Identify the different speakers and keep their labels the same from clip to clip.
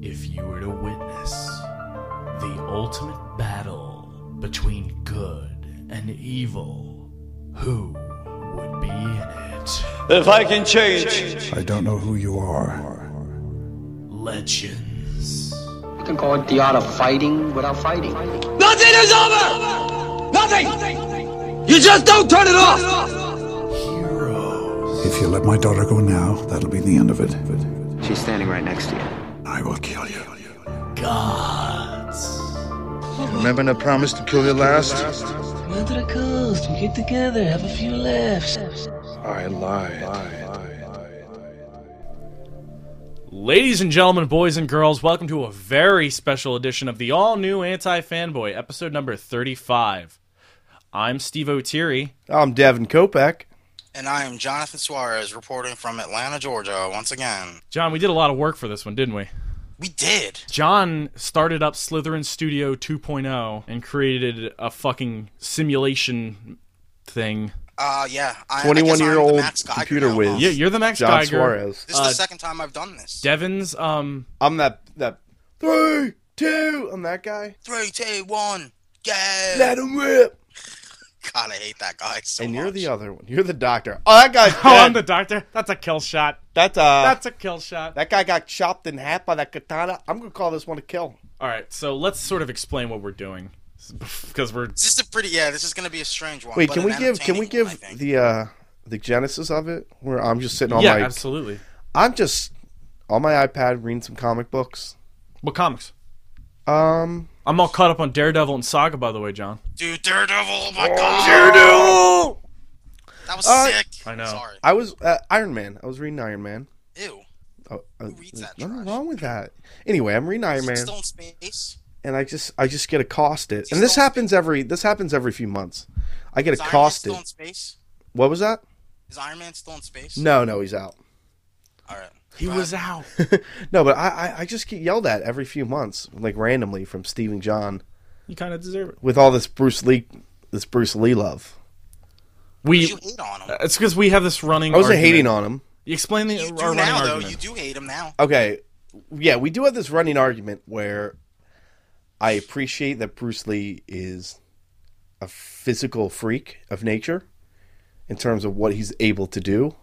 Speaker 1: if you were to witness the ultimate battle between good and evil, who would be in it?
Speaker 2: If I can change,
Speaker 3: I don't know who you are.
Speaker 1: Legends.
Speaker 4: You can call it the art of fighting without fighting.
Speaker 2: nothing is over! Nothing! You just don't turn it off!
Speaker 1: Heroes.
Speaker 3: If you let my daughter go now, that'll be the end of it.
Speaker 5: She's standing right next to you.
Speaker 3: I will kill you.
Speaker 1: Gods.
Speaker 6: Remember the promise to kill you last?
Speaker 7: Run to the coast. We get together. Have a few laughs.
Speaker 6: I lied.
Speaker 8: Ladies and gentlemen, boys and girls, welcome to a very special edition of the all new Anti Fanboy, episode number 35. I'm Steve O'Teary.
Speaker 9: I'm Devin Kopeck.
Speaker 10: And I am Jonathan Suarez reporting from Atlanta, Georgia, once again.
Speaker 8: John, we did a lot of work for this one, didn't we?
Speaker 10: We did.
Speaker 8: John started up Slytherin Studio 2.0 and created a fucking simulation thing.
Speaker 10: Uh, yeah. I, I guess
Speaker 9: 21 year
Speaker 10: I'm the
Speaker 9: old
Speaker 10: Max Geiger
Speaker 9: computer
Speaker 10: now.
Speaker 9: whiz.
Speaker 10: Um,
Speaker 8: Yeah, you're the Max
Speaker 9: John
Speaker 8: Geiger.
Speaker 9: Suarez.
Speaker 10: This is
Speaker 8: uh,
Speaker 10: the second time I've done this.
Speaker 8: Devin's um
Speaker 9: I'm that that three two. I'm that guy.
Speaker 10: Three, two, one. Yeah.
Speaker 9: Let him rip.
Speaker 10: God, I hate that guy so
Speaker 9: And
Speaker 10: much.
Speaker 9: you're the uh, other one. You're the doctor. Oh, that guy's
Speaker 8: Oh, I'm the
Speaker 9: dead.
Speaker 8: doctor. That's a kill shot.
Speaker 9: That's uh.
Speaker 8: That's a kill shot.
Speaker 9: that guy got chopped in half by that katana. I'm gonna call this one a kill.
Speaker 8: All right, so let's sort of explain what we're doing because we're
Speaker 10: This is a pretty. Yeah, this is gonna be a strange one.
Speaker 9: Wait,
Speaker 10: but
Speaker 9: can
Speaker 10: an
Speaker 9: we give can we
Speaker 10: entertaining one,
Speaker 9: give
Speaker 10: I think.
Speaker 9: the uh the genesis of it? Where I'm just sitting on
Speaker 8: yeah,
Speaker 9: my
Speaker 8: absolutely.
Speaker 9: I'm just on my iPad reading some comic books.
Speaker 8: What comics?
Speaker 9: Um,
Speaker 8: I'm all caught up on Daredevil and Saga, by the way, John.
Speaker 10: Dude, Daredevil. Oh my God. That was
Speaker 9: Uh,
Speaker 10: sick.
Speaker 8: I know.
Speaker 10: Sorry.
Speaker 9: I was uh, Iron Man. I was reading Iron Man.
Speaker 10: Ew.
Speaker 9: Oh, uh,
Speaker 10: reads that
Speaker 9: nothing
Speaker 10: trash?
Speaker 9: wrong with that. Anyway, I'm reading Iron Man,
Speaker 10: Still in space.
Speaker 9: and I just I just get accosted,
Speaker 10: He's
Speaker 9: and this
Speaker 10: still-
Speaker 9: happens every this happens every few months. I get
Speaker 10: Is Iron Man
Speaker 9: accosted.
Speaker 10: still in space?
Speaker 9: What was that?
Speaker 10: Is Iron Man still in space?
Speaker 9: No, no, he's out.
Speaker 10: All right.
Speaker 8: He
Speaker 10: Right.
Speaker 8: was out.
Speaker 9: No, but I, I I just get yelled at every few months, like randomly from Steve and John,
Speaker 8: you kind of deserve it.
Speaker 9: with all this Bruce Lee this Bruce Lee love.
Speaker 10: Did
Speaker 8: We. Uh,
Speaker 10: you hate on him?
Speaker 8: It's because we have this running.
Speaker 9: I wasn't
Speaker 8: argument.
Speaker 9: hating on him.
Speaker 8: Explain the
Speaker 10: you
Speaker 8: our
Speaker 10: do
Speaker 8: running
Speaker 10: now, though.
Speaker 8: argument.
Speaker 10: You do hate him now.
Speaker 9: okay yeah we do have this running argument where i appreciate that bruce lee is a physical freak of nature in terms of what he's able to do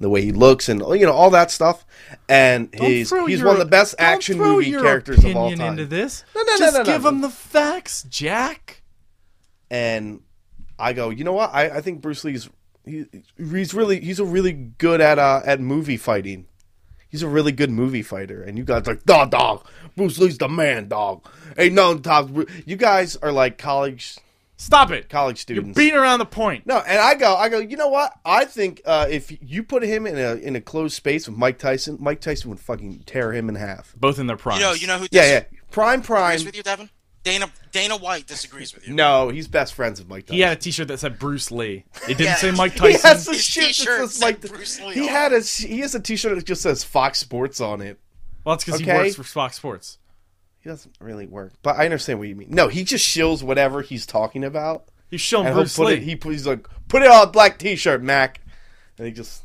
Speaker 9: the way he looks and you know all that stuff and
Speaker 8: Don't
Speaker 9: he's
Speaker 8: throw
Speaker 9: he's
Speaker 8: your-
Speaker 9: one of the best
Speaker 8: don't
Speaker 9: action
Speaker 8: throw
Speaker 9: movie
Speaker 8: your
Speaker 9: characters of all
Speaker 8: opinion
Speaker 9: time
Speaker 8: Into this,
Speaker 9: No, no, no,
Speaker 8: just
Speaker 9: no, no,
Speaker 8: give
Speaker 9: no.
Speaker 8: him the facts, Jack.
Speaker 9: and i go you know what i, I think bruce lee's he, he's really he's a really good at uh, at movie fighting He's a really good movie fighter, and you guys are like, dog, dog. Bruce Lee's the man, dog. Ain't no top. You guys are like college
Speaker 8: Stop it.
Speaker 9: college
Speaker 8: You're
Speaker 9: students.
Speaker 8: beating around the point.
Speaker 9: no, and I go, I go. You know what? I think uh, if you put him in a in a closed space with Mike Tyson, Mike Tyson would fucking tear him in half.
Speaker 8: Both in their prime.
Speaker 10: You know, you know who
Speaker 9: Uh, Yeah,
Speaker 10: dis-
Speaker 9: yeah. Prime, prime.
Speaker 10: disagrees with you, Devin? Dana Dana White disagrees with you.
Speaker 9: No, he's best friends with Mike Tyson.
Speaker 8: he had a T-shirt that said Bruce Lee. It didn't
Speaker 10: Yeah.
Speaker 8: say Mike
Speaker 9: He
Speaker 8: Tyson.
Speaker 9: has this
Speaker 10: His
Speaker 9: shit that
Speaker 10: t-shirt
Speaker 9: says
Speaker 10: said
Speaker 9: like
Speaker 10: Bruce Lee
Speaker 9: he
Speaker 10: on
Speaker 9: had a he has a T-shirt that just says Fox Sports on it.
Speaker 8: well, that's because
Speaker 9: Okay.
Speaker 8: he works for Fox Sports.
Speaker 9: He doesn't really work, but I understand what you mean. No, he just shills whatever he's talking about.
Speaker 8: He's showing
Speaker 9: and he'll
Speaker 8: Bruce
Speaker 9: put
Speaker 8: Lee.
Speaker 9: it. He put, he's like, put it on a black T-shirt, Mac. And he just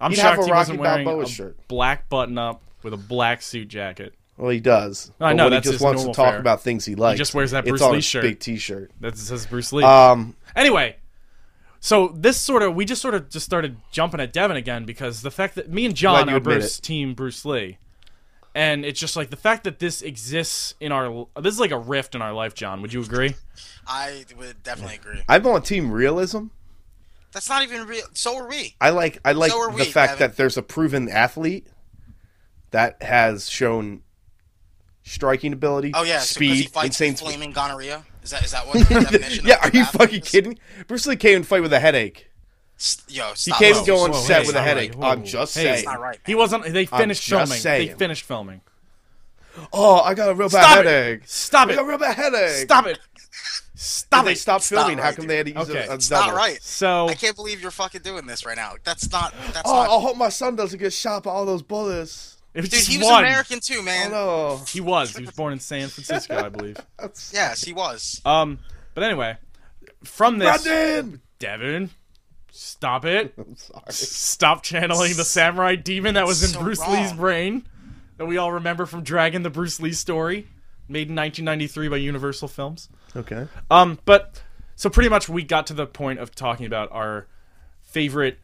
Speaker 8: I'm
Speaker 9: he'd have
Speaker 8: shocked
Speaker 9: a
Speaker 8: he wasn't
Speaker 9: Rocky
Speaker 8: wearing
Speaker 9: Balboa
Speaker 8: a
Speaker 9: shirt.
Speaker 8: black button-up with a black suit jacket.
Speaker 9: well, he does.
Speaker 8: I
Speaker 9: But
Speaker 8: know,
Speaker 9: when
Speaker 8: that's
Speaker 9: he just
Speaker 8: his
Speaker 9: wants to
Speaker 8: normal
Speaker 9: talk
Speaker 8: fare.
Speaker 9: about things he likes.
Speaker 8: just wears that
Speaker 9: it's
Speaker 8: Bruce
Speaker 9: on
Speaker 8: Lee
Speaker 9: his
Speaker 8: shirt.
Speaker 9: Big T-shirt.
Speaker 8: That says Bruce Lee.
Speaker 9: Um,
Speaker 8: Anyway, so this sort of we just sort of just started jumping at Devin again because the fact that me and John
Speaker 9: Glad you
Speaker 8: are
Speaker 9: admit
Speaker 8: Bruce
Speaker 9: it.
Speaker 8: team Bruce Lee, and it's just like the fact that this exists in our this is like a rift in our life. John, would you agree?
Speaker 10: I would definitely agree.
Speaker 9: I'm on team realism.
Speaker 10: That's not even real. So are we.
Speaker 9: I like I like
Speaker 10: So are
Speaker 9: the
Speaker 10: we,
Speaker 9: fact
Speaker 10: Kevin.
Speaker 9: that there's a proven athlete that has shown striking ability.
Speaker 10: Oh yeah, so 'cause he
Speaker 9: speed,
Speaker 10: fights
Speaker 9: insane speed.
Speaker 10: flaming gonorrhea. Is that is that what the definition?
Speaker 9: Yeah,
Speaker 10: of
Speaker 9: are you
Speaker 10: athlete
Speaker 9: fucking
Speaker 10: is?
Speaker 9: kidding? me? Bruce Lee came and fight with a headache.
Speaker 10: S- Yo,
Speaker 9: He
Speaker 10: stop.
Speaker 9: came
Speaker 10: Whoa,
Speaker 9: and go on
Speaker 8: whoa,
Speaker 9: set
Speaker 8: hey,
Speaker 9: with a
Speaker 8: it's not
Speaker 9: headache.
Speaker 8: right. Whoa,
Speaker 9: I'm
Speaker 8: whoa.
Speaker 9: just
Speaker 8: Hey,
Speaker 9: saying.
Speaker 8: it's
Speaker 10: It's not right.
Speaker 8: He
Speaker 10: man.
Speaker 8: wasn't. They finished
Speaker 9: just
Speaker 8: filming. They
Speaker 9: saying.
Speaker 8: finished filming.
Speaker 9: Oh, I got a real bad
Speaker 8: Stop it.
Speaker 9: headache.
Speaker 8: Stop
Speaker 9: I got
Speaker 8: it.
Speaker 9: a real bad headache.
Speaker 8: Stop it.
Speaker 9: If
Speaker 8: Stop
Speaker 9: they
Speaker 8: it.
Speaker 9: stopped
Speaker 10: It's not
Speaker 9: filming, how
Speaker 10: right,
Speaker 9: come they had to use
Speaker 8: Okay.
Speaker 9: a, a
Speaker 10: It's
Speaker 9: double?
Speaker 10: not right.
Speaker 8: So
Speaker 10: I can't believe you're fucking doing this right now. That's not. That's not.
Speaker 9: Oh, I hope my son doesn't get shot by all those bullets.
Speaker 8: it was
Speaker 10: Dude,
Speaker 8: just
Speaker 10: he was
Speaker 8: one.
Speaker 10: American too, man.
Speaker 9: Oh,
Speaker 8: He was. He was born in San Francisco, I believe.
Speaker 10: Yes, he was.
Speaker 9: Uh,
Speaker 8: Um, but anyway, from
Speaker 9: no.
Speaker 8: this,
Speaker 9: Brandon!
Speaker 8: Devin, stop it.
Speaker 9: I'm sorry.
Speaker 8: Stop channeling the samurai demon that was in
Speaker 10: So
Speaker 8: Bruce
Speaker 10: wrong.
Speaker 8: Lee's brain. that we all remember from Dragon the Bruce Lee story, made in 1993 by Universal Films.
Speaker 9: Okay.
Speaker 8: Um, but so pretty much we got to the point of talking about our favorite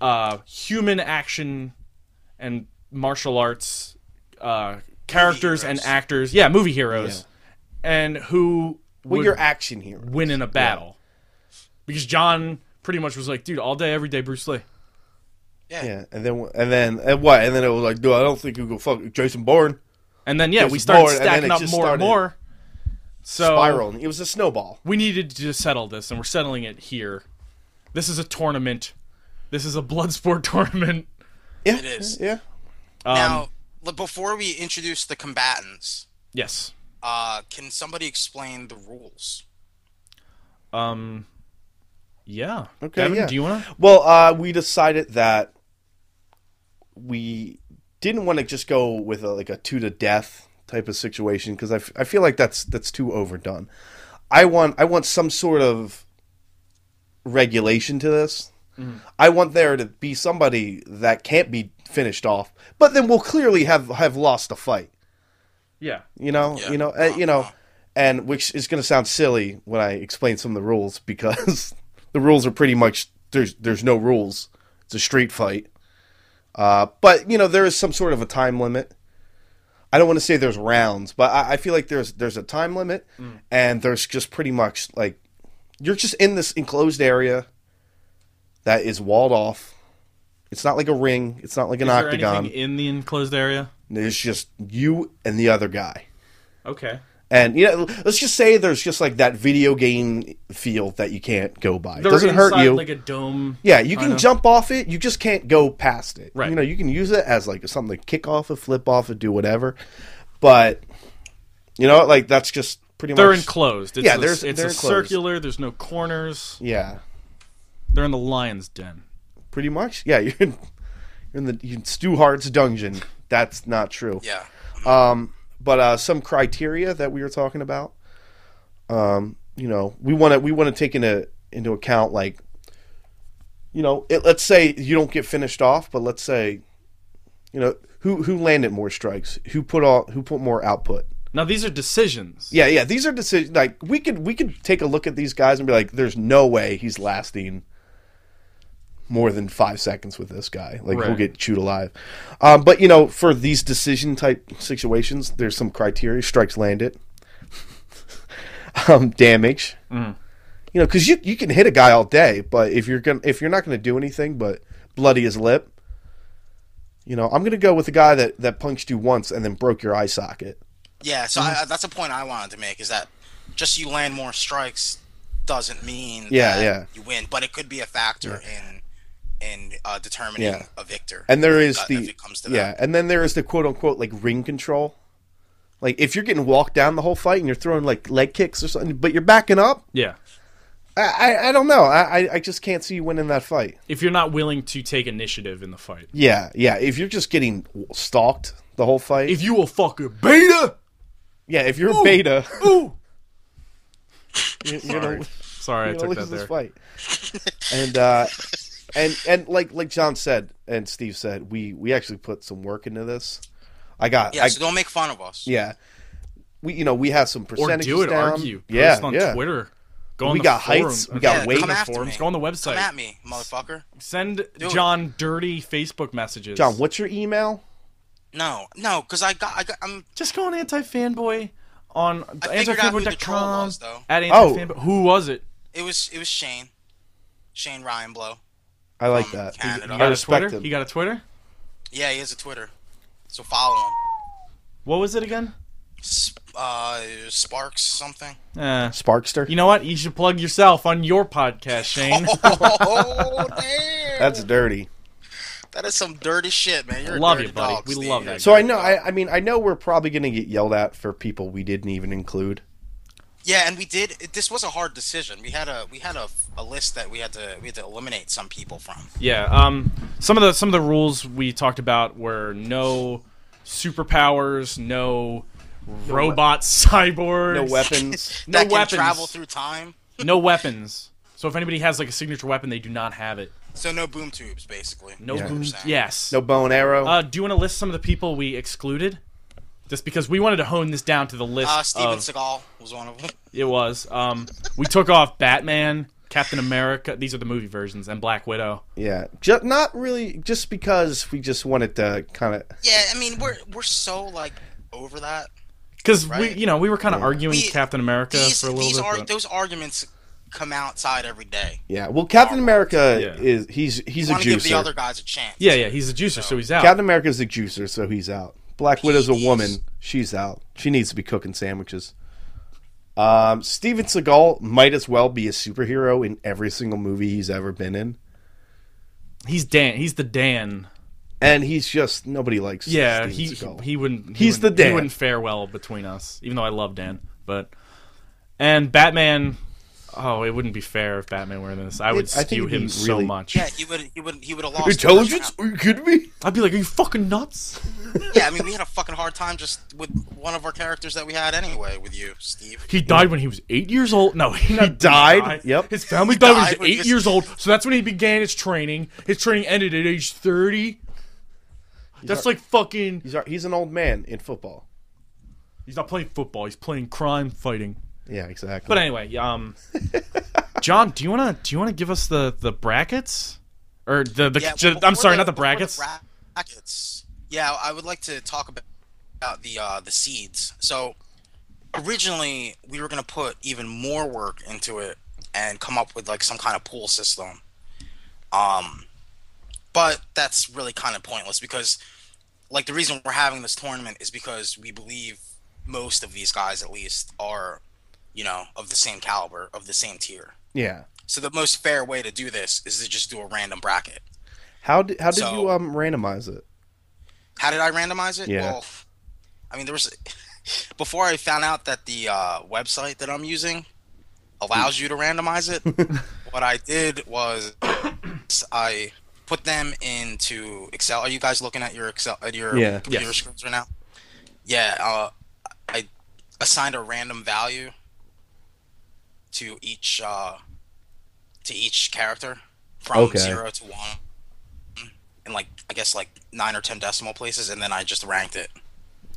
Speaker 8: uh, human action and martial arts uh, characters and
Speaker 10: heroes.
Speaker 8: actors. Yeah, movie heroes, and who
Speaker 9: Well,
Speaker 8: would
Speaker 9: your action hero.
Speaker 8: win in a battle. Because John pretty much was like, dude, all day, every day, Bruce Lee.
Speaker 10: Yeah.
Speaker 9: Yeah, and then and then and what? And then it was like, dude, I don't think you go fuck Jason Bourne.
Speaker 8: And then yeah,
Speaker 9: There's
Speaker 8: we started
Speaker 9: more, and then
Speaker 8: stacking
Speaker 9: it
Speaker 8: up more
Speaker 9: just
Speaker 8: and
Speaker 9: started
Speaker 8: more. So
Speaker 9: Spiral. It was a snowball.
Speaker 8: we needed to just settle this, and we're settling it here. This is a tournament. This is a blood sport tournament.
Speaker 9: Yeah,
Speaker 10: It is.
Speaker 9: Yeah. um,
Speaker 10: now, l- before we introduce the combatants,
Speaker 8: Yes.
Speaker 10: uh, can somebody explain the rules?
Speaker 8: Um. Yeah.
Speaker 9: Okay,
Speaker 8: Devin,
Speaker 9: yeah.
Speaker 8: Do you want to?
Speaker 9: Well, uh, we decided that we didn't want to just go with a, like a two to death type of situation because I, f- I feel like that's that's too overdone. I want I want some sort of regulation to this. I want there to be somebody that can't be finished off, but then we'll clearly have have lost a fight.
Speaker 8: Yeah.
Speaker 9: You know,
Speaker 10: Yeah.
Speaker 9: you know, uh, you know, and which is going to sound silly when I explain some of the rules because the rules are pretty much there's there's no rules. It's a street fight. Uh, but you know, there is some sort of a time limit. I don't want to say there's rounds, but I, I feel like there's there's a time limit,
Speaker 8: Mm.
Speaker 9: and there's just pretty much like you're just in this enclosed area that is walled off. It's not like a ring. It's not like an
Speaker 8: Is there
Speaker 9: octagon.
Speaker 8: anything in the enclosed area?
Speaker 9: It's just you and the other guy.
Speaker 8: Okay.
Speaker 9: And you know, let's just say there's just like that video game feel that you can't go by. It
Speaker 8: They're
Speaker 9: doesn't hurt
Speaker 8: inside,
Speaker 9: you.
Speaker 8: Like a dome.
Speaker 9: yeah, you can
Speaker 8: kinda-
Speaker 9: jump off it. You just can't go past it.
Speaker 8: Right.
Speaker 9: You know, you can use it as like something to kick off, a flip off, and do whatever. But you know, like that's just pretty
Speaker 8: They're
Speaker 9: much.
Speaker 8: enclosed. It's
Speaker 9: Yeah,
Speaker 8: a,
Speaker 9: there's-
Speaker 8: it's
Speaker 9: they're
Speaker 8: a
Speaker 9: enclosed.
Speaker 8: circular. There's no corners.
Speaker 9: yeah,
Speaker 8: They're in the lion's den.
Speaker 9: pretty much. Yeah, you're in, you're in the you're in Stu Hart's dungeon. That's not true.
Speaker 10: Yeah.
Speaker 9: but uh, some criteria that we were talking about. Um, you know, we want to we want to take into into account like, you know, it, let's say you don't get finished off, but let's say, you know, who who landed more strikes, who put all who put more output.
Speaker 8: Now these are decisions.
Speaker 9: Yeah, yeah, these are decisions. Like we could we could take a look at these guys and be like, there's no way he's lasting more than five seconds with this guy. Like he'll
Speaker 8: Right.
Speaker 9: get chewed alive. Um, but you know, for these decision type situations, there's some criteria: strikes landed, um, damage. You know, because you you can hit a guy all day, but if you're gonna if you're not gonna do anything but bloody his lip. You know, I'm gonna go with the guy that, that punched you once and then broke your eye socket.
Speaker 10: Yeah. So
Speaker 9: Mm-hmm.
Speaker 10: I, that's a point I wanted to make is that just you land more strikes doesn't mean
Speaker 9: Yeah,
Speaker 10: that
Speaker 9: yeah.
Speaker 10: you win, but it could be a factor in in uh, determining
Speaker 9: Yeah.
Speaker 10: a victor.
Speaker 9: and there is
Speaker 10: uh,
Speaker 9: the
Speaker 10: if it comes to
Speaker 9: yeah,
Speaker 10: that.
Speaker 9: and then there is the quote unquote like ring control. Like if you're getting walked down the whole fight and you're throwing like leg kicks or something, but you're backing up,
Speaker 8: Yeah.
Speaker 9: I I, I don't know. I I- I just can't see you winning that fight.
Speaker 8: If you're not willing to take initiative in the fight,
Speaker 9: Yeah, yeah. If you're just getting stalked the whole fight,
Speaker 8: if you a fucking beta.
Speaker 9: yeah, if you're beta,
Speaker 8: Ooh.
Speaker 9: you, you know,
Speaker 8: Sorry, I
Speaker 9: you know,
Speaker 8: took
Speaker 9: lose
Speaker 8: that
Speaker 9: this
Speaker 8: there.
Speaker 9: fight. and uh, and and like like John said and Steve said, we we actually put some work into this. I got
Speaker 10: Yeah.
Speaker 9: I,
Speaker 10: so don't make fun of us.
Speaker 9: yeah. We you know we have some
Speaker 8: Or
Speaker 9: percentages
Speaker 8: do it.
Speaker 9: down.
Speaker 8: Argue.
Speaker 9: Yeah,
Speaker 8: Post on
Speaker 9: yeah.
Speaker 8: Twitter. Go on
Speaker 9: We
Speaker 8: the
Speaker 9: got
Speaker 8: forum.
Speaker 9: heights, we got
Speaker 10: Yeah,
Speaker 9: weight.
Speaker 10: Come after
Speaker 8: forums.
Speaker 10: me.
Speaker 8: Go on the website.
Speaker 10: Come at me, motherfucker.
Speaker 8: Send
Speaker 10: Do it.
Speaker 8: John dirty Facebook messages.
Speaker 9: John, what's your email?
Speaker 10: No, no, because I got, I got, I'm
Speaker 8: Just go on anti fanboy on
Speaker 10: figured out who the troll was, though.
Speaker 8: at
Speaker 9: Oh.
Speaker 8: anti fanboy. Who was it?
Speaker 10: It was it was Shane, Shane Ryan Blow.
Speaker 9: I like
Speaker 10: Um,
Speaker 9: that.
Speaker 10: Canada.
Speaker 9: I
Speaker 10: You got
Speaker 8: a
Speaker 9: respect
Speaker 8: Twitter?
Speaker 9: him.
Speaker 8: You got a Twitter?
Speaker 10: Yeah, he has a Twitter, so follow him.
Speaker 8: What was it again?
Speaker 10: S- uh, Sparks something.
Speaker 8: Uh,
Speaker 9: Sparkster.
Speaker 8: you know what? You should plug yourself on your podcast, Shane.
Speaker 10: Oh damn!
Speaker 9: That's dirty.
Speaker 10: that is some dirty shit, man. You're
Speaker 8: Love
Speaker 10: a dirty
Speaker 8: you, buddy.
Speaker 10: Dog,
Speaker 8: We
Speaker 10: Steve.
Speaker 8: love you.
Speaker 9: So I know. I, I mean, I know we're probably gonna get yelled at for people we didn't even include.
Speaker 10: Yeah, and we did. it- This was a hard decision. We had a we had a, a list that we had to we had to eliminate some people from.
Speaker 8: yeah. Um. Some of the some of the rules we talked about were no superpowers, no, robot cyborgs,
Speaker 9: No weapons.
Speaker 8: no
Speaker 10: that can
Speaker 8: weapons,
Speaker 10: travel through time.
Speaker 8: no weapons. So if anybody has like a signature weapon, they do not have it.
Speaker 10: So no boom tubes, basically.
Speaker 8: No
Speaker 9: Yeah.
Speaker 8: boom.
Speaker 10: 100%.
Speaker 8: Yes.
Speaker 9: No bow and arrow.
Speaker 8: Uh, do you want to list some of the people we excluded? Just because we wanted to hone this down to the list.
Speaker 10: Uh, Steven
Speaker 8: of,
Speaker 10: Seagal was one of them.
Speaker 8: It was. Um, we took off Batman, Captain America. These are the movie versions, and Black Widow.
Speaker 9: yeah, just not really. Just because we just wanted to kind of.
Speaker 10: Yeah, I mean we're we're so like over that.
Speaker 8: Because
Speaker 10: Right.
Speaker 8: we, you know, we were kind of arguing
Speaker 10: We-
Speaker 8: Captain America
Speaker 10: These
Speaker 8: for a little
Speaker 10: these
Speaker 8: bit.
Speaker 10: are
Speaker 8: but-
Speaker 10: those arguments come outside every day.
Speaker 9: Yeah. Well, Captain America
Speaker 8: Yeah.
Speaker 9: is he's he's a
Speaker 10: Want to give the
Speaker 9: juicer.
Speaker 10: other guys a chance.
Speaker 8: yeah, yeah, he's a juicer, so he's out.
Speaker 9: Captain America's a juicer, so he's out. Black Widow's a
Speaker 10: He is.
Speaker 9: woman. She's out. She needs to be cooking sandwiches. Um, Steven Seagal might as well be a superhero in every single movie he's ever been in.
Speaker 8: he's Dan. He's the Dan.
Speaker 9: And he's just nobody likes.
Speaker 8: Yeah,
Speaker 9: Steven
Speaker 8: he
Speaker 9: Seagal.
Speaker 8: he wouldn't. He
Speaker 9: He's
Speaker 8: wouldn't-
Speaker 9: the
Speaker 8: He
Speaker 9: Dan.
Speaker 8: wouldn't fare well between us, even though I love Dan. But and Batman. Oh, it wouldn't be fair if Batman were in this. I would
Speaker 9: It- I think
Speaker 8: skew
Speaker 9: it'd be
Speaker 8: him so
Speaker 9: really-
Speaker 8: much.
Speaker 10: Yeah, he would he would he would have lost.
Speaker 9: Intelligence? Are you kidding me?
Speaker 8: I'd be like, are you fucking nuts?
Speaker 10: Yeah, I mean we had a fucking hard time just with one of our characters that we had anyway with you, Steve.
Speaker 8: He died when he was eight years old. No, he died.
Speaker 9: died? Yep.
Speaker 8: His family died, when
Speaker 10: died
Speaker 8: he was
Speaker 10: when he
Speaker 8: eight
Speaker 10: was-
Speaker 8: years old. So that's when he began his training. His training ended at age thirty. That's like fucking.
Speaker 9: He's, our, he's an old man in football.
Speaker 8: He's not playing football. He's playing crime fighting.
Speaker 9: Yeah, exactly.
Speaker 8: But anyway, um, John, do you wanna do you wanna give us the the brackets or the the?
Speaker 10: Yeah, well,
Speaker 8: ju- I'm
Speaker 10: before
Speaker 8: sorry, not the
Speaker 10: before
Speaker 8: brackets.
Speaker 10: brackets. Yeah, I would like to talk about, about the uh, the seeds. So originally we were gonna put even more work into it and come up with like some kind of pool system. Um, but that's really kind of pointless because like the reason we're having this tournament is because we believe most of these guys at least are you know of the same caliber of the same tier
Speaker 9: yeah.
Speaker 10: so the most fair way to do this is to just do a random bracket
Speaker 9: How did how did
Speaker 10: So-
Speaker 9: you um randomize it?
Speaker 10: How did I randomize it?
Speaker 9: Yeah.
Speaker 10: Well, I mean, there was before I found out that the uh, website that I'm using allows you to randomize it. what I did was I put them into Excel. Are you guys looking at your Excel at your
Speaker 9: Yeah.
Speaker 10: computer
Speaker 8: Yes.
Speaker 10: screens right now? Yeah. Uh, I assigned a random value to each uh, to each character from
Speaker 9: Okay.
Speaker 10: zero to one in like I guess like nine or ten decimal places, and then I just ranked it.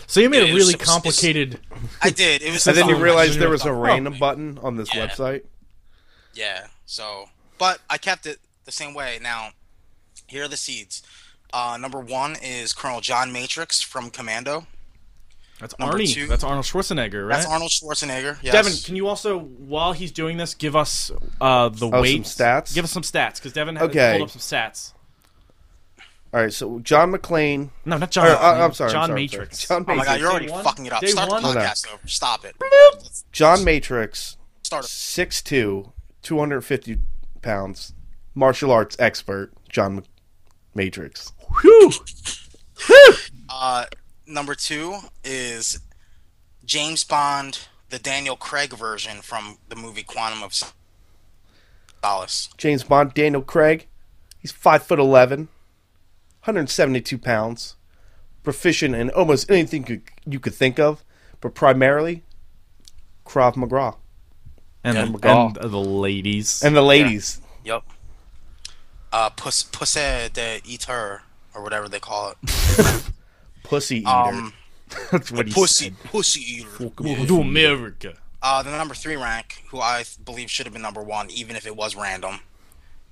Speaker 8: So you made
Speaker 10: It
Speaker 8: a
Speaker 10: was-
Speaker 8: really
Speaker 10: it was-
Speaker 8: complicated.
Speaker 10: I did. It was.
Speaker 9: And then you
Speaker 8: Oh,
Speaker 9: realized
Speaker 8: yeah.
Speaker 9: there was a
Speaker 10: Oh,
Speaker 9: random button on this
Speaker 10: Yeah.
Speaker 9: website.
Speaker 10: Yeah. So, but I kept it the same way. Now, here are the seeds. Uh, number one is Colonel John Matrix from Commando.
Speaker 8: That's
Speaker 10: Number
Speaker 8: Arnie.
Speaker 10: two.
Speaker 8: That's Arnold Schwarzenegger, right?
Speaker 10: That's Arnold Schwarzenegger. Yes.
Speaker 8: Devin, can you also, while he's doing this, give us uh, the
Speaker 9: Oh, some
Speaker 8: weight
Speaker 9: stats?
Speaker 8: Give us some stats because Devin has
Speaker 9: Okay.
Speaker 8: pulled up some stats.
Speaker 9: All right, so John McClane.
Speaker 8: No, not John.
Speaker 9: or, uh, I'm sorry. I'm
Speaker 8: John
Speaker 9: sorry, I'm sorry.
Speaker 8: Matrix.
Speaker 9: John
Speaker 10: Oh my
Speaker 9: Matrix.
Speaker 10: God, you're already
Speaker 8: Day one?
Speaker 10: fucking it up.
Speaker 8: Day
Speaker 10: Start
Speaker 8: one?
Speaker 10: the
Speaker 8: No,
Speaker 9: no.
Speaker 10: podcast over. Stop it. Let's
Speaker 9: John Matrix,
Speaker 10: start it.
Speaker 9: 6'2", 250 pounds, martial arts expert, John Mc- Matrix.
Speaker 8: Whew.
Speaker 10: Uh, number two is James Bond, the Daniel Craig version from the movie Quantum of Solace.
Speaker 9: James Bond, Daniel Craig. He's 5'11", 172 pounds, proficient in almost anything you, you could think of, but primarily Krav Maga.
Speaker 8: And,
Speaker 10: Yeah.
Speaker 8: the, and the ladies.
Speaker 9: And the ladies.
Speaker 10: Yep. Uh, Puss, Pussy de Eater, or whatever they call it.
Speaker 9: Pussy eater.
Speaker 10: Um,
Speaker 9: That's what he
Speaker 10: pussy, pussy eater.
Speaker 8: Welcome to America.
Speaker 10: Uh, the number three rank, who I th- believe should have been number one, even if it was random,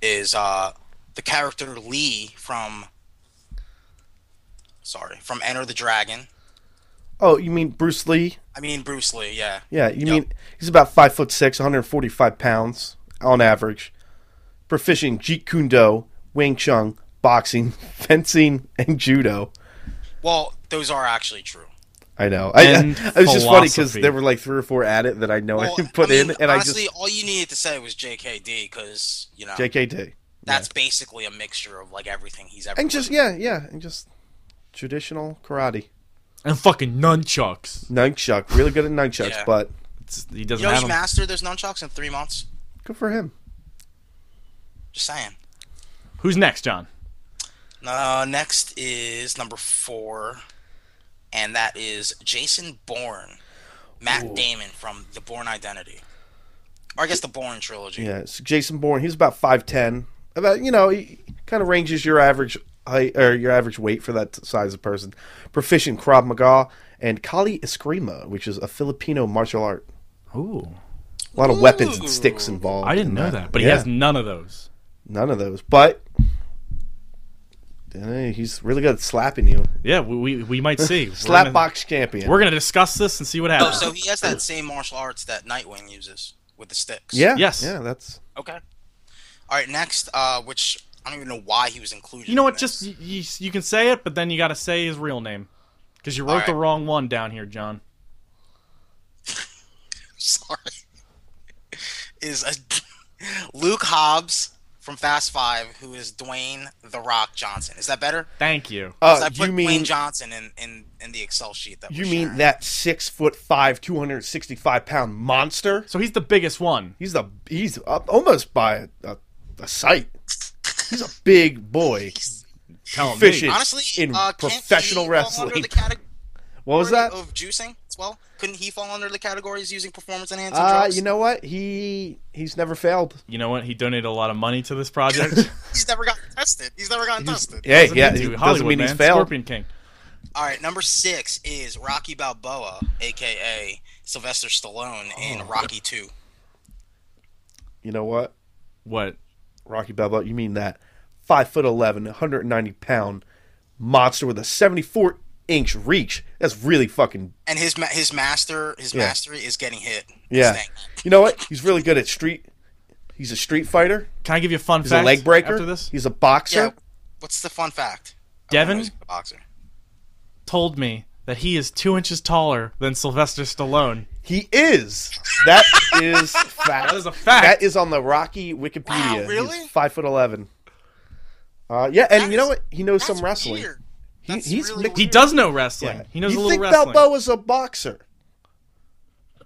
Speaker 10: is uh, the character Lee from. Sorry, from Enter the Dragon.
Speaker 9: Oh, you mean Bruce Lee?
Speaker 10: I mean Bruce Lee, yeah.
Speaker 9: Yeah, you
Speaker 10: Yep.
Speaker 9: mean he's about five foot six, 145 pounds on average. Proficient in Jeet Kune Do, Wing Chun, boxing, fencing, and judo.
Speaker 10: Well, those are actually true.
Speaker 9: I know. I, I,
Speaker 8: And
Speaker 9: it was just funny because
Speaker 8: philosophy.
Speaker 9: there were like three or four at it that I know
Speaker 10: Well,
Speaker 9: I didn't put
Speaker 10: mean,
Speaker 9: in, and
Speaker 10: honestly,
Speaker 9: I
Speaker 10: all you needed to say was JKD because you know
Speaker 9: just JKT
Speaker 10: that's basically a mixture of like everything he's ever.
Speaker 9: and just yeah, yeah, and just traditional karate
Speaker 8: And fucking nunchucks.
Speaker 9: nunchuck. Really good at nunchucks,
Speaker 10: Yeah.
Speaker 9: but
Speaker 8: It's- he doesn't
Speaker 10: You know,
Speaker 8: have
Speaker 10: he
Speaker 8: them.
Speaker 10: mastered those nunchucks in three months.
Speaker 9: good for him.
Speaker 10: Just saying.
Speaker 8: Who's next, John?
Speaker 10: Uh, next is number four, and that is Jason Bourne, Matt Damon from The Bourne Identity, or I guess the Bourne trilogy.
Speaker 9: Yeah, so Jason Bourne. He's about five ten, about you know he kind of ranges your average height or your average weight for that size of person. Proficient Krav Maga and Kali Eskrima, which is a Filipino martial art.
Speaker 8: Ooh,
Speaker 9: A lot of weapons and sticks involved.
Speaker 8: I didn't
Speaker 9: in
Speaker 8: know that, but he
Speaker 9: Yeah.
Speaker 8: has none of those.
Speaker 9: none of those. But eh, he's really good at slapping you.
Speaker 8: Yeah, we we, we might see We're gonna,
Speaker 9: Slapbox champion.
Speaker 8: We're gonna discuss this and see what
Speaker 10: Oh,
Speaker 8: happens.
Speaker 10: so he has that same martial arts that Nightwing uses with the sticks.
Speaker 9: yeah.
Speaker 8: Yes.
Speaker 9: Yeah. That's
Speaker 10: Okay. All right. Next, uh, which I don't even know why he was included.
Speaker 8: you know
Speaker 10: in
Speaker 8: what?
Speaker 10: this.
Speaker 8: Just you, you, you can say it, but then you got to say his real name because you wrote the
Speaker 10: right.
Speaker 8: wrong one down here, John.
Speaker 10: sorry, is a, Luke Hobbs from Fast Five, who is Dwayne the Rock Johnson. Is that better?
Speaker 8: Thank you.
Speaker 9: uh,
Speaker 10: 'Cause I
Speaker 9: you
Speaker 10: put
Speaker 9: mean
Speaker 10: Dwayne Johnson in, in, in the Excel sheet that
Speaker 9: you
Speaker 10: we're
Speaker 9: mean
Speaker 10: sharing.
Speaker 9: that six foot five, two hundred sixty five pound monster?
Speaker 8: So he's the biggest one.
Speaker 9: He's the he's up almost by a, a sight. He's a big boy.
Speaker 8: Tell him.
Speaker 9: Fish
Speaker 8: me.
Speaker 9: it.
Speaker 10: honestly
Speaker 9: in
Speaker 10: uh, can't
Speaker 9: professional
Speaker 10: he Fall under
Speaker 9: wrestling.
Speaker 10: the category
Speaker 9: What was that?
Speaker 10: of juicing as well? Couldn't he fall under the categories using performance enhancing
Speaker 9: Uh,
Speaker 10: drugs?
Speaker 9: you know what? He he's never failed.
Speaker 8: You know what? He donated a lot of money to this project.
Speaker 10: he's never gotten tested. He's never gotten tested.
Speaker 9: Hey,
Speaker 8: Doesn't
Speaker 9: yeah,
Speaker 8: mean to.
Speaker 9: it doesn't
Speaker 8: Hollywood,
Speaker 9: mean he's
Speaker 8: man.
Speaker 9: failed.
Speaker 8: Scorpion King.
Speaker 10: All right, number six is Rocky Balboa, aka Sylvester Stallone
Speaker 9: Oh,
Speaker 10: in Rocky Two.
Speaker 9: You know what?
Speaker 8: What?
Speaker 9: Rocky Balboa, you mean that five foot 11, 190 pound monster with a 74 inch reach? That's really fucking.
Speaker 10: And his ma- his master his
Speaker 9: Yeah.
Speaker 10: mastery is getting hit.
Speaker 9: Yeah.
Speaker 10: Sting.
Speaker 9: You know what? He's really good at street. He's a street fighter.
Speaker 8: Can I give you a fun
Speaker 9: He's
Speaker 8: fact?
Speaker 9: a leg breaker.
Speaker 8: After this,
Speaker 9: He's a boxer.
Speaker 10: Yeah. What's the fun fact? Everyone
Speaker 8: Devin?
Speaker 10: knows he's a boxer.
Speaker 8: told me that he is two inches taller than Sylvester Stallone.
Speaker 9: He is. That is fact.
Speaker 8: That is a fact.
Speaker 9: That is on the Rocky Wikipedia.
Speaker 10: Wow, really?
Speaker 9: He's five foot 11. Uh, yeah, and
Speaker 10: That
Speaker 9: you know
Speaker 10: is-
Speaker 9: what? He knows
Speaker 10: That's
Speaker 9: some wrestling.
Speaker 10: weird.
Speaker 9: He-
Speaker 10: That's
Speaker 9: he's
Speaker 10: really
Speaker 9: mixed-
Speaker 8: He
Speaker 10: weird.
Speaker 8: does know wrestling.
Speaker 9: Yeah.
Speaker 8: He knows
Speaker 9: you
Speaker 8: a little
Speaker 9: think
Speaker 8: wrestling.
Speaker 9: Balboa's a boxer,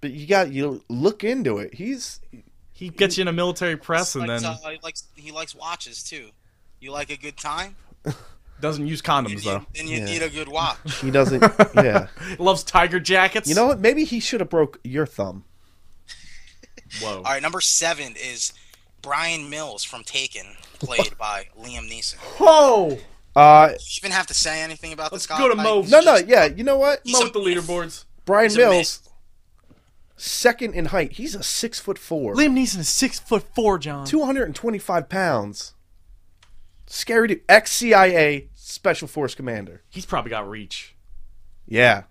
Speaker 9: but you got you look into it. He's
Speaker 8: he gets you in a military press and
Speaker 10: Likes,
Speaker 8: then
Speaker 10: uh, he likes he likes watches too. You like a good time?
Speaker 8: doesn't use
Speaker 10: Then
Speaker 8: condoms
Speaker 10: you,
Speaker 8: though.
Speaker 10: then you
Speaker 9: Yeah.
Speaker 10: need a good watch.
Speaker 9: he doesn't. yeah,
Speaker 8: Loves tiger jackets.
Speaker 9: you know what? Maybe he should have broke your thumb.
Speaker 8: Whoa.
Speaker 10: All right, number seven is Brian Mills from Taken, played by Liam Neeson.
Speaker 8: Whoa.
Speaker 9: Uh,
Speaker 10: You even have to say anything about
Speaker 8: Let's
Speaker 10: this guy?
Speaker 8: go to
Speaker 10: Like,
Speaker 8: Mo.
Speaker 10: he's
Speaker 9: no, no,
Speaker 10: just-
Speaker 9: yeah. You know what?
Speaker 10: he's
Speaker 8: Mo
Speaker 10: a
Speaker 8: with the
Speaker 10: myth.
Speaker 8: leaderboards.
Speaker 9: Brian
Speaker 10: he's a
Speaker 9: Mills, second in height. He's a six foot four,
Speaker 8: Liam Neeson is six foot four, John.
Speaker 9: two hundred and twenty five pounds. Scary dude, ex CIA Special Force Commander.
Speaker 8: He's probably got reach.
Speaker 9: Yeah,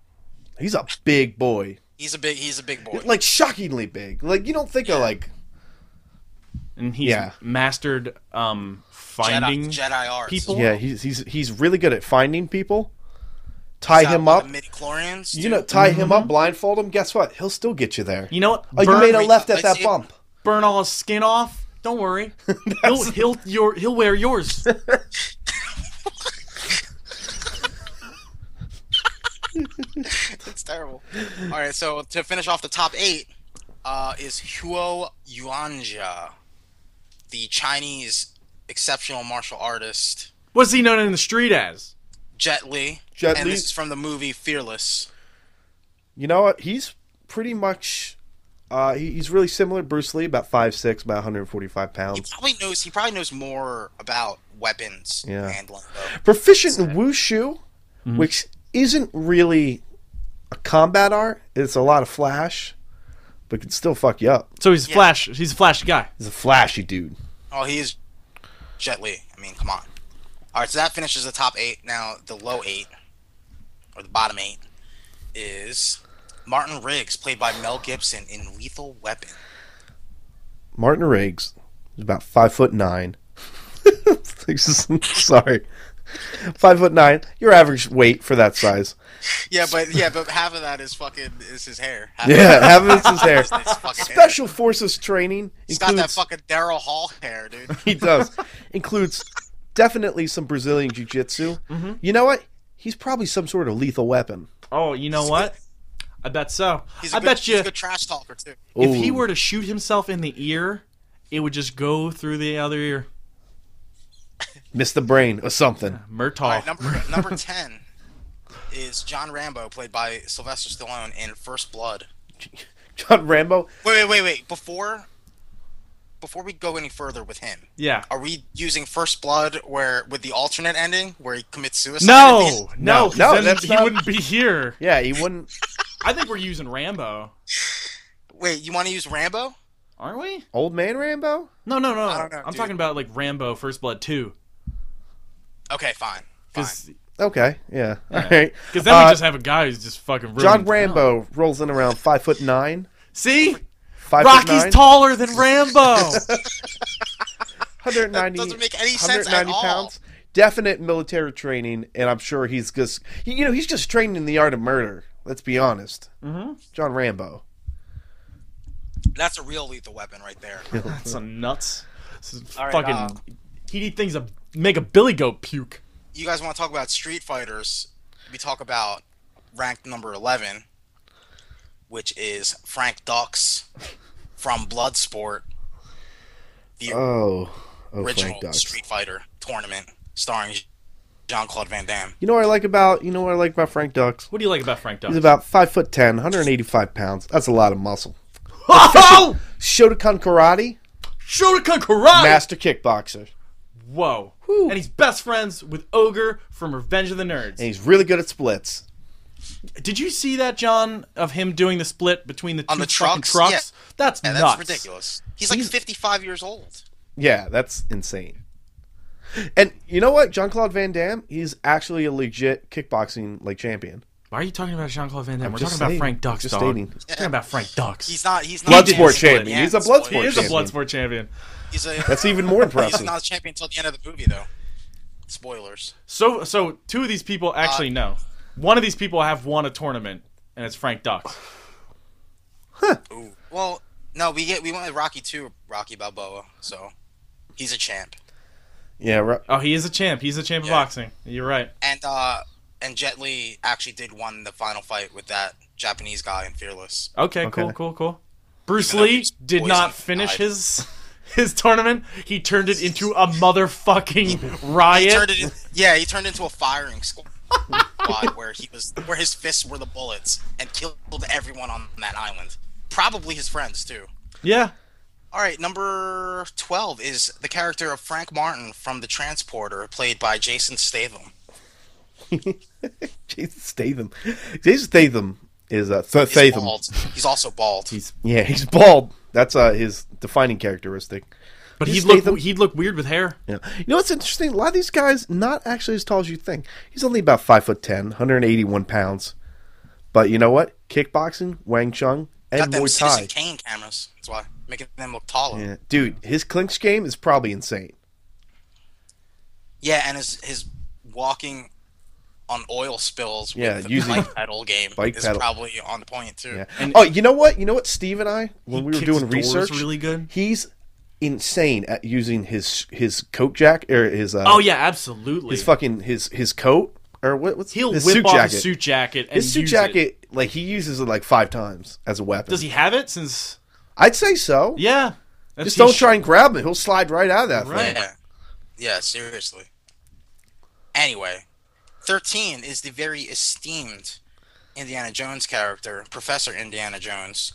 Speaker 9: he's a big boy.
Speaker 10: He's a big. He's a big boy.
Speaker 9: Like shockingly big. Like you don't think of like
Speaker 8: And he's
Speaker 9: Yeah.
Speaker 8: mastered um finding
Speaker 10: Jedi, Jedi arts.
Speaker 8: people.
Speaker 9: yeah. He's he's he's really good at finding people. Tie him up.
Speaker 10: Midi chlorians.
Speaker 9: You know, tie him up, blindfold him. Guess what? He'll still get you there.
Speaker 8: Mm-hmm. You know what?
Speaker 9: oh, you
Speaker 8: Burn,
Speaker 9: made a left at
Speaker 10: Let's
Speaker 9: that
Speaker 10: see.
Speaker 9: bump.
Speaker 8: burn all his skin off. Don't worry. he'll he'll your he'll wear yours.
Speaker 10: It's terrible. All right, so to finish off the top eight uh, is Huo Yuanja, the Chinese exceptional martial artist
Speaker 8: What's he known in the street as?
Speaker 10: Jet Li.
Speaker 9: Jet
Speaker 10: and
Speaker 9: Li-
Speaker 10: this is from the movie Fearless.
Speaker 9: You know what? He's pretty much. Uh, he, he's really similar to Bruce Lee, about five six, about 145
Speaker 10: He
Speaker 9: pounds.
Speaker 10: probably knows. He probably knows more about weapons
Speaker 9: Yeah.
Speaker 10: handling. Though.
Speaker 9: Proficient in wushu, which isn't really a combat art. It's a lot of flash, but can still fuck you up.
Speaker 8: So he's a flash. He's a flash guy.
Speaker 9: He's a flashy dude.
Speaker 10: Oh, he is Jet Li. I mean, come on. All right, so that finishes the top eight. Now the low eight, or the bottom eight, is Martin Riggs, played by Mel Gibson in Lethal Weapon.
Speaker 9: Martin Riggs is about five foot nine. This is- Sorry, five foot nine. Your average weight for that size.
Speaker 10: Yeah, but yeah, but half of that is fucking is his hair. Half
Speaker 9: Yeah, half of it's his hair.
Speaker 10: is his fucking hair.
Speaker 9: Special forces training
Speaker 10: He's got that
Speaker 9: includes
Speaker 10: fucking Daryl Hall hair, dude.
Speaker 9: he does includes definitely some Brazilian jiu-jitsu. You know what? He's probably some sort of lethal weapon.
Speaker 8: Oh, you know what? I bet so.
Speaker 10: He's a
Speaker 8: I
Speaker 10: good,
Speaker 8: bet you
Speaker 10: he's a good trash talker too.
Speaker 8: if he
Speaker 9: Ooh.
Speaker 8: were to shoot himself in the ear, it would just go through the other ear.
Speaker 9: Miss the brain or something.
Speaker 8: Murtaugh.
Speaker 10: All right, number number ten is John Rambo, played by Sylvester Stallone in First Blood.
Speaker 9: John Rambo.
Speaker 10: Wait, wait, wait, wait. Before before we go any further with him,
Speaker 8: Yeah.
Speaker 10: are we using First Blood where with the alternate ending where he commits suicide? at the end?
Speaker 8: No, no,
Speaker 9: No,
Speaker 8: 'cause
Speaker 9: no,
Speaker 8: then
Speaker 9: that's
Speaker 8: he
Speaker 9: not-
Speaker 8: wouldn't be here.
Speaker 9: Yeah, he wouldn't.
Speaker 8: I think we're using Rambo,
Speaker 10: Wait, you want to use Rambo?
Speaker 8: aren't we?
Speaker 9: Old man Rambo?
Speaker 8: No, no, no.
Speaker 10: I don't know,
Speaker 8: I'm
Speaker 10: dude.
Speaker 8: talking about like Rambo First Blood 2.
Speaker 10: Okay, fine. fine.
Speaker 8: Because
Speaker 9: Okay, yeah. All right.
Speaker 8: then we
Speaker 9: Uh,
Speaker 8: just have a guy who's just fucking ruined.
Speaker 9: John Rambo rolls in around five foot nine.
Speaker 8: See?
Speaker 9: Five foot
Speaker 8: Rocky's
Speaker 9: nine,
Speaker 8: taller than Rambo.
Speaker 9: 190,
Speaker 10: That doesn't make any sense at
Speaker 9: 190
Speaker 10: all.
Speaker 9: pounds. Definite military training, and I'm sure he's just he- you know he's just trained in the art of murder. Let's be honest. Mm-hmm. John Rambo.
Speaker 10: That's a real lethal weapon right there.
Speaker 8: That's some nuts. This is
Speaker 10: All right,
Speaker 8: fucking.
Speaker 10: uh,
Speaker 8: he'd eat things that make a billy goat puke.
Speaker 10: You guys want to talk about Street Fighters? We talk about ranked number 11, which is Frank Dux from Bloodsport, the
Speaker 9: Oh, oh, Frank
Speaker 10: original
Speaker 9: Dux.
Speaker 10: Street Fighter tournament starring Jean Claude Van Damme.
Speaker 9: You know what I like about you know what I like about Frank Dux.
Speaker 8: What do you like about Frank Dawes?
Speaker 9: He's about five foot ten, 185 pounds. That's a lot of muscle.
Speaker 8: oh!
Speaker 9: Shotokan karate,
Speaker 8: Shotokan Karate!
Speaker 9: master kickboxer,
Speaker 8: Whoa. And he's best friends with Ogre from Revenge of the Nerds.
Speaker 9: and he's really good at splits.
Speaker 8: Did you see that, John, of him doing the split between the two
Speaker 10: On the
Speaker 8: fucking
Speaker 10: trucks?
Speaker 8: trucks? That's
Speaker 10: Yeah, that's
Speaker 8: nuts.
Speaker 10: ridiculous. He's like 55 years old.
Speaker 9: Yeah, that's insane. And you know what? Jean Claude Van Damme, he's actually a legit kickboxing like champion.
Speaker 8: Why are you talking about Jean Claude Van Damme? We're
Speaker 9: just stating.
Speaker 8: talking about Frank Dux,
Speaker 9: Just
Speaker 8: dog.
Speaker 9: stating.
Speaker 8: We're talking about Frank Dux.
Speaker 10: He's not. He's not.
Speaker 9: Bloodsport champion. He's a Bloodsport
Speaker 8: he is a
Speaker 9: champion.
Speaker 8: Bloodsport champion.
Speaker 10: He's a,
Speaker 9: That's even more
Speaker 10: He's
Speaker 9: impressive.
Speaker 10: not a champion until the end of the movie, though. Spoilers.
Speaker 8: So, so two of these people actually
Speaker 10: Uh,
Speaker 8: know. One of these people have won a tournament, and it's Frank Dux.
Speaker 10: Ooh. Well, no, we get we went with Rocky two, Rocky Balboa, so he's a champ.
Speaker 9: Yeah, right.
Speaker 8: Oh, he is a champ. He's a champ
Speaker 10: Yeah.
Speaker 8: of boxing. You're right.
Speaker 10: And uh, and Jet Li actually did win the final fight with that Japanese guy in Fearless.
Speaker 8: Okay,
Speaker 9: Okay.
Speaker 8: cool, cool, cool. Bruce
Speaker 10: Even though
Speaker 8: Lee
Speaker 10: he's
Speaker 8: did
Speaker 10: poisoned,
Speaker 8: not
Speaker 10: he
Speaker 8: finish
Speaker 10: died.
Speaker 8: his his tournament. He turned it into a motherfucking
Speaker 10: He turned
Speaker 8: riot.
Speaker 10: it. In, yeah, he turned into a firing squad where he was where his fists were the bullets and killed everyone on that island, probably his friends too.
Speaker 8: Yeah.
Speaker 10: All right, number 12 is the character of Frank Martin from The Transporter, played by Jason Statham.
Speaker 9: Jason Statham. Jason Statham is uh, Th-
Speaker 10: He's
Speaker 9: Statham.
Speaker 10: bald. He's also bald.
Speaker 9: Yeah, he's bald. That's uh, his defining characteristic.
Speaker 8: But
Speaker 9: He's
Speaker 8: he'd look
Speaker 9: Statham.
Speaker 8: he'd look weird with hair.
Speaker 9: Yeah. You know what's interesting? A lot of these guys not actually as tall as you think. He's only about five foot ten, 181 pounds. But you know what? Kickboxing, Wang Chung,
Speaker 10: Got
Speaker 9: and
Speaker 10: them
Speaker 9: Muay Thai.
Speaker 10: Citizen Kane cameras. That's why. Making them look taller. Yeah,
Speaker 9: Yeah. Dude, his clinch game is probably insane.
Speaker 10: and his, his walking on oil spills
Speaker 9: Yeah,
Speaker 10: with the
Speaker 9: using-
Speaker 10: bike pedal game
Speaker 9: Bike
Speaker 10: is
Speaker 9: pedal.
Speaker 10: probably on point, too.
Speaker 9: Yeah. oh, you know what? You know what? Steve and I, when we
Speaker 8: He
Speaker 9: were
Speaker 8: kicks
Speaker 9: doing
Speaker 8: doors
Speaker 9: research,
Speaker 8: really good.
Speaker 9: He's insane at using his his coat jack or his uh,
Speaker 8: Oh yeah, absolutely.
Speaker 9: his fucking his his coat or what, what's
Speaker 8: He'll
Speaker 9: his
Speaker 8: whip
Speaker 9: suit
Speaker 8: off
Speaker 9: jacket.
Speaker 8: his suit jacket and
Speaker 9: his suit
Speaker 8: use it.
Speaker 9: jacket, like he uses it like five times as a weapon.
Speaker 8: Does he have it since
Speaker 9: I'd say so.
Speaker 8: Yeah.
Speaker 9: Just don't try and grab him; he'll slide right out of that
Speaker 8: Right.
Speaker 9: thing.
Speaker 10: Yeah. Yeah, seriously. Anyway, 13 is the very esteemed Indiana Jones character, Professor Indiana Jones,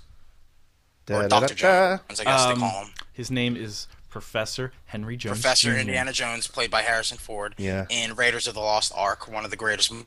Speaker 10: or
Speaker 9: Da-da-da-da.
Speaker 10: Dr. Jones, I guess
Speaker 8: Um,
Speaker 10: they call him.
Speaker 8: His name is Professor Henry Jones.
Speaker 10: Professor
Speaker 8: Jr..
Speaker 10: Indiana Jones, played by Harrison Ford,
Speaker 9: Yeah.
Speaker 10: in Raiders of the Lost Ark, one of the greatest m-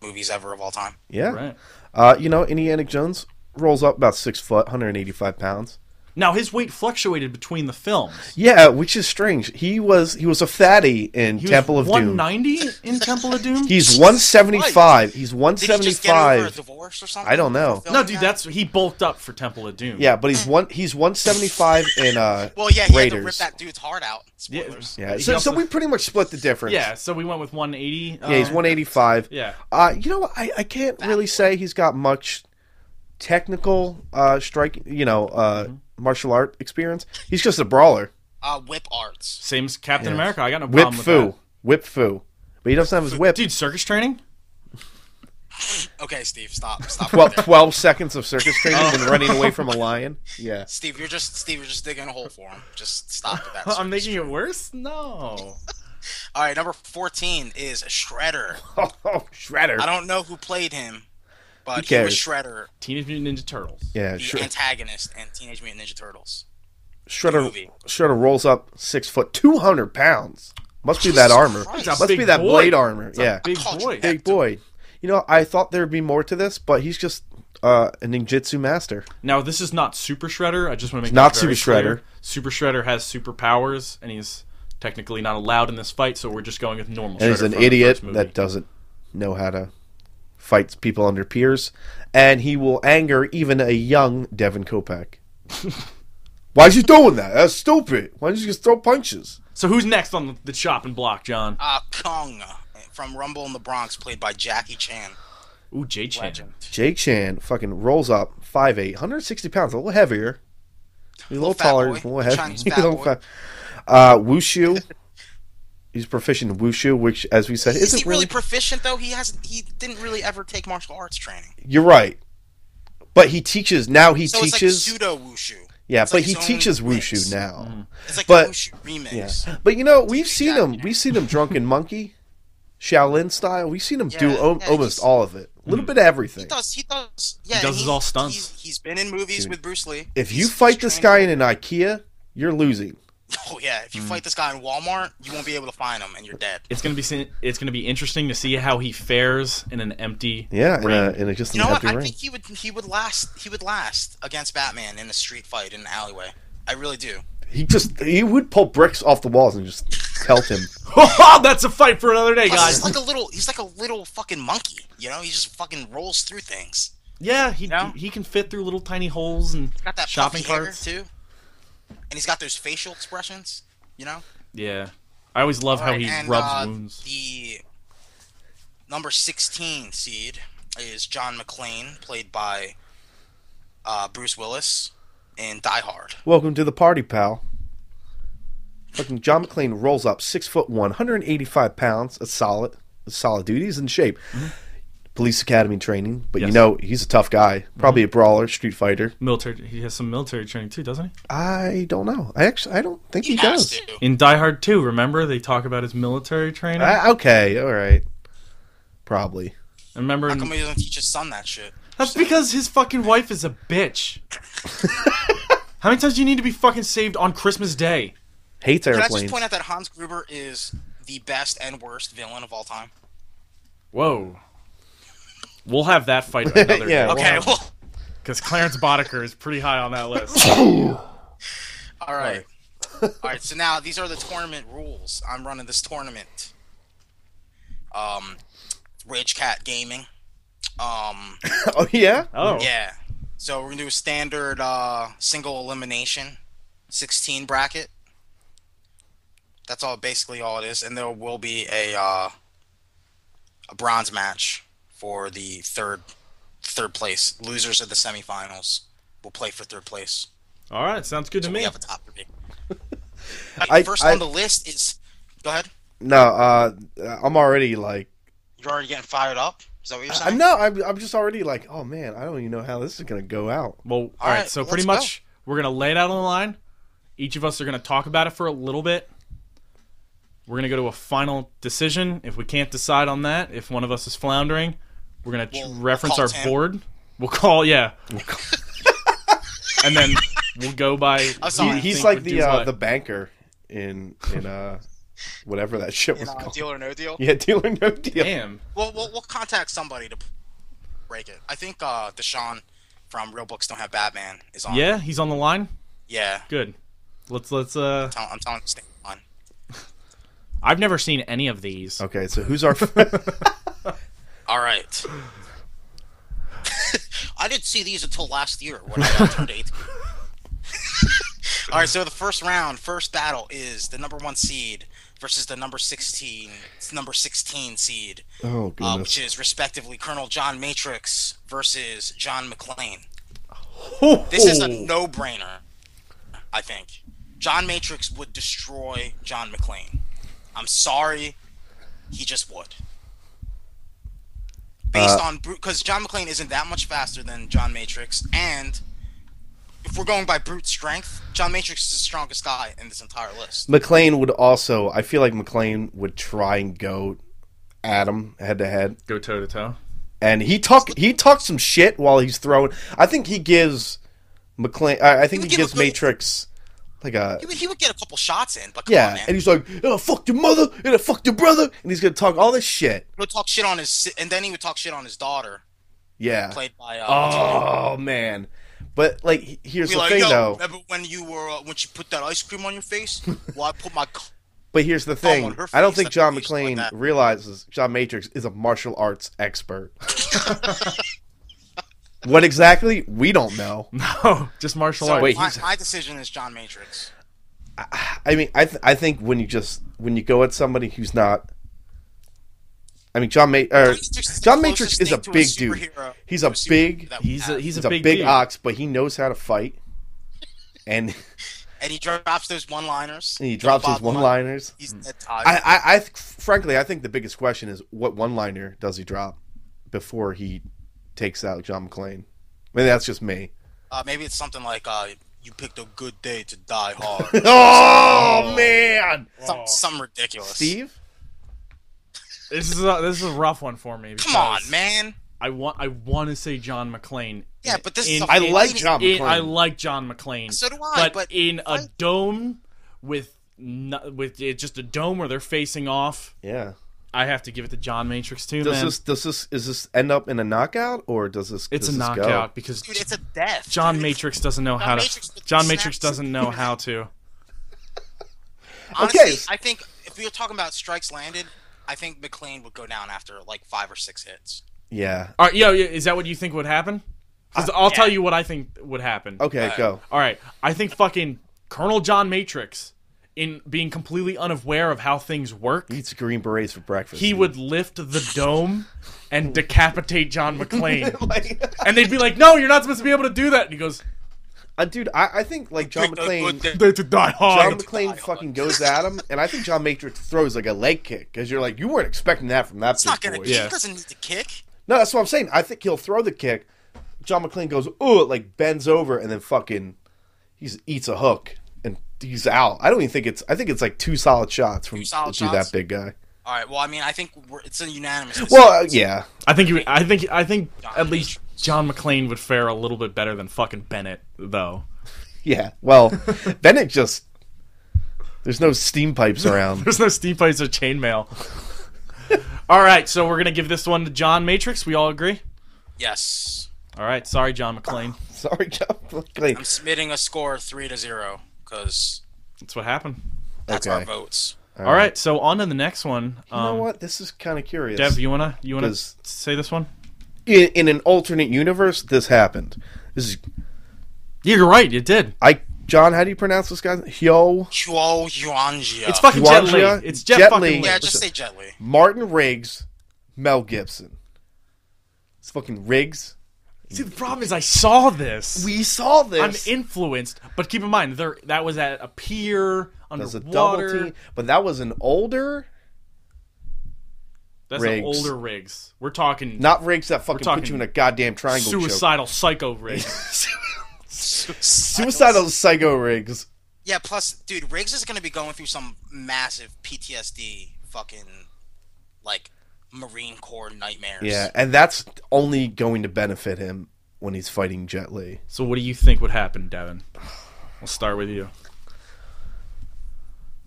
Speaker 10: movies ever of all time.
Speaker 9: Yeah.
Speaker 8: Right.
Speaker 9: Uh, you know, Indiana Jones rolls up about six foot, 185 pounds.
Speaker 8: Now his weight fluctuated between the films.
Speaker 9: Yeah, which is strange. He was he was a fatty in
Speaker 8: He was
Speaker 9: Temple of Doom.
Speaker 8: 190 in Temple of Doom.
Speaker 9: He's 175. He's
Speaker 10: Did he just get over a
Speaker 9: 175.
Speaker 10: divorce or something?
Speaker 9: I don't know.
Speaker 10: for
Speaker 8: no,
Speaker 10: filming
Speaker 8: dude,
Speaker 10: that?
Speaker 8: that's he bulked up for Temple of Doom.
Speaker 9: Yeah, but he's one. He's 175 in uh
Speaker 10: Well, yeah, he had to rip
Speaker 9: Raiders.
Speaker 10: that dude's heart out. Spoilers.
Speaker 9: Yeah,
Speaker 8: He
Speaker 9: so,
Speaker 8: also-
Speaker 9: so we pretty much split the difference.
Speaker 8: Yeah, so we went with 180.
Speaker 9: yeah,
Speaker 10: Uh,
Speaker 9: he's
Speaker 8: um,
Speaker 9: 185.
Speaker 8: Yeah.
Speaker 9: Uh, you know, what? I I can't really say he's got much technical uh strike. You know, uh
Speaker 10: Mm-hmm.
Speaker 9: martial art experience. He's just a brawler.
Speaker 10: Uh, whip arts.
Speaker 8: Same as Captain America. I got no
Speaker 9: Whip
Speaker 8: problem with
Speaker 9: foo,
Speaker 8: that.
Speaker 9: whip foo. But he doesn't have his whip.
Speaker 8: Dude, circus training?
Speaker 10: Okay, Steve, stop, stop.
Speaker 9: Well,
Speaker 10: right there.
Speaker 9: 12 seconds of circus training and running away from a lion. Yeah.
Speaker 10: Steve, you're just Steve, you're just digging a hole for him. Just stop with that.
Speaker 8: I'm making it worse? No.
Speaker 10: All right, number 14 is Shredder.
Speaker 9: Oh, Shredder.
Speaker 10: I don't know who played him, but
Speaker 9: Who
Speaker 10: he was
Speaker 9: cares?
Speaker 10: Shredder,
Speaker 8: Teenage Mutant Ninja Turtles.
Speaker 9: Yeah,
Speaker 10: the
Speaker 9: sure.
Speaker 10: antagonist in Teenage Mutant Ninja Turtles.
Speaker 9: Shredder
Speaker 10: Movie.
Speaker 9: Shredder rolls up six foot, two hundred pounds. Must be that
Speaker 10: Jesus
Speaker 9: armor.
Speaker 10: Christ. It's a
Speaker 9: Must
Speaker 8: big
Speaker 9: be that
Speaker 8: boy.
Speaker 9: blade armor.
Speaker 8: It's a
Speaker 9: Yeah,
Speaker 8: big
Speaker 10: Culture.
Speaker 8: boy.
Speaker 9: big boy. You know, I thought there'd be more to this, but he's just uh, a ninjutsu master.
Speaker 8: Now this is not Super Shredder. I just want to make
Speaker 9: Not
Speaker 8: that very
Speaker 9: Super Shredder.
Speaker 8: clear. Super Shredder has superpowers, and he's technically not allowed in this fight. So we're just going with normal.
Speaker 9: and
Speaker 8: Shredder
Speaker 9: he's an
Speaker 8: from the
Speaker 9: idiot
Speaker 8: first movie.
Speaker 9: that doesn't know how to fight people under peers, and he will anger even a young Devin Kopeck. Why's he doing that? That's stupid. Why don't you just throw punches?
Speaker 8: so who's next on the chopping block, John?
Speaker 10: Uh, Kong from Rumble in the Bronx, played by Jackie Chan.
Speaker 8: Ooh, J Chan.
Speaker 10: Legend.
Speaker 9: Jake Chan fucking rolls up 5'8", 160 pounds, a little heavier, a little,
Speaker 10: fat
Speaker 9: taller,
Speaker 10: boy.
Speaker 9: a little heavier.
Speaker 10: Chinese fat
Speaker 9: Little
Speaker 10: boy.
Speaker 9: fat- Uh, wushu. He's proficient in wushu, which, as we said,
Speaker 10: Is
Speaker 9: isn't
Speaker 10: he really proficient though? He hasn't. He didn't really ever take martial arts training.
Speaker 9: You're right, but he teaches now. He
Speaker 10: So
Speaker 9: teaches.
Speaker 10: it's like pseudo wushu.
Speaker 9: yeah,
Speaker 10: It's
Speaker 9: but
Speaker 10: like
Speaker 9: he
Speaker 10: his own
Speaker 9: teaches
Speaker 10: mix.
Speaker 9: wushu now.
Speaker 10: It's like
Speaker 9: But-
Speaker 10: a wushu remix.
Speaker 9: But you know, we've seen him. We've seen him drunken monkey, Shaolin style. We've seen him do
Speaker 10: Yeah,
Speaker 9: o-
Speaker 10: yeah,
Speaker 9: almost
Speaker 10: he's-
Speaker 9: all of it, a little bit of everything.
Speaker 10: He does. He does. Yeah.
Speaker 8: He does
Speaker 10: and
Speaker 8: his
Speaker 10: he's-
Speaker 8: all stunts.
Speaker 10: He's, he's been in movies with Bruce Lee.
Speaker 9: If
Speaker 10: He's-
Speaker 9: you
Speaker 10: he's
Speaker 9: fight this guy Hmm.
Speaker 10: trained-
Speaker 9: in an IKEA, you're losing.
Speaker 10: oh yeah, if you fight this guy in Walmart, you won't be able to find him, and you're dead.
Speaker 8: It's gonna be sin- it's gonna be interesting to see how he fares in an empty.
Speaker 9: Yeah, in,
Speaker 8: ring.
Speaker 9: a, in a, just
Speaker 10: You know
Speaker 9: an
Speaker 10: what?
Speaker 9: empty
Speaker 10: I
Speaker 9: ring.
Speaker 10: think he would. He would last. He would last against Batman in a street fight in an alleyway. I really do.
Speaker 9: He just he would pull bricks off the walls and just pelt him.
Speaker 8: Oh, that's a fight for another day,
Speaker 10: Plus,
Speaker 8: guys.
Speaker 10: he's like a little. He's like a little fucking monkey. You know, he just fucking rolls through things.
Speaker 8: Yeah, he
Speaker 10: No?
Speaker 8: he can fit through little tiny holes and
Speaker 10: Got that
Speaker 8: shopping
Speaker 10: puffy hair,
Speaker 8: carts.
Speaker 10: too, and he's got those facial expressions. You know,
Speaker 8: Yeah, I always love how
Speaker 10: Alright,
Speaker 8: he
Speaker 10: and,
Speaker 8: rubs
Speaker 10: uh,
Speaker 8: wounds.
Speaker 10: The number sixteen seed is John McClane, played by uh, Bruce Willis in Die Hard.
Speaker 9: Welcome to the party, pal. Fucking John McClane rolls up six foot one, 185 pounds. A solid, a solid dude. He's in shape. Police academy training, but you
Speaker 8: Yes.
Speaker 9: know he's a tough guy. Probably a brawler, street fighter.
Speaker 8: Military. He has some military training too, doesn't he?
Speaker 9: I don't know. I actually, I don't think he,
Speaker 10: has
Speaker 9: does.
Speaker 10: to.
Speaker 8: In Die Hard 2, remember they talk about his military training. I,
Speaker 9: I, Ah, okay, all right, probably.
Speaker 8: remember.
Speaker 10: How
Speaker 8: in-
Speaker 10: come he doesn't teach his son that shit?
Speaker 8: that's because his fucking wife is a bitch. how many times do you need to be fucking saved on Christmas Day?
Speaker 9: Hates
Speaker 10: Can I
Speaker 9: airplanes.
Speaker 10: just point out that Hans Gruber is the best and worst villain of all time?
Speaker 8: Whoa. We'll have that fight another
Speaker 9: Yeah,
Speaker 8: day.
Speaker 9: we'll-
Speaker 10: Okay, well,
Speaker 8: Because Clarence Boddicker is pretty high on that list.
Speaker 10: all right. All right, so now these are the tournament rules. I'm running this tournament. Um, Rage Cat Gaming. Um,
Speaker 9: oh yeah,
Speaker 8: Oh.
Speaker 10: yeah. So we're gonna do a standard uh, single elimination, 16 bracket. That's all, basically all it is, and there will be a uh, a bronze match for the third third place. Losers of the semifinals will play for third place.
Speaker 8: All right, sounds good to
Speaker 10: We
Speaker 8: me.
Speaker 10: have a top three. Alright,
Speaker 9: I-
Speaker 10: First
Speaker 9: I-
Speaker 10: on the list is. Go ahead.
Speaker 9: no. Uh, I'm already like,
Speaker 10: You're already getting fired up. Is that what you're saying?
Speaker 9: I'm no, I'm, I'm just already like, oh man, I don't even know how this is gonna go out.
Speaker 8: Well, all right,
Speaker 10: right,
Speaker 8: so
Speaker 10: let's
Speaker 8: pretty much we're going to lay it out on the line. Each of us are going to talk about it for a little bit. We're going to go to a final decision. If we can't decide on that, if one of us is floundering, we're going to
Speaker 10: We'll
Speaker 8: reference
Speaker 10: call
Speaker 8: our
Speaker 10: Tim.
Speaker 8: board. We'll call, yeah. and then we'll go by.
Speaker 10: I'm sorry.
Speaker 8: who we
Speaker 10: He-
Speaker 9: He's
Speaker 8: think
Speaker 9: like
Speaker 8: would
Speaker 9: the
Speaker 8: do
Speaker 9: uh,
Speaker 8: what.
Speaker 9: the banker in in uh, whatever that shit
Speaker 10: You
Speaker 9: was
Speaker 10: know,
Speaker 9: called.
Speaker 10: uh, deal or no deal.
Speaker 9: Yeah, deal or no deal.
Speaker 8: Damn.
Speaker 10: Well, we'll, we'll contact somebody to break it. I think uh, Deshaun from Real Books Don't Have Batman is on.
Speaker 8: Yeah, he's on the line.
Speaker 10: Yeah.
Speaker 8: Good. Let's let's uh
Speaker 10: Tell, I'm telling him to stay on.
Speaker 8: I've never seen any of these.
Speaker 9: Okay, so who's our?
Speaker 10: All right. I didn't see these until last year when I got turned eight. All right, so the first round, first battle is the number one seed versus the number sixteen, number sixteen seed,
Speaker 9: oh
Speaker 10: uh,
Speaker 9: goodness.
Speaker 10: which is respectively Colonel John Matrix versus John McClane. This is a no-brainer, I think. John Matrix would destroy John McClane. I'm sorry, he just would.
Speaker 9: Uh,
Speaker 10: Based on brute, because John McClane isn't that much faster than John Matrix, and if we're going by brute strength, John Matrix is the strongest guy in this entire list.
Speaker 9: McLean would also. I feel like McLean would try and go at him head to head,
Speaker 8: Go toe to toe.
Speaker 9: and he talk he talks some shit while he's throwing. I think he gives McLean. I, I think
Speaker 10: would
Speaker 9: he,
Speaker 10: give
Speaker 9: gives
Speaker 10: McLean-
Speaker 9: Matrix like a
Speaker 10: He would, he would get a couple shots in, but come on,
Speaker 9: yeah,
Speaker 10: man.
Speaker 9: and he's like, "Oh, fuck your mother," and I fucked your brother, and he's gonna talk all this shit.
Speaker 10: he would talk shit on his, si- and then he would talk shit on his daughter,
Speaker 9: Yeah.
Speaker 10: played by. Uh,
Speaker 9: Oh man, but like he- here's
Speaker 10: be
Speaker 9: the
Speaker 10: like,
Speaker 9: thing
Speaker 10: yo,
Speaker 9: though.
Speaker 10: remember when you were uh, when she put that ice cream on your face? Well, I put my. c-
Speaker 9: But here's the thing.
Speaker 10: Oh, on her
Speaker 9: I don't
Speaker 10: face,
Speaker 9: think
Speaker 10: that's
Speaker 9: John
Speaker 10: what we used to
Speaker 9: McClane
Speaker 10: like that.
Speaker 9: realizes John Matrix is a martial arts expert. what exactly? We don't know.
Speaker 8: Oh, just martial
Speaker 10: So
Speaker 8: arts.
Speaker 9: Wait,
Speaker 10: my,
Speaker 9: he's-
Speaker 10: my decision is John Matrix.
Speaker 9: I mean, I th- I think when you just when you go at somebody who's not, I mean, John Ma- or,
Speaker 10: Matrix is the
Speaker 9: John
Speaker 10: closest
Speaker 9: Matrix is a
Speaker 10: thing to a
Speaker 9: big dude.
Speaker 10: superhero-
Speaker 9: He's
Speaker 10: to
Speaker 9: a
Speaker 10: a superhero
Speaker 9: big
Speaker 10: that-
Speaker 8: he's a he's,
Speaker 9: he's
Speaker 8: a, big, dude.
Speaker 9: ox, but he knows how to fight, and
Speaker 10: And he drops those one-liners.
Speaker 9: he drops his
Speaker 10: Bob Marley.
Speaker 9: one liners.
Speaker 10: He's that type.
Speaker 9: I, I, I th- frankly, I think the biggest question is what one liner does he drop before he takes out John McClane? I mean, that's just me.
Speaker 10: Uh, maybe it's something like uh, "You picked a good day to die hard."
Speaker 9: Oh, man,
Speaker 10: some, some ridiculous.
Speaker 9: Steve.
Speaker 8: This is a, this is a rough one for me.
Speaker 10: Come on,
Speaker 8: because
Speaker 10: man.
Speaker 8: I want I want to say John McClane.
Speaker 10: Yeah, but this is
Speaker 8: In-
Speaker 10: a
Speaker 9: I like
Speaker 10: fighting-
Speaker 9: John
Speaker 8: It-
Speaker 9: McClane.
Speaker 8: I like John McClane.
Speaker 10: So do I, but
Speaker 8: in a
Speaker 10: fight-
Speaker 8: dome with no, with it, just a dome where they're facing off,
Speaker 9: yeah.
Speaker 8: I have to give it to John Matrix too,
Speaker 9: Does
Speaker 8: man.
Speaker 9: this does this is this end up in a knockout or does this?
Speaker 8: it's
Speaker 9: does
Speaker 8: a
Speaker 9: this go?
Speaker 8: knockout because
Speaker 10: Dude, it's a death.
Speaker 8: John
Speaker 10: dude. It's-
Speaker 8: Matrix doesn't know
Speaker 10: John
Speaker 8: how to.
Speaker 10: Matrix with
Speaker 8: John
Speaker 10: the
Speaker 8: Matrix
Speaker 10: snaps.
Speaker 8: doesn't know how to.
Speaker 10: Honestly,
Speaker 9: Okay.
Speaker 10: I think if we were talking about strikes landed, I think McLean would go down after like five or six hits.
Speaker 9: Yeah.
Speaker 8: All right, yo, yo, is that what you think would happen? 'Cause I'll tell you what I think would happen.
Speaker 9: Okay, go.
Speaker 8: All right, I think fucking Colonel John Matrix, in being completely unaware of how things work,
Speaker 9: Eats green berets for breakfast.
Speaker 8: he would lift the dome and decapitate John McClane.
Speaker 9: Like,
Speaker 8: and they'd be like, "No, you're not supposed to be able to do that." And he goes,
Speaker 9: uh, dude, I, I think like John
Speaker 10: Picked a good
Speaker 9: McClane.
Speaker 10: day-
Speaker 8: "They to die
Speaker 9: John
Speaker 8: hard."
Speaker 9: McClane fucking goes at him, and I think John Matrix throws like a leg kick because you're like you weren't expecting that from that.
Speaker 10: It's not
Speaker 9: big
Speaker 10: gonna.
Speaker 9: boy.
Speaker 10: He
Speaker 8: Yeah.
Speaker 10: doesn't need to kick.
Speaker 9: No, that's what I'm saying. I think he'll throw the kick. John McClane goes, ooh, like bends over and then fucking he's eats a hook and he's out. I don't even think it's. I think it's like two solid shots from
Speaker 10: Two solid
Speaker 9: to
Speaker 10: shots?
Speaker 9: that big guy.
Speaker 10: All right. Well, I mean, I think we're, it's a unanimous.
Speaker 9: Well, uh,
Speaker 10: decision.
Speaker 9: yeah,
Speaker 8: I think you. would- I think. I think
Speaker 10: John
Speaker 8: at least John McClane would fare a little bit better than fucking Bennett, though.
Speaker 9: yeah. Well, Bennett just there's no steam pipes around.
Speaker 8: There's no steam pipes or chainmail. all right, so we're gonna give this one to John Matrix. We all agree.
Speaker 10: Yes.
Speaker 8: All right, sorry, John McClane.
Speaker 9: Sorry, John
Speaker 10: I'm
Speaker 9: McClane.
Speaker 10: submitting a score of three to zero because
Speaker 8: That's what happened.
Speaker 10: that's
Speaker 9: Okay.
Speaker 10: our votes.
Speaker 8: all right. so on to the next one. Um,
Speaker 9: you know what? This is kind of curious.
Speaker 8: Dev, you wanna you wanna
Speaker 9: 'Cause-
Speaker 8: say this one?
Speaker 9: in, in an alternate universe, this happened. This is
Speaker 8: Yeah, you're right. You did.
Speaker 9: I. John, how do you pronounce this guy? Hyo
Speaker 10: Chuo Yuanjia.
Speaker 8: It's fucking Jet Li.
Speaker 9: Yuanjia?
Speaker 8: It's Jet,
Speaker 9: Jet
Speaker 8: fucking
Speaker 9: Li.
Speaker 8: Li.
Speaker 10: Yeah, just say Jet Uh, Li.
Speaker 9: Martin Riggs, Mel Gibson. It's fucking Riggs.
Speaker 8: See, the problem is I saw this.
Speaker 9: We saw
Speaker 8: I'm
Speaker 9: this.
Speaker 8: influenced, but keep in mind there that was at a pier
Speaker 9: There's
Speaker 8: underwater.
Speaker 9: a double team, but that was an older,
Speaker 8: That's
Speaker 9: Riggs.
Speaker 8: the older rigs. We're talking
Speaker 9: not Riggs that fucking
Speaker 8: talking
Speaker 9: put you in a goddamn triangle. choke.
Speaker 8: suicidal psycho rigs.
Speaker 9: suicidal psycho Riggs.
Speaker 10: Yeah. Plus, dude, Riggs is gonna be going through some massive PTSD, fucking, like, Marine Corps nightmares.
Speaker 9: Yeah, and that's only going to benefit him when he's fighting Jet Li.
Speaker 8: so, what do you think would happen, Devin? We'll start with you.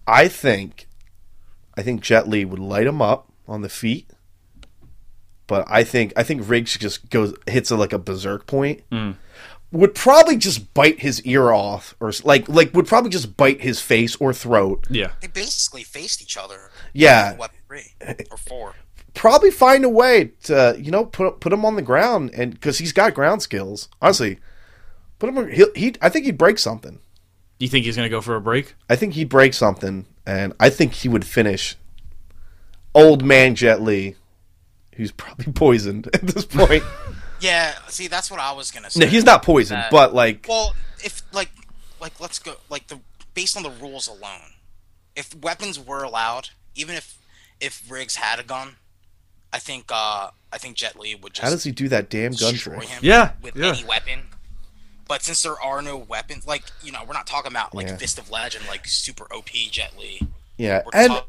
Speaker 9: I think, I think Jet Li would light him up on the feet. But I think I think Riggs just goes hits a, like a berserk point. Would probably just bite his ear off, or s- like like would probably just bite his face or throat.
Speaker 8: Yeah.
Speaker 10: They basically faced each other.
Speaker 9: Yeah,
Speaker 10: in Weapon three or four.
Speaker 9: probably find a way to you know put put him on the ground and because he's got ground skills. Honestly, put him. He, he I think he'd break something.
Speaker 8: Do you think he's gonna go for a break?
Speaker 9: I think he'd break something, and I think he would finish old man Jet Li, who's probably poisoned at this point.
Speaker 10: Yeah. See, that's what I was gonna say.
Speaker 9: no, he's not poisoned, but like
Speaker 10: Uh, Well, if like, like let's go like the based on the rules alone, if weapons were allowed, even if if Riggs had a gun, I think uh I think Jet Li would just
Speaker 9: how does he do that damn gun
Speaker 10: destroy
Speaker 9: trick?
Speaker 10: him.
Speaker 8: Yeah,
Speaker 10: with
Speaker 8: yeah.
Speaker 10: any weapon. But since there are no weapons, like you know, we're not talking about like
Speaker 9: Yeah.
Speaker 10: Fist of Legend, like super OP Jet Li.
Speaker 9: Yeah,
Speaker 10: We're
Speaker 9: and
Speaker 10: talking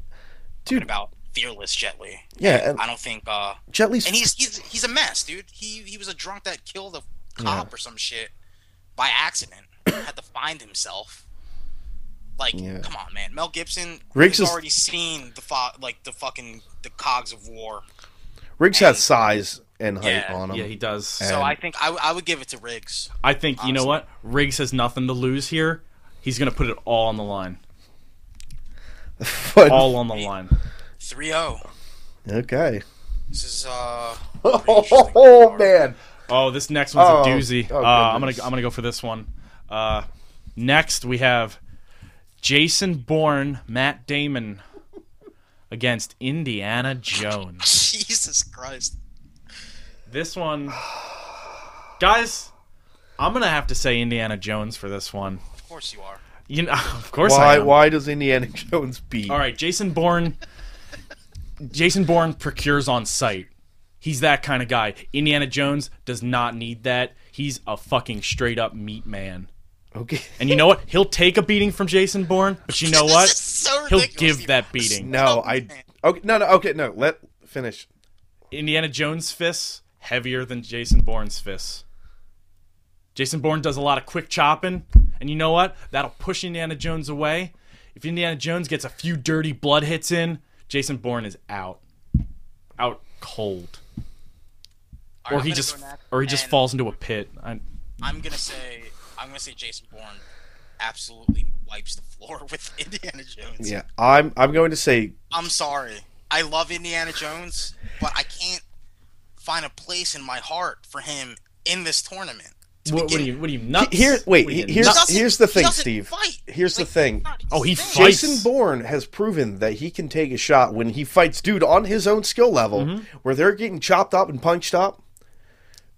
Speaker 9: dude-
Speaker 10: about fearless Jet Li.
Speaker 9: Yeah, and-
Speaker 10: I don't think. uh
Speaker 9: Jet Li's
Speaker 10: and he's he's he's a mess, dude. He he was a drunk that killed a cop or some shit by accident. Had to find himself. Like,
Speaker 9: Yeah.
Speaker 10: come on, man. Mel Gibson
Speaker 9: Riggs
Speaker 10: has
Speaker 9: is-
Speaker 10: already seen the fo- like the fucking the cogs of war.
Speaker 9: Riggs
Speaker 10: Hey.
Speaker 9: has size and height
Speaker 10: Yeah.
Speaker 9: on him.
Speaker 8: Yeah, he does.
Speaker 10: So
Speaker 9: And-
Speaker 10: I think I, I would give it to Riggs.
Speaker 8: I think you know what Riggs has nothing to lose here. He's gonna put it all on the line.
Speaker 9: But-
Speaker 8: All on the line.
Speaker 10: 3-0.
Speaker 9: okay.
Speaker 10: oh. This is uh
Speaker 9: Oh man.
Speaker 8: Oh, this next one's
Speaker 9: Oh,
Speaker 8: a doozy.
Speaker 9: oh,
Speaker 8: uh, I'm gonna
Speaker 9: goodness.
Speaker 8: I'm gonna go for this one. Uh, next we have Jason Bourne, Matt Damon against Indiana Jones.
Speaker 10: Jesus Christ.
Speaker 8: This one, guys, I'm gonna have to say Indiana Jones for this one.
Speaker 10: Of course you are.
Speaker 8: You know, of course I
Speaker 9: Why
Speaker 8: am.
Speaker 9: why does Indiana Jones beat
Speaker 8: All right, Jason Bourne. Jason Bourne procures on site. He's that kind of guy. Indiana Jones does not need that. He's a fucking straight up meat man.
Speaker 9: Okay.
Speaker 8: And you know what? He'll take a beating from Jason Bourne, but you know
Speaker 10: This
Speaker 8: what?
Speaker 10: is so
Speaker 8: He'll
Speaker 10: ridiculous,
Speaker 8: give
Speaker 10: Steve.
Speaker 8: that beating.
Speaker 9: No,
Speaker 10: Oh,
Speaker 9: I okay no no okay no let finish.
Speaker 8: Indiana Jones fists heavier than Jason Bourne's fists. Jason Bourne does a lot of quick chopping, and you know what? That'll push Indiana Jones away. If Indiana Jones gets a few dirty blood hits in, Jason Bourne is out, out cold,
Speaker 10: All right,
Speaker 8: or
Speaker 10: I'm
Speaker 8: he
Speaker 10: gonna
Speaker 8: just
Speaker 10: go next,
Speaker 8: or he just
Speaker 10: and
Speaker 8: falls into a pit. I,
Speaker 10: I'm gonna say I'm gonna say Jason Bourne absolutely wipes the floor with Indiana Jones.
Speaker 9: Yeah. I'm I'm going to say
Speaker 10: I'm sorry. I love Indiana Jones, but I can't find a place in my heart for him in this tournament. To
Speaker 8: what, what are
Speaker 10: begin
Speaker 8: you?
Speaker 10: with.
Speaker 8: What are you nuts?
Speaker 9: here wait,
Speaker 8: What are you,
Speaker 9: here's
Speaker 8: nuts?
Speaker 10: doesn't-
Speaker 9: here's the
Speaker 10: he
Speaker 9: thing,
Speaker 10: doesn't
Speaker 9: Steve.
Speaker 10: fight.
Speaker 9: Here's the
Speaker 10: Like,
Speaker 9: thing.
Speaker 10: God,
Speaker 8: Oh, he
Speaker 10: insane.
Speaker 8: fights.
Speaker 9: Jason Bourne has proven that he can take a shot when he fights dude on his own skill level,
Speaker 8: Mm-hmm.
Speaker 9: where they're getting chopped up and punched up.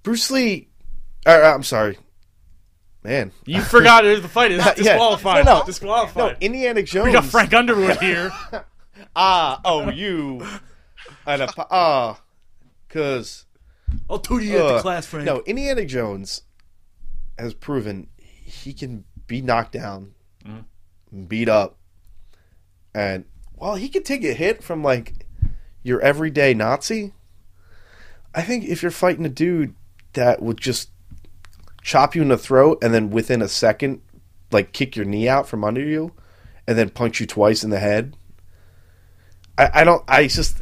Speaker 9: Bruce Lee, uh, I'm sorry, man.
Speaker 8: you forgot who the fight is. Disqualified.
Speaker 9: No, no.
Speaker 8: Disqualified.
Speaker 9: No, Indiana Jones.
Speaker 8: we got Frank Underwood here.
Speaker 9: Ah, oh you, and a pa- ah, cause
Speaker 8: I'll tutor you at the
Speaker 9: uh,
Speaker 8: class, Frank.
Speaker 9: no Indiana Jones has proven he can be knocked down, beat up, and while he could take a hit from like your everyday Nazi, I think if you're fighting a dude that would just chop you in the throat and then within a second, like kick your knee out from under you, and then punch you twice in the head. I, I don't. I just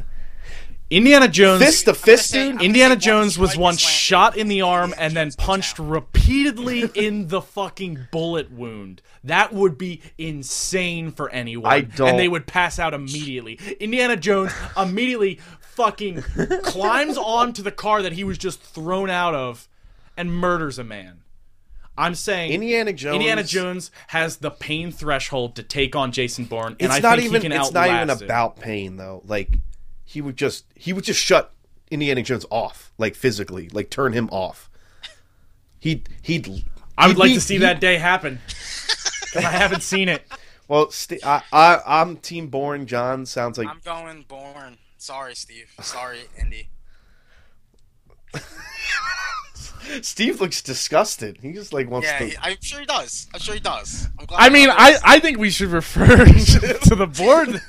Speaker 8: Indiana Jones.
Speaker 9: fist to fist,
Speaker 10: say-
Speaker 9: dude.
Speaker 10: I'm
Speaker 8: Indiana
Speaker 10: gonna say
Speaker 8: Jones was
Speaker 10: strike
Speaker 8: once
Speaker 10: is landing.
Speaker 8: shot in the arm
Speaker 10: Indiana
Speaker 8: and then
Speaker 10: Jones goes
Speaker 8: punched
Speaker 10: out.
Speaker 8: repeatedly in the fucking bullet wound. That would be insane for anyone.
Speaker 9: I don't-
Speaker 8: And they would pass out immediately. Indiana Jones immediately fucking climbs onto the car that he was just thrown out of and murders a man. I'm saying
Speaker 9: Indiana Jones.
Speaker 8: Indiana Jones has the pain threshold to take on Jason Bourne, and
Speaker 9: It's
Speaker 8: I
Speaker 9: not
Speaker 8: think
Speaker 9: even.
Speaker 8: he can
Speaker 9: It's not even
Speaker 8: outlast it.
Speaker 9: about pain though. Like he would just. He would just shut Indiana Jones off, like physically, like turn him off. He he'd.
Speaker 8: I would
Speaker 9: he'd
Speaker 8: like
Speaker 9: be-
Speaker 8: to see
Speaker 9: he-
Speaker 8: that day happen. 'Cause I haven't seen it.
Speaker 9: Well, st- I, I I'm Team Born. John sounds like
Speaker 10: I'm going Bourne. Sorry, Steve. Sorry, Indy.
Speaker 9: Steve looks disgusted. He just like wants
Speaker 10: Yeah,
Speaker 9: to.
Speaker 10: he- I'm sure he does. I'm sure he does. I'm glad
Speaker 8: I mean, I, I think we should refer to the board.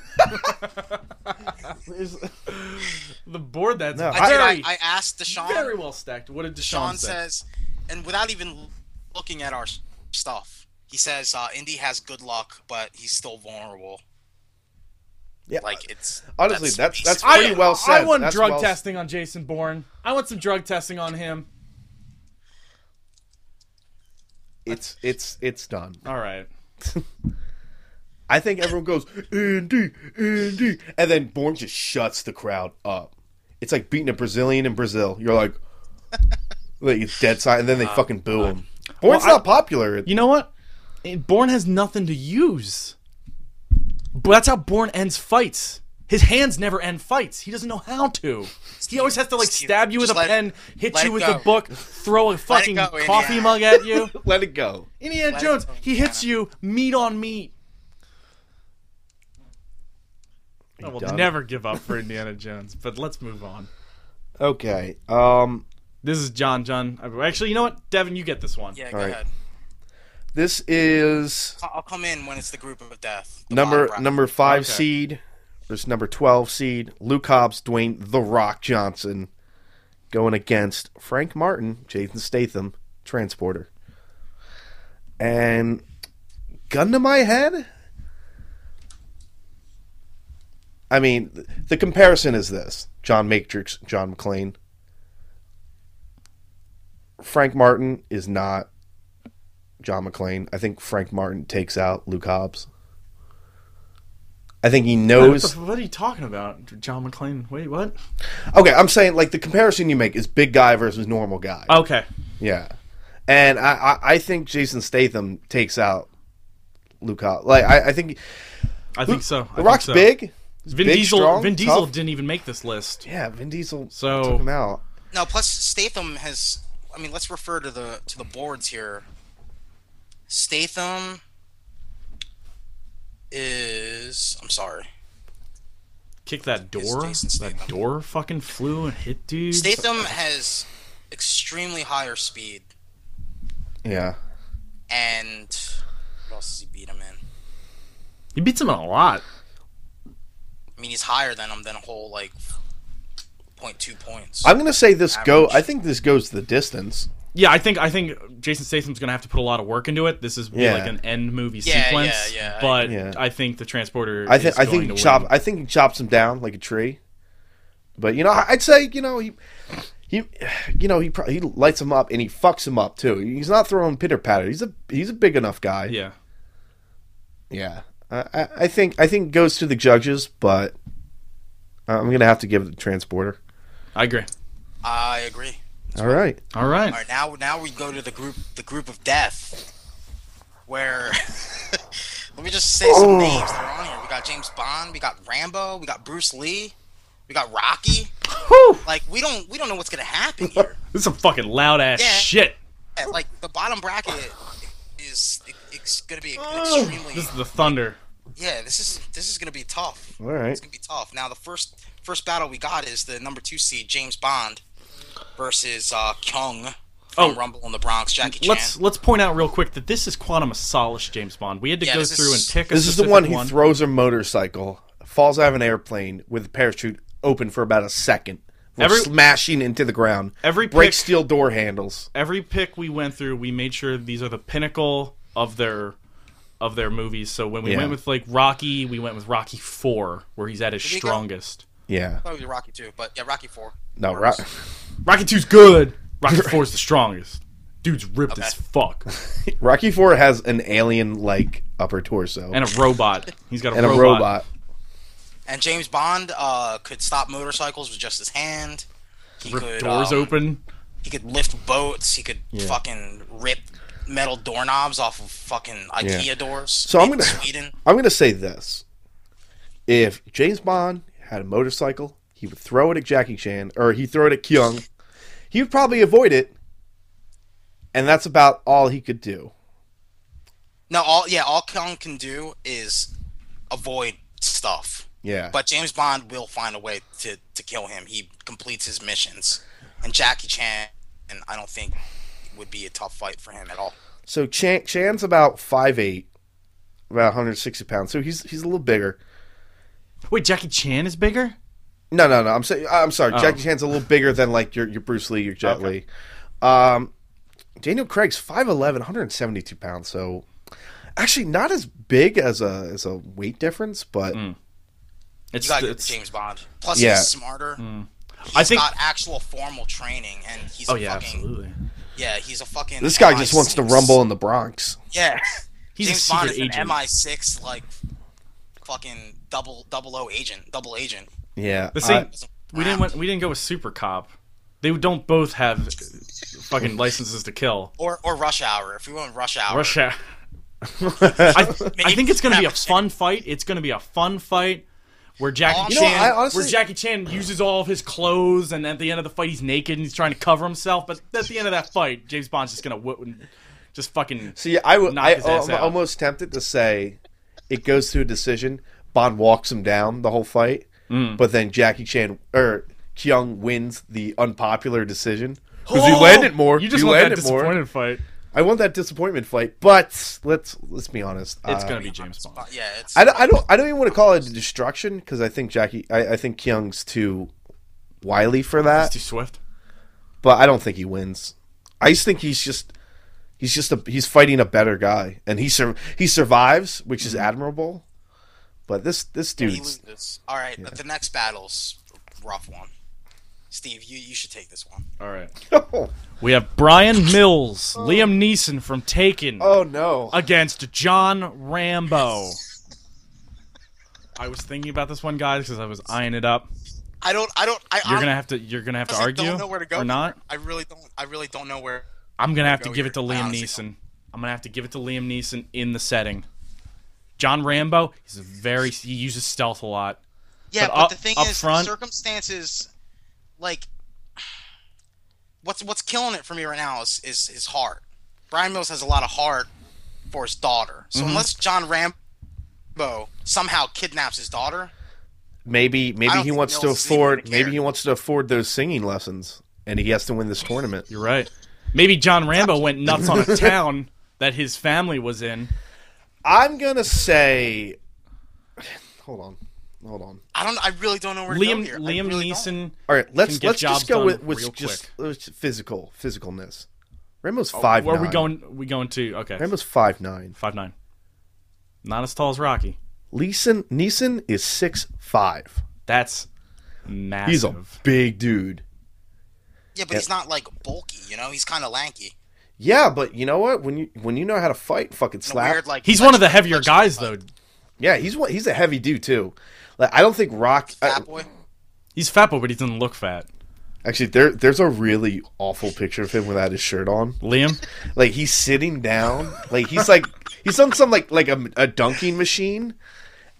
Speaker 8: the board that's
Speaker 9: No,
Speaker 10: I, did, I,
Speaker 8: very,
Speaker 10: I asked Deshaun.
Speaker 8: very well stacked. What did Deshaun,
Speaker 10: Sean
Speaker 8: say?
Speaker 10: says, and without even looking at our stuff, he says uh, Indy has good luck, but he's still vulnerable.
Speaker 9: Yeah.
Speaker 10: Like it's
Speaker 9: Honestly, that's- that's
Speaker 10: basically-
Speaker 9: pretty well said.
Speaker 8: I want
Speaker 9: That's
Speaker 8: drug
Speaker 9: well-
Speaker 8: testing on Jason Bourne. I want some drug testing on him.
Speaker 9: It's it's it's done.
Speaker 8: All right.
Speaker 9: I think everyone goes Andy, Andy, and then Born just shuts the crowd up. It's like beating a Brazilian in Brazil. You're like, like it's dead silent, and then they fucking boo him. Born's
Speaker 8: Uh, Well, I-
Speaker 9: not popular.
Speaker 8: You know what? It- Bourne has nothing to use. But that's how Bourne ends fights. His hands never end fights. He doesn't know how to. He always has to like
Speaker 10: Steve,
Speaker 8: stab you with a
Speaker 10: just let-
Speaker 8: pen, hit
Speaker 10: let
Speaker 8: you
Speaker 10: it
Speaker 8: with
Speaker 10: go.
Speaker 8: a book, throw a fucking
Speaker 10: go, Indiana.
Speaker 8: coffee mug at you.
Speaker 9: Let it go.
Speaker 8: Indiana
Speaker 10: Let it
Speaker 8: Jones,
Speaker 10: go,
Speaker 8: he hits you meat on meat. I will
Speaker 9: done?
Speaker 8: never give up for Indiana Jones, but let's move on.
Speaker 9: Okay. Um.
Speaker 8: This is John John. Actually, you know what? Devin, you get this one.
Speaker 10: yeah. Go
Speaker 9: Alright.
Speaker 10: ahead.
Speaker 9: This is
Speaker 10: I'll I'll come in when it's the group of death. the
Speaker 9: number
Speaker 10: bottom bracket.
Speaker 9: number five
Speaker 8: Okay.
Speaker 9: seed versus number twelve seed. Luke Hobbs, Dwayne the Rock Johnson, going against Frank Martin, Jason Statham, Transporter. And gun to my head, I mean, th- the comparison is this: John Matrix, John McClane. Frank Martin is not John McClane. I think Frank Martin takes out Luke Hobbs. I think he
Speaker 8: What,
Speaker 9: knows.
Speaker 8: the, what are you talking about, John McClane? Wait, what?
Speaker 9: Okay, I'm saying like the comparison you make is big guy versus normal guy.
Speaker 8: Okay,
Speaker 9: Yeah, and I, I, I think Jason Statham takes out Luke Hobbs. Like I, I think
Speaker 8: I think so. I
Speaker 9: The
Speaker 8: think
Speaker 9: Rock's
Speaker 8: so.
Speaker 9: big.
Speaker 8: Vin
Speaker 9: big,
Speaker 8: Diesel.
Speaker 9: strong,
Speaker 8: Vin Diesel
Speaker 9: tough.
Speaker 8: didn't even make this list.
Speaker 9: Yeah, Vin Diesel
Speaker 8: So-
Speaker 9: took him out.
Speaker 10: Now, plus Statham has. I mean, let's refer to the to the boards here. Statham is. I'm sorry.
Speaker 8: Kick that door.
Speaker 10: Jason
Speaker 8: That
Speaker 10: Statham.
Speaker 8: door fucking flew and hit dude.
Speaker 10: Statham has extremely higher speed,
Speaker 9: Yeah,
Speaker 10: and what else does he beat him in?
Speaker 8: He beats him in a lot.
Speaker 10: I mean, he's higher than him than a whole like point two points.
Speaker 9: I'm gonna say this go.
Speaker 10: Average.
Speaker 9: I think this goes the distance.
Speaker 8: Yeah, I think I think Jason Statham's gonna have to put a lot of work into it. This is
Speaker 9: Yeah.
Speaker 8: like an end movie
Speaker 10: Yeah,
Speaker 8: sequence.
Speaker 10: yeah, yeah, I-
Speaker 8: But
Speaker 9: Yeah.
Speaker 8: I think the transporter.
Speaker 9: I think
Speaker 8: Is
Speaker 9: I
Speaker 8: going
Speaker 9: think he
Speaker 8: to
Speaker 9: chop.
Speaker 8: win.
Speaker 9: I think he chops him down like a tree. But you know, I- I'd say you know he. He, you know, he pro- he lights him up and he fucks him up too. He's not throwing pitter patter. He's a he's a big enough guy.
Speaker 8: Yeah.
Speaker 9: yeah. I, I- I think I think it goes to the judges, but I'm gonna have to give it the transporter.
Speaker 8: I agree.
Speaker 10: I agree.
Speaker 9: All right,
Speaker 8: All right.
Speaker 10: All right, now now we go to the group the group of death, where let me just say
Speaker 8: Oh.
Speaker 10: some names that are on here. We got James Bond, we got Rambo, we got Bruce Lee, we got Rocky.
Speaker 8: Whew.
Speaker 10: Like we don't we don't know what's gonna happen here.
Speaker 8: This is some fucking loud ass
Speaker 10: Yeah.
Speaker 8: shit.
Speaker 10: Yeah, like the bottom bracket is it's gonna be extremely
Speaker 8: Oh. This is the thunder.
Speaker 10: yeah. This is this is gonna be tough.
Speaker 9: all right.
Speaker 10: It's gonna be tough. Now the first first battle we got is the number two seed James Bond versus uh, Kyung from
Speaker 8: Oh.
Speaker 10: Rumble in the Bronx. Jackie Chan.
Speaker 8: Let's let's point out real quick that this is Quantum of Solace James Bond. We had to
Speaker 10: Yeah,
Speaker 8: go
Speaker 10: this is-
Speaker 8: through and pick a
Speaker 9: This is the
Speaker 8: specific
Speaker 9: one he throws a motorcycle, falls out of an airplane with a parachute open for about a second, before
Speaker 8: Every-
Speaker 9: smashing into the ground.
Speaker 8: every
Speaker 9: breaks
Speaker 8: pick-
Speaker 9: steel door handles.
Speaker 8: Every pick we went through, we made sure these are the pinnacle of their of their movies. So when we
Speaker 9: Yeah.
Speaker 8: went with like Rocky, we went with Rocky Four, where he's at his
Speaker 10: we go?
Speaker 8: strongest.
Speaker 9: Yeah,
Speaker 10: Probably Rocky too, but yeah, Rocky four.
Speaker 9: no, Ro-
Speaker 8: Rocky Two's good. Rocky Four's the strongest. Dude's ripped as
Speaker 10: Okay.
Speaker 8: fuck,
Speaker 9: Rocky Four has an alien like upper torso
Speaker 8: and a robot. He's got a
Speaker 9: and a
Speaker 8: robot.
Speaker 9: robot.
Speaker 10: And James Bond uh, could stop motorcycles with just his hand. He
Speaker 8: Rip
Speaker 10: could
Speaker 8: doors
Speaker 10: um,
Speaker 8: open.
Speaker 10: He could lift boats. He could fucking rip metal doorknobs off of fucking IKEA doors.
Speaker 9: So I'm
Speaker 10: made in
Speaker 9: gonna-
Speaker 10: Sweden.
Speaker 9: I'm gonna say this: if James Bond had a motorcycle, he would throw it at Jackie Chan, or he would throw it at Kyung. He would probably avoid it, and that's about all he could do.
Speaker 10: No, all yeah, all Kong can do is avoid stuff.
Speaker 9: Yeah,
Speaker 10: But James Bond will find a way to to kill him. He completes his missions. And Jackie Chan, and I don't think would be a tough fight for him at all.
Speaker 9: So Chan, Chan's about 5'8", about 160 pounds. So he's he's a little bigger.
Speaker 8: Wait, Jackie Chan is bigger.
Speaker 9: No, no, no. I'm saying I'm sorry. Jackie Chan's a little bigger than like your your Bruce Lee, your Jet Li. Um, Daniel Craig's 5'11", 172 pounds. So actually, not as big as a as a weight difference, but
Speaker 8: It's,
Speaker 10: You gotta get
Speaker 8: it's
Speaker 10: James Bond. Plus
Speaker 9: Yeah.
Speaker 10: he's smarter. He's
Speaker 8: I think.
Speaker 10: got actual formal training, and he's
Speaker 8: Oh
Speaker 10: a
Speaker 8: yeah,
Speaker 10: fucking
Speaker 8: absolutely.
Speaker 10: yeah, he's a fucking.
Speaker 9: this guy just wants to
Speaker 10: MI6.
Speaker 9: rumble in the Bronx.
Speaker 10: Yeah,
Speaker 8: He's
Speaker 10: James
Speaker 8: a
Speaker 10: Bond
Speaker 8: secret
Speaker 10: is
Speaker 8: agent.
Speaker 10: an MI6 like fucking double double O agent, double agent.
Speaker 9: Yeah,
Speaker 8: But see,
Speaker 9: I-
Speaker 8: we didn't went, we didn't go with Super Cop. They don't both have fucking licenses to kill.
Speaker 10: Or or Rush Hour. If we went Rush Hour,
Speaker 8: Russia. I, I think it's gonna be a fun fight. It's gonna be a fun fight where Jackie
Speaker 10: You know,
Speaker 8: Chan,
Speaker 9: I honestly-
Speaker 8: where Jackie Chan uses all of his clothes, and at the end of the fight, he's naked and he's trying to cover himself. But at the end of that fight, James Bond's just gonna whip and just fucking.
Speaker 9: see, I would
Speaker 8: knock
Speaker 9: I,
Speaker 8: his ass
Speaker 9: I'm
Speaker 8: out.
Speaker 9: almost tempted to say it goes to a decision. Bond walks him down the whole fight,
Speaker 8: Mm.
Speaker 9: but then Jackie Chan or Kyung wins the unpopular decision. Because he landed more.
Speaker 8: You just
Speaker 9: he
Speaker 8: want that
Speaker 9: landed more.
Speaker 8: disappointed fight.
Speaker 9: I want that disappointment fight, but let's let's be honest.
Speaker 8: It's
Speaker 9: uh,
Speaker 8: gonna be James Bond.
Speaker 10: yeah, it's
Speaker 9: I don't, I don't I don't even want to call it a destruction because I think Jackie I, I think Kyung's too wily for
Speaker 8: It's
Speaker 9: that,
Speaker 8: too swift.
Speaker 9: but I don't think he wins. I just think he's just he's just a he's fighting a better guy, and he sur- he survives, which is admirable. But this this
Speaker 10: He
Speaker 9: dude's
Speaker 10: loses. All right, but the next battle's a rough one. Steve, you, you should take this one.
Speaker 8: All right. We have Brian Mills, Liam Neeson from Taken,
Speaker 9: Oh no.
Speaker 8: against John Rambo. I was thinking about this one, guys, because I was eyeing it up.
Speaker 10: I don't. I don't. I,
Speaker 8: You're
Speaker 10: I'm-
Speaker 8: gonna have to. You're gonna have to
Speaker 10: honestly
Speaker 8: argue
Speaker 10: Don't know where to go
Speaker 8: or not.
Speaker 10: I really don't. I really don't know where.
Speaker 8: I'm gonna have
Speaker 10: go
Speaker 8: to give it to
Speaker 10: here. I
Speaker 8: Liam
Speaker 10: honestly
Speaker 8: Neeson. I'm gonna have to give it to Liam Neeson in the setting. John Rambo, he's a very he uses stealth a lot.
Speaker 10: Yeah,
Speaker 8: But
Speaker 10: but,
Speaker 8: up-
Speaker 10: the thing
Speaker 8: up
Speaker 10: is,
Speaker 8: front-
Speaker 10: the circumstances, like, what's what's killing it for me right now is is his heart. Brian Mills has a lot of heart for his daughter.
Speaker 8: Mm-hmm.
Speaker 10: So unless John Rambo somehow kidnaps his daughter,
Speaker 9: Maybe
Speaker 10: I
Speaker 9: maybe
Speaker 10: don't
Speaker 9: he
Speaker 10: think
Speaker 9: wants to
Speaker 10: Mills is even gonna
Speaker 9: afford maybe
Speaker 10: care.
Speaker 9: he wants to afford those singing lessons and he has to win this tournament.
Speaker 8: You're right. Maybe John Rambo went nuts on a town that his family was in.
Speaker 9: I'm going to say Hold on. Hold on.
Speaker 10: I don't. I really don't know where
Speaker 8: Liam
Speaker 10: to go here. I
Speaker 8: Liam
Speaker 10: really don't.
Speaker 8: Neeson.
Speaker 9: All right, let's
Speaker 8: get
Speaker 9: let's
Speaker 8: jobs
Speaker 9: just go
Speaker 8: done
Speaker 9: with, with
Speaker 8: real
Speaker 9: just
Speaker 8: quick.
Speaker 9: let's- physical physicalness. Rambo's five.
Speaker 8: Where are we going? We going to okay
Speaker 9: Rambo's five nine.
Speaker 8: five nine. Not as tall as Rocky.
Speaker 9: Leeson Neeson is six five.
Speaker 8: That's massive.
Speaker 9: He's a big dude.
Speaker 10: Yeah, but he's not like bulky. You know, he's kind of lanky.
Speaker 9: Yeah, but you know what? When you when you know how to fight, fucking
Speaker 10: In a
Speaker 9: slap.
Speaker 10: weird, like
Speaker 8: He's one of the
Speaker 10: touch-
Speaker 8: heavier
Speaker 10: touch-
Speaker 8: guys though.
Speaker 9: yeah, he's one- he's a heavy dude too. Like I don't think Rock. uh, I-
Speaker 10: Fat boy.
Speaker 8: He's fat, but he doesn't look fat.
Speaker 9: actually, there there's a really awful picture of him without his shirt on.
Speaker 8: Liam,
Speaker 9: Like he's sitting down. Like he's like he's on some like like a, a dunking machine,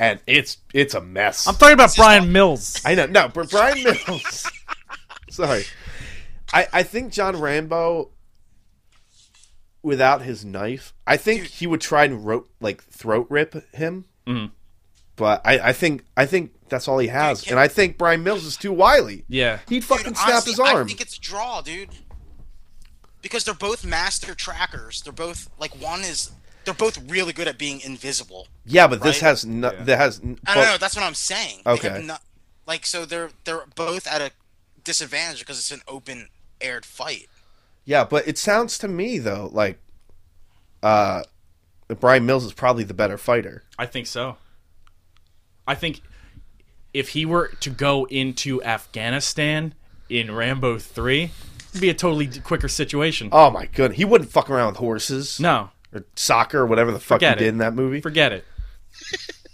Speaker 9: and it's it's a mess.
Speaker 8: I'm talking about Brian Mills.
Speaker 9: I know. No, but Brian Mills. sorry. I, I think John Rambo without his knife, I think he would try and rope like throat rip him. But I, I think I think that's all he has.
Speaker 10: Mm-hmm. Dude, can-
Speaker 9: and I think Brian Mills is too wily.
Speaker 8: Yeah.
Speaker 9: He'd
Speaker 10: Dude,
Speaker 9: fucking snap
Speaker 10: honestly,
Speaker 9: his arm.
Speaker 10: I think it's a draw, dude. Because they're both master trackers. They're both like one is. They're both really good at being invisible.
Speaker 9: yeah, but this
Speaker 10: right?
Speaker 9: has no, that has n-
Speaker 10: I don't
Speaker 9: but-
Speaker 10: know. That's what I'm saying.
Speaker 9: Okay.
Speaker 10: They have no- like so, they're they're both at a disadvantage because it's an open aired fight.
Speaker 9: Yeah, but it sounds to me though like uh Brian Mills is probably the better fighter.
Speaker 8: I think so. I think if he were to go into Afghanistan in Rambo 3, it'd be a totally d- quicker situation.
Speaker 9: Oh my goodness. He wouldn't fuck around with horses.
Speaker 8: no,
Speaker 9: or soccer or whatever the fuck
Speaker 8: Forget
Speaker 9: he did
Speaker 8: it.
Speaker 9: in that movie.
Speaker 8: forget it.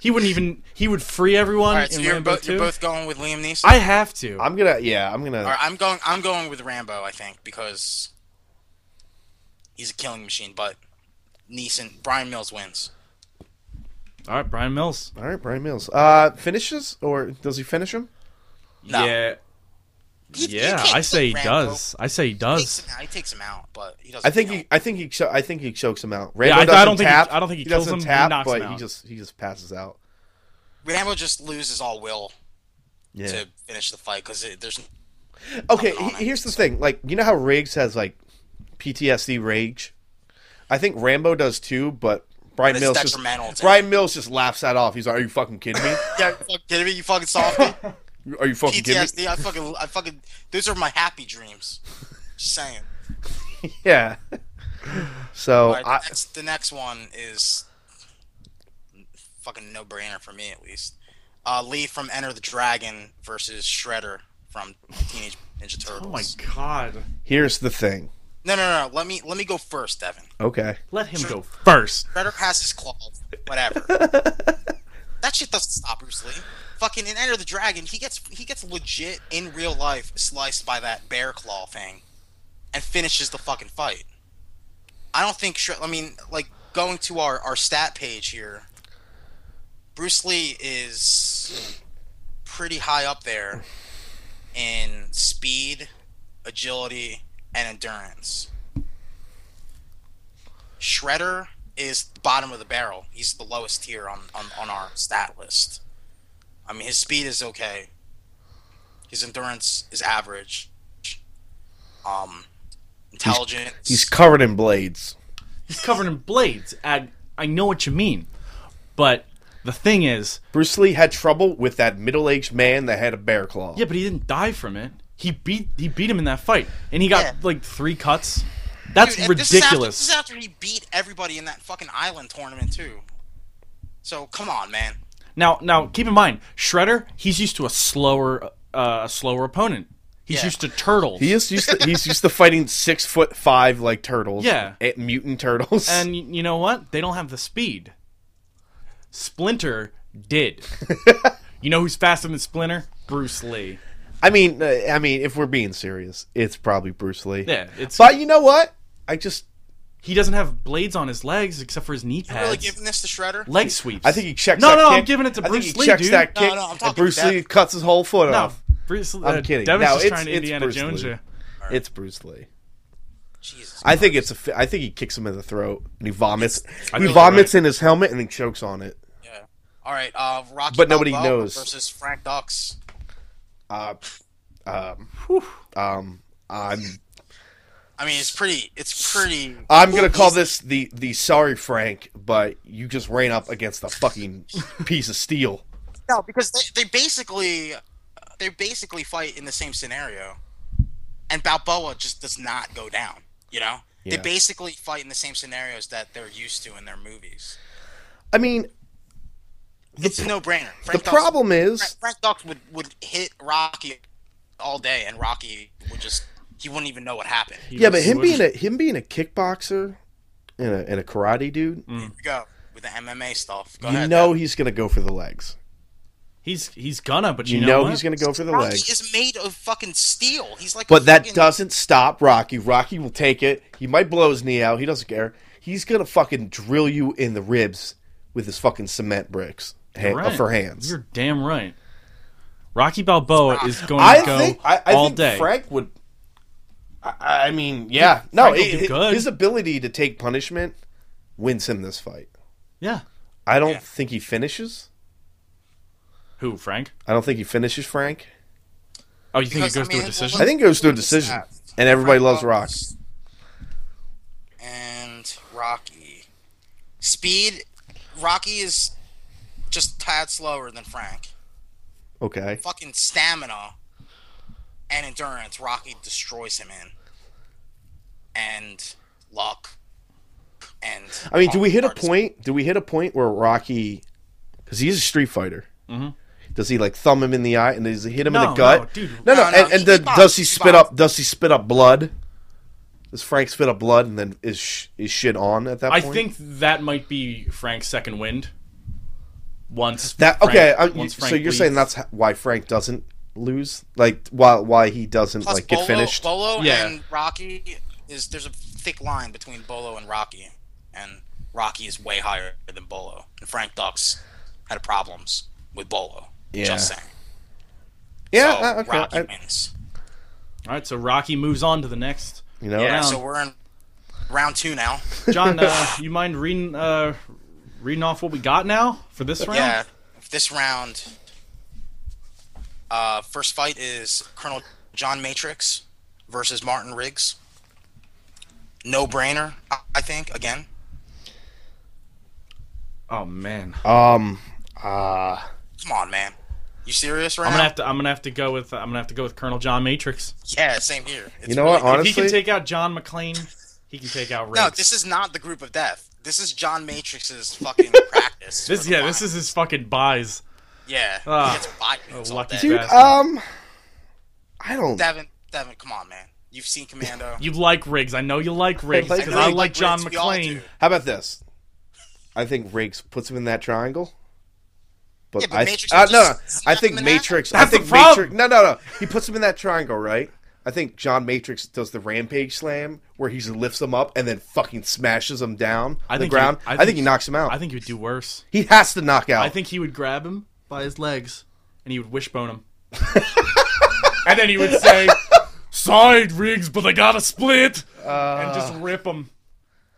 Speaker 8: He wouldn't even he would free everyone
Speaker 10: All right, so
Speaker 8: Um, in
Speaker 10: you're
Speaker 8: Rambo
Speaker 10: both
Speaker 8: 2.
Speaker 10: you're both going with Liam Neeson.
Speaker 8: I have to.
Speaker 9: I'm gonna, yeah, I'm gonna.
Speaker 10: All right, I'm going I'm going with Rambo. I think because he's a killing machine. But Neeson, Brian Mills wins.
Speaker 8: All right, Brian Mills.
Speaker 9: All right, Brian Mills. Uh, finishes or does he finish him?
Speaker 10: No.
Speaker 8: Yeah.
Speaker 10: You- you
Speaker 8: Yeah,
Speaker 10: can't
Speaker 8: I say he
Speaker 10: put Rambo.
Speaker 8: does. I say he
Speaker 10: He
Speaker 8: does.
Speaker 10: takes, him out. he takes him out, but he doesn't.
Speaker 9: I think
Speaker 10: kill
Speaker 9: he,
Speaker 10: him.
Speaker 9: I think he, cho- I think he chokes him out.
Speaker 8: I- I
Speaker 9: doesn't
Speaker 8: don't think he-
Speaker 9: tap.
Speaker 8: I don't think he kills
Speaker 9: doesn't
Speaker 8: him, he
Speaker 9: Tap,
Speaker 8: knocks
Speaker 9: but
Speaker 8: him
Speaker 9: he
Speaker 8: out.
Speaker 9: just, he just passes out.
Speaker 10: Rambo just loses all will
Speaker 9: Yeah.
Speaker 10: to finish the fight because there's
Speaker 9: okay,
Speaker 10: on
Speaker 9: he-
Speaker 10: it.
Speaker 9: here's the thing. Like, you know how Riggs has like PTSD rage. I think Rambo does too, but Brian
Speaker 10: it's
Speaker 9: Mills just
Speaker 10: detrimental to
Speaker 9: Brian Mills just laughs that off. He's like, "Are you fucking kidding me?
Speaker 10: yeah, you fucking kidding me? You fucking softy.
Speaker 9: Are you fucking kidding me?"
Speaker 10: PTSD. I fucking I fucking those are my happy dreams. Just saying.
Speaker 9: Yeah. So
Speaker 10: Alright, the,
Speaker 9: I,
Speaker 10: next, the next one is fucking no brainer for me at least. Uh, Lee from Enter the Dragon versus Shredder from Teenage Ninja Turtles.
Speaker 8: Oh my god.
Speaker 9: here's the thing.
Speaker 10: No, no, no. Let me let me go first, Devin.
Speaker 9: Okay.
Speaker 8: Let him go first.
Speaker 10: Shredder has his claws. Whatever. that shit doesn't stop Bruce Lee. Fucking in Enter the Dragon, he gets he gets legit in real life sliced by that bear claw thing, and finishes the fucking fight. I don't think. Shred- I mean, like going to our our stat page here. Bruce Lee is pretty high up there in speed, agility, and endurance. Shredder is bottom of the barrel. He's the lowest tier on, on, on our stat list. I mean, his speed is okay. His endurance is average. Um, intelligence.
Speaker 9: He's covered in blades.
Speaker 8: He's covered in blades. I, I know what you mean. But the thing is,
Speaker 9: Bruce Lee had trouble with that middle-aged man that had a bear claw.
Speaker 8: Yeah, but he didn't die from it. He beat he beat him in that fight, and he got
Speaker 10: Yeah.
Speaker 8: like three cuts. That's
Speaker 10: Dude, and this is after-
Speaker 8: ridiculous.
Speaker 10: This is, after, he beat everybody in that fucking island tournament too. So come on, man.
Speaker 8: Now, now keep in mind, Shredder, he's used to a slower, uh, a slower opponent. He's
Speaker 10: Yeah.
Speaker 8: used to turtles.
Speaker 9: He is used to, he's used to fighting six foot five like turtles.
Speaker 8: Yeah.
Speaker 9: Eh, mutant turtles.
Speaker 8: And y- you know what? They don't have the speed. Splinter did. you know who's faster than Splinter? Bruce Lee.
Speaker 9: I mean, uh, I mean, if we're being serious, it's probably Bruce Lee.
Speaker 8: Yeah, it's
Speaker 9: But you know what? I just
Speaker 8: he doesn't have blades on his legs except for his knee pads.
Speaker 10: Really giving this to Shredder?
Speaker 8: Leg sweeps.
Speaker 9: I think he checks.
Speaker 8: No,
Speaker 9: that
Speaker 8: no,
Speaker 9: kick.
Speaker 8: I'm giving it to
Speaker 9: I
Speaker 8: Bruce
Speaker 9: think he
Speaker 8: Lee,
Speaker 9: checks
Speaker 8: dude.
Speaker 9: that
Speaker 10: No,
Speaker 9: kick,
Speaker 10: no, I'm talking
Speaker 9: and Bruce
Speaker 10: that-
Speaker 9: Lee cuts his whole foot
Speaker 8: No,
Speaker 9: off.
Speaker 8: Bruce. I'm
Speaker 9: I'm kidding.
Speaker 8: Devin's
Speaker 9: no,
Speaker 8: just
Speaker 9: it's,
Speaker 8: trying to
Speaker 9: it's
Speaker 8: Indiana
Speaker 9: Bruce
Speaker 8: Jones
Speaker 9: Lee.
Speaker 8: you.
Speaker 9: It's Bruce Lee.
Speaker 10: Jesus.
Speaker 9: I think it's a. fi- I think he kicks him in the throat and he vomits.
Speaker 8: I
Speaker 9: He
Speaker 8: think
Speaker 9: vomits in his helmet and then chokes on it.
Speaker 10: Yeah. All right. Uh, Rocky
Speaker 9: But nobody
Speaker 10: Balboa
Speaker 9: knows.
Speaker 10: versus Frank Dux.
Speaker 9: Uh, um, um, I'm
Speaker 10: I mean, it's pretty. It's pretty.
Speaker 9: I'm gonna call this the the sorry Frank, but you just ran up against a fucking piece of steel.
Speaker 10: No, because they, they basically they basically fight in the same scenario, and Balboa just does not go down. You know,
Speaker 9: Yeah.
Speaker 10: they basically fight in the same scenarios that they're used to in their movies.
Speaker 9: I mean,
Speaker 10: it's a no-brainer.
Speaker 9: the
Speaker 10: Frank Dux-
Speaker 9: problem
Speaker 10: Frank,
Speaker 9: is
Speaker 10: Frank Dux would would hit Rocky all day, and Rocky would just he wouldn't even know what happened. Here
Speaker 9: yeah, but him being a him being a kickboxer and a and a karate dude,
Speaker 8: Mm-hmm.
Speaker 10: we go with the MMA stuff. Go
Speaker 9: you
Speaker 10: ahead,
Speaker 9: know
Speaker 10: Dad.
Speaker 9: he's gonna go for the legs.
Speaker 8: He's he's gonna, but you,
Speaker 9: You, know,
Speaker 8: what?
Speaker 9: he's gonna go for the
Speaker 10: Rocky
Speaker 9: legs.
Speaker 10: is made of fucking steel. He's like, a
Speaker 9: But that
Speaker 10: fucking-
Speaker 9: doesn't stop Rocky. Rocky will take it. He might blow his knee out. He doesn't care. He's gonna fucking drill you in the ribs with his fucking cement bricks ha-
Speaker 8: Right.
Speaker 9: for hands.
Speaker 8: You're damn right. Rocky Balboa is going
Speaker 9: I
Speaker 8: to go
Speaker 9: think I, I
Speaker 8: all
Speaker 9: think
Speaker 8: day.
Speaker 9: Frank would. I, I mean, yeah, no,
Speaker 8: Frank will
Speaker 9: it-
Speaker 8: do
Speaker 9: it-
Speaker 8: good.
Speaker 9: his ability to take punishment wins him this fight.
Speaker 8: yeah.
Speaker 9: I don't think he finishes.
Speaker 8: Who Frank?
Speaker 9: I don't think he finishes Frank.
Speaker 8: Oh, you think
Speaker 10: Because,
Speaker 8: it goes
Speaker 10: I
Speaker 8: to a
Speaker 10: mean,
Speaker 8: decision?
Speaker 9: I think it goes to a decision, and everybody loves Rock.
Speaker 10: And Rocky. Speed. Rocky is just a tad slower than Frank.
Speaker 9: Okay,
Speaker 10: Fucking stamina and endurance. Rocky destroys him in. And luck. And
Speaker 9: I mean, do we hit a
Speaker 10: hardest-
Speaker 9: point? Do we hit a point where Rocky, because he's a street fighter, does he like thumb him in the eye and does he hit him in
Speaker 8: Mm-hmm. No,
Speaker 9: the gut?
Speaker 8: no, dude.
Speaker 9: no, no,
Speaker 10: No, no,
Speaker 9: and, and
Speaker 10: he-
Speaker 9: then
Speaker 10: he boxed,
Speaker 9: does he
Speaker 10: he
Speaker 9: spit
Speaker 10: boxed.
Speaker 9: up? Does he spit up blood? Does Frank spit up blood and then is sh- is shit on at that
Speaker 8: I
Speaker 9: point?
Speaker 8: think that might be Frank's second wind. Once
Speaker 9: That
Speaker 8: Frank-
Speaker 9: okay. I,
Speaker 8: once
Speaker 9: so
Speaker 8: Frank
Speaker 9: you're saying that's
Speaker 8: leaves.
Speaker 9: ho- why Frank doesn't lose, like why why he doesn't
Speaker 10: Plus
Speaker 9: like get
Speaker 10: Bolo,
Speaker 9: finished.
Speaker 10: Bolo
Speaker 8: Yeah.
Speaker 10: and Rocky is there's a thick line between Bolo and Rocky, and Rocky is way higher than Bolo. And Frank Dux had problems with Bolo.
Speaker 9: Yeah.
Speaker 10: Just saying.
Speaker 9: yeah,
Speaker 10: so
Speaker 9: uh, okay.
Speaker 10: Rocky
Speaker 9: I-
Speaker 10: wins.
Speaker 8: all right? So Rocky moves on to the next.
Speaker 9: you know,
Speaker 8: Yeah.
Speaker 10: Yeah, so we're in round two now.
Speaker 8: John, uh, you mind reading uh, reading off what we got now for this round?
Speaker 10: yeah, this round. Uh, first fight is Colonel John Matrix versus Martin Riggs. No brainer, I- I think. Again,
Speaker 8: Oh man,
Speaker 9: um, uh,
Speaker 10: come on, man. You serious right
Speaker 8: I'm
Speaker 10: now?
Speaker 8: gonna have to I'm gonna have to go with uh, I'm gonna have to go with Colonel John Matrix.
Speaker 10: Yeah, same here. It's
Speaker 9: you know
Speaker 10: really-
Speaker 9: what? Honestly,
Speaker 8: if he can take out John McClane, he can take out Riggs.
Speaker 10: no, this is not the group of death. This is John Matrix's fucking practice.
Speaker 8: This-
Speaker 10: for the
Speaker 8: yeah, this
Speaker 10: final.
Speaker 8: is his fucking buys.
Speaker 10: yeah.
Speaker 8: Ah.
Speaker 10: he gets bite moves all
Speaker 8: lucky
Speaker 10: day.
Speaker 8: dude.
Speaker 9: dude, um, I don't.
Speaker 10: Devin, Devin, come on, man. You've seen Commando.
Speaker 8: You like Riggs. I know you like Riggs
Speaker 9: like
Speaker 8: because I,
Speaker 9: Riggs.
Speaker 8: like,
Speaker 10: Like
Speaker 8: John
Speaker 10: Riggs, we all
Speaker 8: McClane.
Speaker 10: do.
Speaker 9: how about this? I think Riggs puts him in that triangle. But,
Speaker 10: Yeah, but
Speaker 9: I,
Speaker 10: Matrix
Speaker 9: uh,
Speaker 10: just
Speaker 9: no, no, I
Speaker 10: snapped him
Speaker 9: think
Speaker 10: in half.
Speaker 9: Matrix. I
Speaker 8: That's the
Speaker 9: think
Speaker 8: problem.
Speaker 9: Matrix. No, no, no. He puts him in that triangle, right? I think John Matrix does the rampage slam where he lifts him up and then fucking smashes him down
Speaker 8: I
Speaker 9: on the
Speaker 8: think he-
Speaker 9: ground.
Speaker 8: I
Speaker 9: I
Speaker 8: think
Speaker 9: think he knocks him out.
Speaker 8: I think he would do worse.
Speaker 9: He has to knock out.
Speaker 8: I think he would grab him by his legs and he would wishbone him. and then he would say, "Side Riggs, but I gotta split," and just rip him.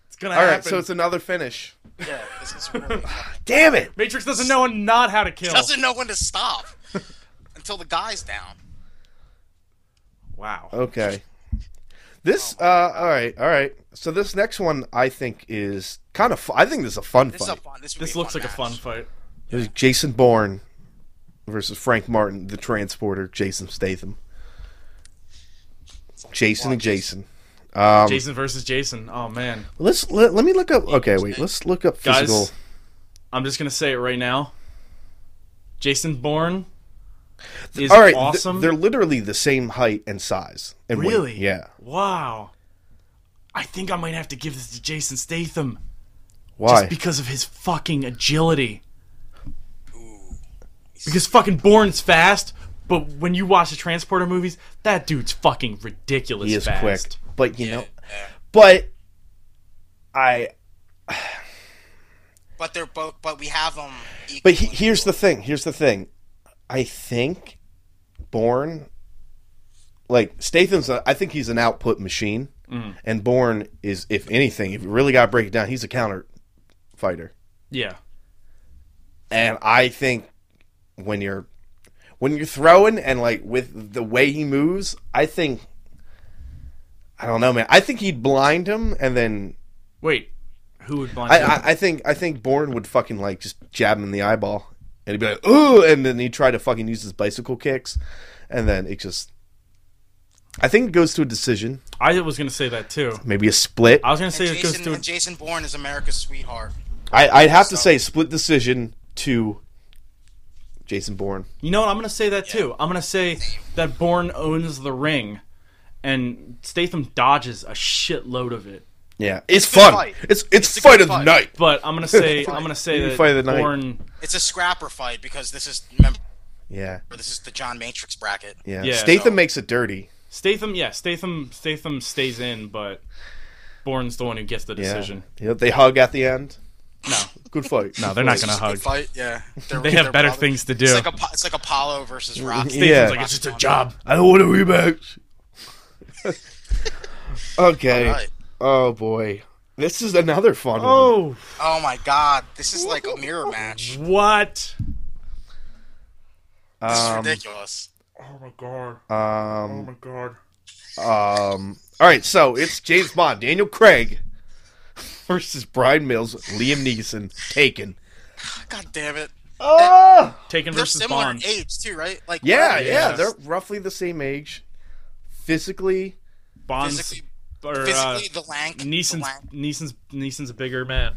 Speaker 8: It's gonna
Speaker 9: Uh. All
Speaker 8: happen.
Speaker 9: right, so it's another finish.
Speaker 10: yeah, this is really
Speaker 9: Damn it!
Speaker 8: Matrix doesn't know not how to kill.
Speaker 10: doesn't know when to stop until the guy's down.
Speaker 8: Wow.
Speaker 9: Okay. This, uh, all right, all right. So this next one, I think, is kind of. Fu- I think this is a fun
Speaker 10: This is
Speaker 9: fight.
Speaker 10: a fun. This, would
Speaker 8: This
Speaker 10: be
Speaker 8: looks like a
Speaker 10: match.
Speaker 8: fun fight.
Speaker 9: There's Jason Bourne versus Frank Martin, the transporter. Jason Statham. Jason and Jason. Um,
Speaker 8: Jason versus Jason. Oh man,
Speaker 9: Let's let, let me look up. Okay, wait. Let's look up
Speaker 8: guys,
Speaker 9: physical.
Speaker 8: I'm just gonna say it right now. Jason Bourne is
Speaker 9: All right, th-
Speaker 8: awesome.
Speaker 9: they're literally the same height and size. And weight.
Speaker 8: Really?
Speaker 9: Yeah.
Speaker 8: Wow. I think I might have to give this to Jason Statham
Speaker 9: Why?
Speaker 8: just because of his fucking agility. Because fucking Bourne's fast, but when you watch the Transporter movies, that dude's fucking ridiculous
Speaker 9: he is
Speaker 8: fast.
Speaker 9: quick, but you know, but I.
Speaker 10: But they're both. But we have them.
Speaker 9: But he, here's the thing. Here's the thing. I think Bourne, like Statham's, a, I think he's an output machine, and Bourne is, if anything, if you really got to break it down, he's a counter fighter.
Speaker 8: Yeah.
Speaker 9: And I think when you're when you're throwing and like with the way he moves, I think I don't know, man. I think he'd blind him, and then
Speaker 8: Wait, who would blind
Speaker 9: I, I, I think I think Bourne would fucking like just jab him in the eyeball, and he'd be like, "Ooh!" And then he'd try to fucking use his bicycle kicks, and then it just. I think it goes to a decision,
Speaker 8: I was gonna say that too.
Speaker 9: maybe a split.
Speaker 8: I was gonna say
Speaker 10: And
Speaker 8: it goes
Speaker 10: Jason,
Speaker 8: to
Speaker 10: and Jason Bourne is America's sweetheart.
Speaker 9: I, I'd have to say split decision to Jason Bourne.
Speaker 8: You know what? I'm going to say that too. I'm going to say that Bourne owns the ring and Statham dodges a shitload of it.
Speaker 9: Yeah, it's,
Speaker 10: a good
Speaker 9: fun.
Speaker 10: fight.
Speaker 9: It's it's,
Speaker 10: It's a good
Speaker 9: fight of the
Speaker 10: fight.
Speaker 9: night.
Speaker 8: But I'm going to say I'm going to say
Speaker 9: You
Speaker 8: that
Speaker 9: fight the knight.
Speaker 8: Bourne
Speaker 10: It's a scrapper fight because this is remember
Speaker 9: Yeah,
Speaker 10: this is the John Matrix bracket.
Speaker 9: yeah.
Speaker 8: Yeah,
Speaker 9: Statham
Speaker 10: so-
Speaker 9: makes it dirty.
Speaker 8: Statham, yeah, Statham Statham stays in, but Bourne's the one who gets the
Speaker 9: Yeah.
Speaker 8: decision.
Speaker 9: Yeah, they hug at the end.
Speaker 8: No.
Speaker 9: Good fight.
Speaker 8: No, they're not
Speaker 10: It's
Speaker 8: going
Speaker 10: just a
Speaker 8: to hug.
Speaker 10: good fight. Yeah, They're-
Speaker 8: They have
Speaker 10: they're
Speaker 8: better
Speaker 10: probably-
Speaker 8: things to do.
Speaker 10: It's like, Apo- it's like Apollo versus Rocky.
Speaker 9: Yeah.
Speaker 8: Statham's like it's just a job.
Speaker 9: I don't want a rematch. okay.
Speaker 10: All right.
Speaker 9: Oh boy, this is another fun one.
Speaker 8: Oh,
Speaker 10: Oh my God, this is like a mirror match.
Speaker 8: what?
Speaker 10: This is ridiculous.
Speaker 9: Um. All right, so it's James Bond, Daniel Craig versus Brian Mills, Liam Neeson, Taken.
Speaker 10: God damn it.
Speaker 9: Oh,
Speaker 8: Taken
Speaker 10: They're
Speaker 8: versus
Speaker 10: similar
Speaker 8: Bond.
Speaker 10: in age too, right? Like
Speaker 9: yeah, yeah,
Speaker 10: right?
Speaker 9: they're roughly the same age, physically.
Speaker 8: Bond's
Speaker 10: physically,
Speaker 8: or uh,
Speaker 10: physically the lank. the
Speaker 8: Neeson's
Speaker 10: lank.
Speaker 8: Neeson's Neeson's a bigger man.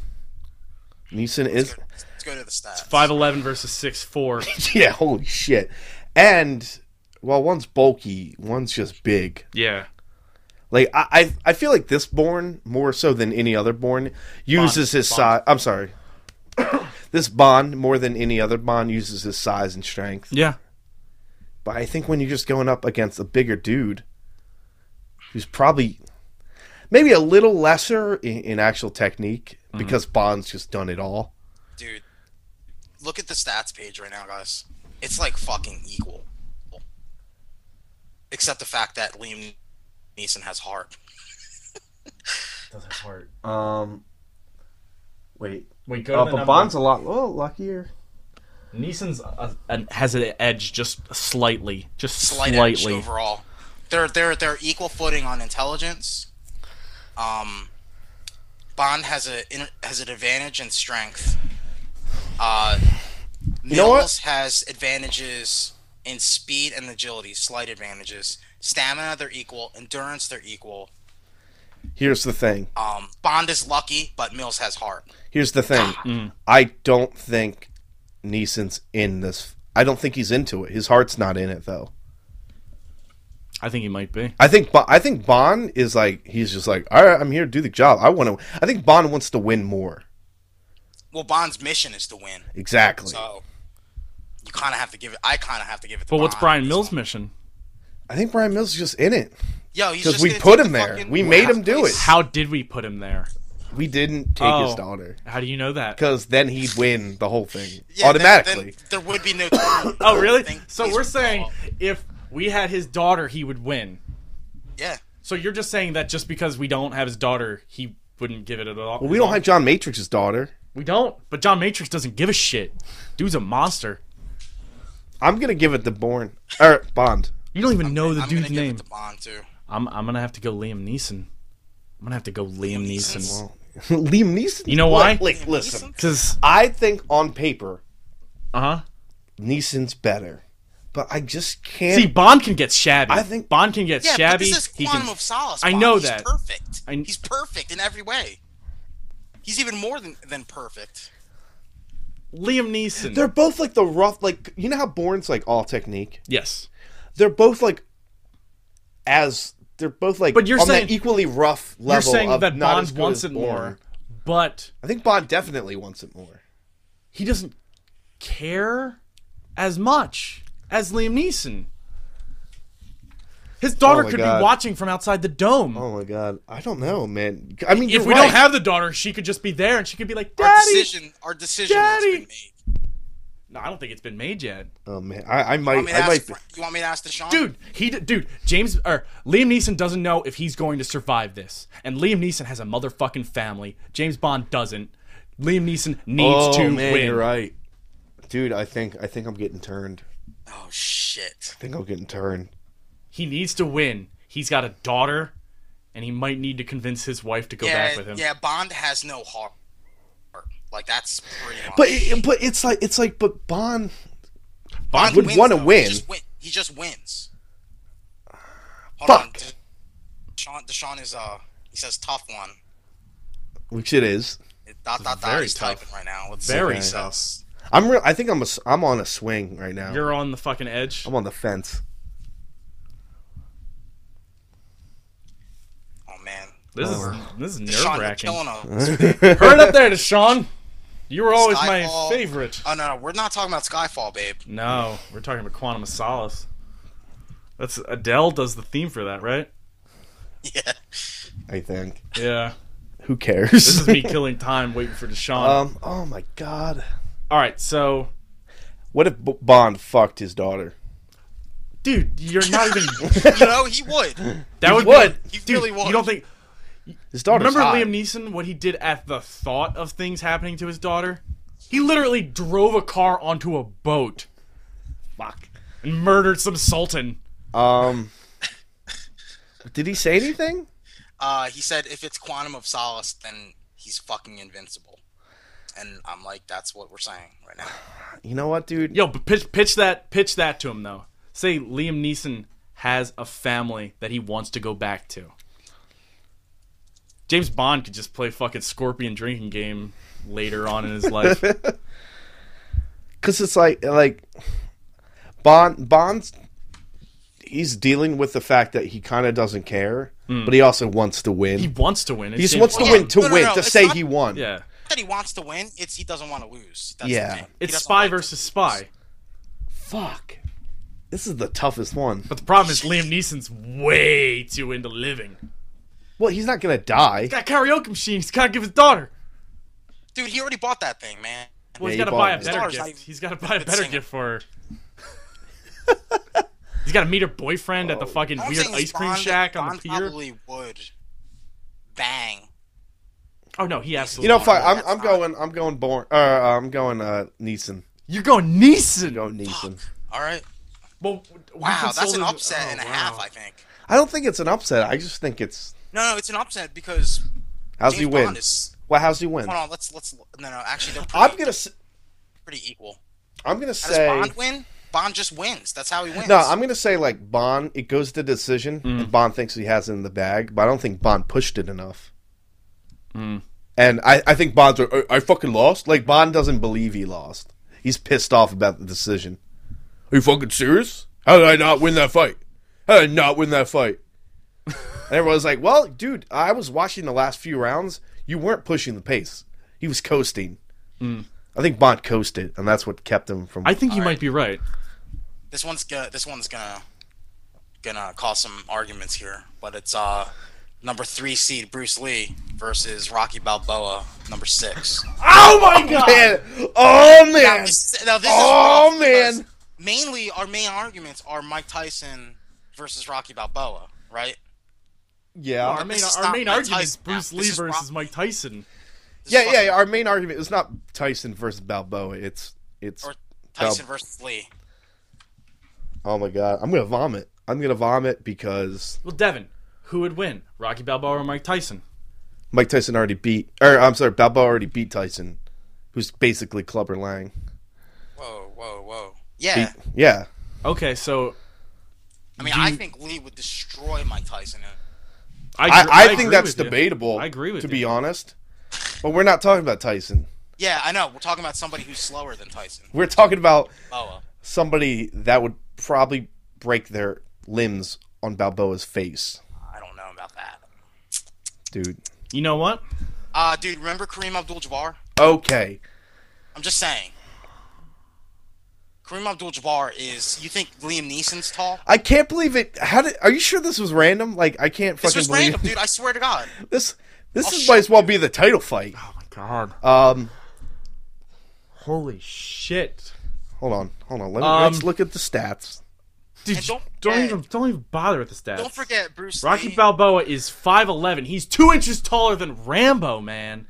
Speaker 9: Neeson is
Speaker 10: Let's go to the stats.
Speaker 8: 5'11 versus 6'4.
Speaker 9: yeah, holy shit, and well, one's bulky, one's just big.
Speaker 8: Yeah.
Speaker 9: Like I, I, I feel like this Born more so than any other Born uses his size. I'm sorry, this Bond more than any other Bond uses his size and strength.
Speaker 8: Yeah.
Speaker 9: But I think when you're just going up against a bigger dude, who's probably maybe a little lesser in, in actual technique because Bond's just done it all.
Speaker 10: Dude, look at the stats page right now, guys. It's like fucking equal. Except the fact that Liam Neeson has heart.
Speaker 9: Um, wait,
Speaker 8: We go to the number.
Speaker 9: a lot oh, luckier.
Speaker 8: Neeson's a, an has an edge just slightly, just
Speaker 10: Slight edge
Speaker 8: slightly.
Speaker 10: overall. They're they're they're equal footing on intelligence. Um, Bond has a in- has an advantage in strength. Uh, Mills
Speaker 9: know what?
Speaker 10: has advantages in speed and agility, slight advantages. Stamina, they're equal. Endurance, they're equal.
Speaker 9: Here's the thing.
Speaker 10: Um, Bond is lucky, but Mills has heart.
Speaker 9: Here's the thing. I don't think Neeson's in this. I don't think he's into it. His heart's not in it though.
Speaker 8: I think he might be.
Speaker 9: I think Bo- I think Bond is like he's just like all right. I'm here to do the job. I want to. I think Bond wants to win more.
Speaker 10: Well, Bond's mission is to win,
Speaker 9: Exactly.
Speaker 10: so you kind of have to give it. I kind of have to give it. To
Speaker 8: But what's
Speaker 10: Bond.
Speaker 8: Brian Mills' mission?
Speaker 9: I think Brian Mills is just in it
Speaker 10: Yo, he's
Speaker 9: because
Speaker 10: just
Speaker 9: we
Speaker 10: gonna
Speaker 9: put
Speaker 10: take
Speaker 9: him
Speaker 10: the
Speaker 9: there.
Speaker 10: fucking
Speaker 9: We made him do it.
Speaker 8: How did we put him there?
Speaker 9: We didn't take his
Speaker 8: Oh.
Speaker 9: daughter
Speaker 8: How do you know that?
Speaker 9: because then he'd win the whole thing
Speaker 10: Yeah, then-
Speaker 9: automatically.
Speaker 10: then there would be no. tournament.
Speaker 8: Oh, really?
Speaker 10: Thing-
Speaker 8: So
Speaker 10: he's-
Speaker 8: we're saying if we had his daughter, he would win.
Speaker 10: yeah.
Speaker 8: So you're just saying that just because we don't have his daughter, he wouldn't give it at all.
Speaker 9: well, we don't have John Matrix's daughter.
Speaker 8: We don't. But John Matrix doesn't give a shit. Dude's a monster.
Speaker 9: I'm gonna give it to Bourne or Bond.
Speaker 8: You don't even know the
Speaker 10: I'm
Speaker 8: dude's
Speaker 10: gonna
Speaker 8: name.
Speaker 10: Give it to Bond too.
Speaker 8: I'm I'm gonna have to go Liam Neeson. I'm gonna have to go Liam Neeson.
Speaker 9: Liam Neeson.
Speaker 8: You know why?
Speaker 9: Like, like, listen,
Speaker 8: Because
Speaker 9: I think on paper
Speaker 8: uh huh.
Speaker 9: Neeson's better, but I just can't.
Speaker 8: See, Bond can get shabby.
Speaker 9: I think-
Speaker 8: Bond can get
Speaker 10: Yeah,
Speaker 8: shabby.
Speaker 10: but this is
Speaker 8: he
Speaker 10: Quantum
Speaker 8: can.
Speaker 10: of Solace.
Speaker 8: I
Speaker 10: Bond.
Speaker 8: know
Speaker 10: he's
Speaker 8: that.
Speaker 10: Perfect.
Speaker 8: I-
Speaker 10: He's perfect in every way. He's even more than than perfect.
Speaker 8: Liam Neeson.
Speaker 9: They're both like the rough, like you know how Bourne's like all technique.
Speaker 8: yes.
Speaker 9: They're both like as they're both like
Speaker 8: But you're
Speaker 9: on
Speaker 8: saying-
Speaker 9: that equally rough level.
Speaker 8: You're saying
Speaker 9: of
Speaker 8: that
Speaker 9: not
Speaker 8: Bond
Speaker 9: as good
Speaker 8: wants
Speaker 9: as
Speaker 8: it
Speaker 9: Bourne.
Speaker 8: more, but
Speaker 9: I think Bond definitely wants it more.
Speaker 8: he doesn't care as much as Liam Neeson. His daughter
Speaker 9: Oh my
Speaker 8: could
Speaker 9: God.
Speaker 8: be watching from outside the dome.
Speaker 9: Oh my god, I don't know, man. I mean,
Speaker 8: if
Speaker 9: you're
Speaker 8: we
Speaker 9: right.
Speaker 8: don't have the daughter, she could just be there and she could be like,
Speaker 10: Our
Speaker 8: "Daddy."
Speaker 10: decision, our decision has
Speaker 8: Daddy!
Speaker 10: been made.
Speaker 8: No, I don't think it's been made yet,
Speaker 9: oh man, I, I might,
Speaker 10: You want me to
Speaker 9: I might.
Speaker 10: ask,
Speaker 9: Be,
Speaker 10: Fra- you want me to ask Deshaun?
Speaker 8: dude. He, d- dude, James or Liam Neeson doesn't know if he's going to survive this, and Liam Neeson has a motherfucking family. James Bond doesn't. Liam Neeson
Speaker 9: oh
Speaker 8: needs to
Speaker 9: man,
Speaker 8: win.
Speaker 9: you're right, dude. I think, I think I'm getting turned.
Speaker 10: Oh shit.
Speaker 9: I think I'm getting turned.
Speaker 8: He needs to win. He's got a daughter, and he might need to convince his wife to go back
Speaker 10: Yeah,
Speaker 8: with him.
Speaker 10: yeah. Bond has no heart. Like that's pretty much.
Speaker 9: But, it, but it's like, it's like, but Bond.
Speaker 10: Bond
Speaker 9: would
Speaker 10: wins,
Speaker 9: wanna
Speaker 10: though.
Speaker 9: win.
Speaker 10: He just, win. he just wins. Hold
Speaker 9: Fuck.
Speaker 10: on. Deshaun, Deshaun is uh. He says tough one.
Speaker 9: which it is.
Speaker 10: It, dot dot dot.
Speaker 8: Very
Speaker 10: He's
Speaker 8: tough.
Speaker 10: typing right now. Let's
Speaker 8: Very
Speaker 10: see.
Speaker 8: tough.
Speaker 10: tough.
Speaker 9: I'm real. I think I'm a. s- I'm on a swing right now.
Speaker 8: You're on the fucking edge.
Speaker 9: I'm on the fence.
Speaker 10: Oh man.
Speaker 8: This is this is nerve
Speaker 10: Deshaun, you're
Speaker 8: wracking.
Speaker 10: killing him.
Speaker 8: Hurry up there, Deshaun. You were always
Speaker 10: Skyfall.
Speaker 8: my favorite.
Speaker 10: oh no, no, we're not talking about Skyfall, babe.
Speaker 8: No, we're talking about Quantum of Solace. That's Adele does the theme for that, right?
Speaker 10: Yeah.
Speaker 9: I think.
Speaker 8: Yeah.
Speaker 9: Who cares?
Speaker 8: This is me killing time waiting for Deshaun.
Speaker 9: um. Oh my god.
Speaker 8: All right, so
Speaker 9: What if B- Bond fucked his daughter?
Speaker 8: dude, you're not even
Speaker 10: You know he would.
Speaker 8: that would
Speaker 9: would.
Speaker 8: Be,
Speaker 10: He
Speaker 8: dude,
Speaker 10: really would.
Speaker 8: You don't think
Speaker 9: His daughter's
Speaker 8: Remember
Speaker 9: hot.
Speaker 8: Liam Neeson what he did at the thought of things happening to his daughter? He literally drove a car onto a boat. Fuck. And murdered some sultan.
Speaker 9: Um. Did he say anything?
Speaker 10: Uh, he said if it's Quantum of Solace, then he's fucking invincible. And I'm like, that's what we're saying right now.
Speaker 9: You know what, dude?
Speaker 8: Yo, but pitch pitch that pitch that to him though. Say Liam Neeson has a family that he wants to go back to. James Bond could just play fucking Scorpion drinking game later on in his life.
Speaker 9: Because it's like like Bond Bond's he's dealing with the fact that he kind of doesn't care,
Speaker 10: Hmm.
Speaker 9: but he also wants to win. He,
Speaker 8: he wants to win. It's
Speaker 9: just
Speaker 8: James
Speaker 9: wants to
Speaker 8: Bond.
Speaker 9: win to
Speaker 10: No, no,
Speaker 9: win
Speaker 10: no,
Speaker 9: to
Speaker 10: it's
Speaker 9: say
Speaker 10: not-
Speaker 9: he won.
Speaker 8: Yeah.
Speaker 10: That he wants to win, it's he doesn't want to lose. That's
Speaker 9: Yeah.
Speaker 10: The thing. He
Speaker 8: It's
Speaker 10: doesn't
Speaker 8: spy
Speaker 10: like to
Speaker 8: versus
Speaker 10: lose.
Speaker 8: spy.
Speaker 9: Fuck. This is the toughest one.
Speaker 8: But the problem is Liam Neeson's way too into living.
Speaker 9: Well, he's not gonna die.
Speaker 8: Got a karaoke machine. He's got to give his daughter.
Speaker 10: Dude, he already bought that thing, man.
Speaker 8: Well,
Speaker 9: Yeah,
Speaker 8: he's
Speaker 9: he
Speaker 8: got to buy
Speaker 9: bought
Speaker 8: a
Speaker 9: it.
Speaker 8: better
Speaker 10: Daughter's not
Speaker 8: gift.
Speaker 10: even
Speaker 8: He's got to buy a
Speaker 10: good
Speaker 8: better
Speaker 10: singer.
Speaker 8: gift for her. he's got to meet her boyfriend
Speaker 10: Oh.
Speaker 8: at the fucking
Speaker 10: All I'm
Speaker 8: weird
Speaker 10: saying is
Speaker 8: ice cream
Speaker 10: Bond-
Speaker 8: shack on
Speaker 10: Bond
Speaker 8: the pier.
Speaker 10: Probably would. Bang.
Speaker 8: Oh no, he absolutely.
Speaker 9: You know, fuck. I'm, I'm going. I'm going. Born. Uh, I'm going. Uh, Neeson.
Speaker 8: You're going Neeson.
Speaker 9: Going Neeson.
Speaker 10: All right.
Speaker 8: Well, oh,
Speaker 10: Wow, that's an upset and a half, I think.
Speaker 9: I don't think it's an upset. I just think it's
Speaker 10: No, no, it's an upset because
Speaker 9: how's
Speaker 10: James
Speaker 9: he win?
Speaker 10: Bond is.
Speaker 9: well, how's he win?
Speaker 10: Hold on, let's let's. No, no, actually, they're pretty,
Speaker 9: I'm gonna. s-
Speaker 10: pretty equal.
Speaker 9: I'm gonna
Speaker 10: How does
Speaker 9: say.
Speaker 10: Bond win? Bond just wins. That's how he wins.
Speaker 9: No, I'm gonna say like Bond. It goes to decision, and Bond thinks he has it in the bag, but I don't think Bond pushed it enough. And I, I think Bond's like, I, I fucking lost. Like Bond doesn't believe he lost. He's pissed off about the decision. Are you fucking serious? How did I not win that fight? How did I not win that fight? and everyone's like, "Well, dude, I was watching the last few rounds. You weren't pushing the pace. He was coasting. I think Bond coasted, and that's what kept him from.
Speaker 8: I think you might be right.
Speaker 10: This one's gonna. This one's gonna gonna cause some arguments here, but it's uh number three seed Bruce Lee versus Rocky Balboa, number six.
Speaker 9: oh my god! Oh man!
Speaker 10: Now this, now this
Speaker 9: Oh,
Speaker 10: is rough because
Speaker 9: man.
Speaker 10: Mainly, our main arguments are Mike Tyson versus Rocky Balboa, right?
Speaker 9: Yeah.
Speaker 8: Our main,
Speaker 10: this is
Speaker 8: our
Speaker 10: not
Speaker 8: main
Speaker 10: Mike
Speaker 8: argument is
Speaker 10: Tyson.
Speaker 8: Bruce
Speaker 10: This
Speaker 8: Lee
Speaker 10: is
Speaker 8: versus
Speaker 10: Rocky.
Speaker 8: Mike Tyson.
Speaker 10: This
Speaker 9: yeah,
Speaker 10: is
Speaker 9: yeah, yeah. Our main argument is not Tyson versus Balboa. It's it's.
Speaker 10: Or Tyson
Speaker 9: Bal-
Speaker 10: versus Lee.
Speaker 9: oh my god! I'm gonna vomit. I'm gonna vomit because
Speaker 8: Well, Devin, who would win, Rocky Balboa or Mike Tyson?
Speaker 9: Mike Tyson already beat, or I'm sorry, Balboa already beat Tyson, who's basically Clubber Lang.
Speaker 10: Whoa, whoa, whoa. Yeah.
Speaker 8: Eh.
Speaker 9: Beat- yeah.
Speaker 8: Okay, so
Speaker 10: I mean, I think Lee would destroy Mike Tyson.
Speaker 8: I,
Speaker 9: I,
Speaker 8: gr-
Speaker 9: I,
Speaker 8: agree
Speaker 9: think that's
Speaker 8: with you.
Speaker 9: debatable.
Speaker 8: I agree with
Speaker 9: to
Speaker 8: you.
Speaker 9: be honest. But we're not talking about Tyson.
Speaker 10: Yeah, I know. We're talking about somebody who's slower than Tyson.
Speaker 9: We're talking about
Speaker 10: Boa.
Speaker 9: somebody that would probably break their limbs on Balboa's face,
Speaker 10: I don't know about that.
Speaker 9: dude.
Speaker 8: You know what?
Speaker 10: Uh, dude, remember Kareem Abdul-Jabbar?
Speaker 9: Okay.
Speaker 10: I'm just saying. Kareem Abdul-Jabbar is. You think Liam Neeson's tall?
Speaker 9: I can't believe it. How did? Are you sure this was random? Like I can't
Speaker 10: This
Speaker 9: fucking
Speaker 10: was
Speaker 9: believe
Speaker 10: random, dude. I swear to God.
Speaker 9: this. This
Speaker 10: I'll
Speaker 9: is, might as well be the title fight.
Speaker 8: God.
Speaker 9: Um,
Speaker 8: Holy shit.
Speaker 9: hold on, hold on. Let me,
Speaker 8: Um,
Speaker 9: let's look at the stats.
Speaker 8: Dude,
Speaker 10: And
Speaker 8: don't,
Speaker 10: don't
Speaker 8: don't
Speaker 10: forget-
Speaker 8: even don't even bother with the stats.
Speaker 10: Don't forget, Bruce
Speaker 8: Rocky
Speaker 10: Lee.
Speaker 8: Balboa is 5'11. He's two inches taller than Rambo, man.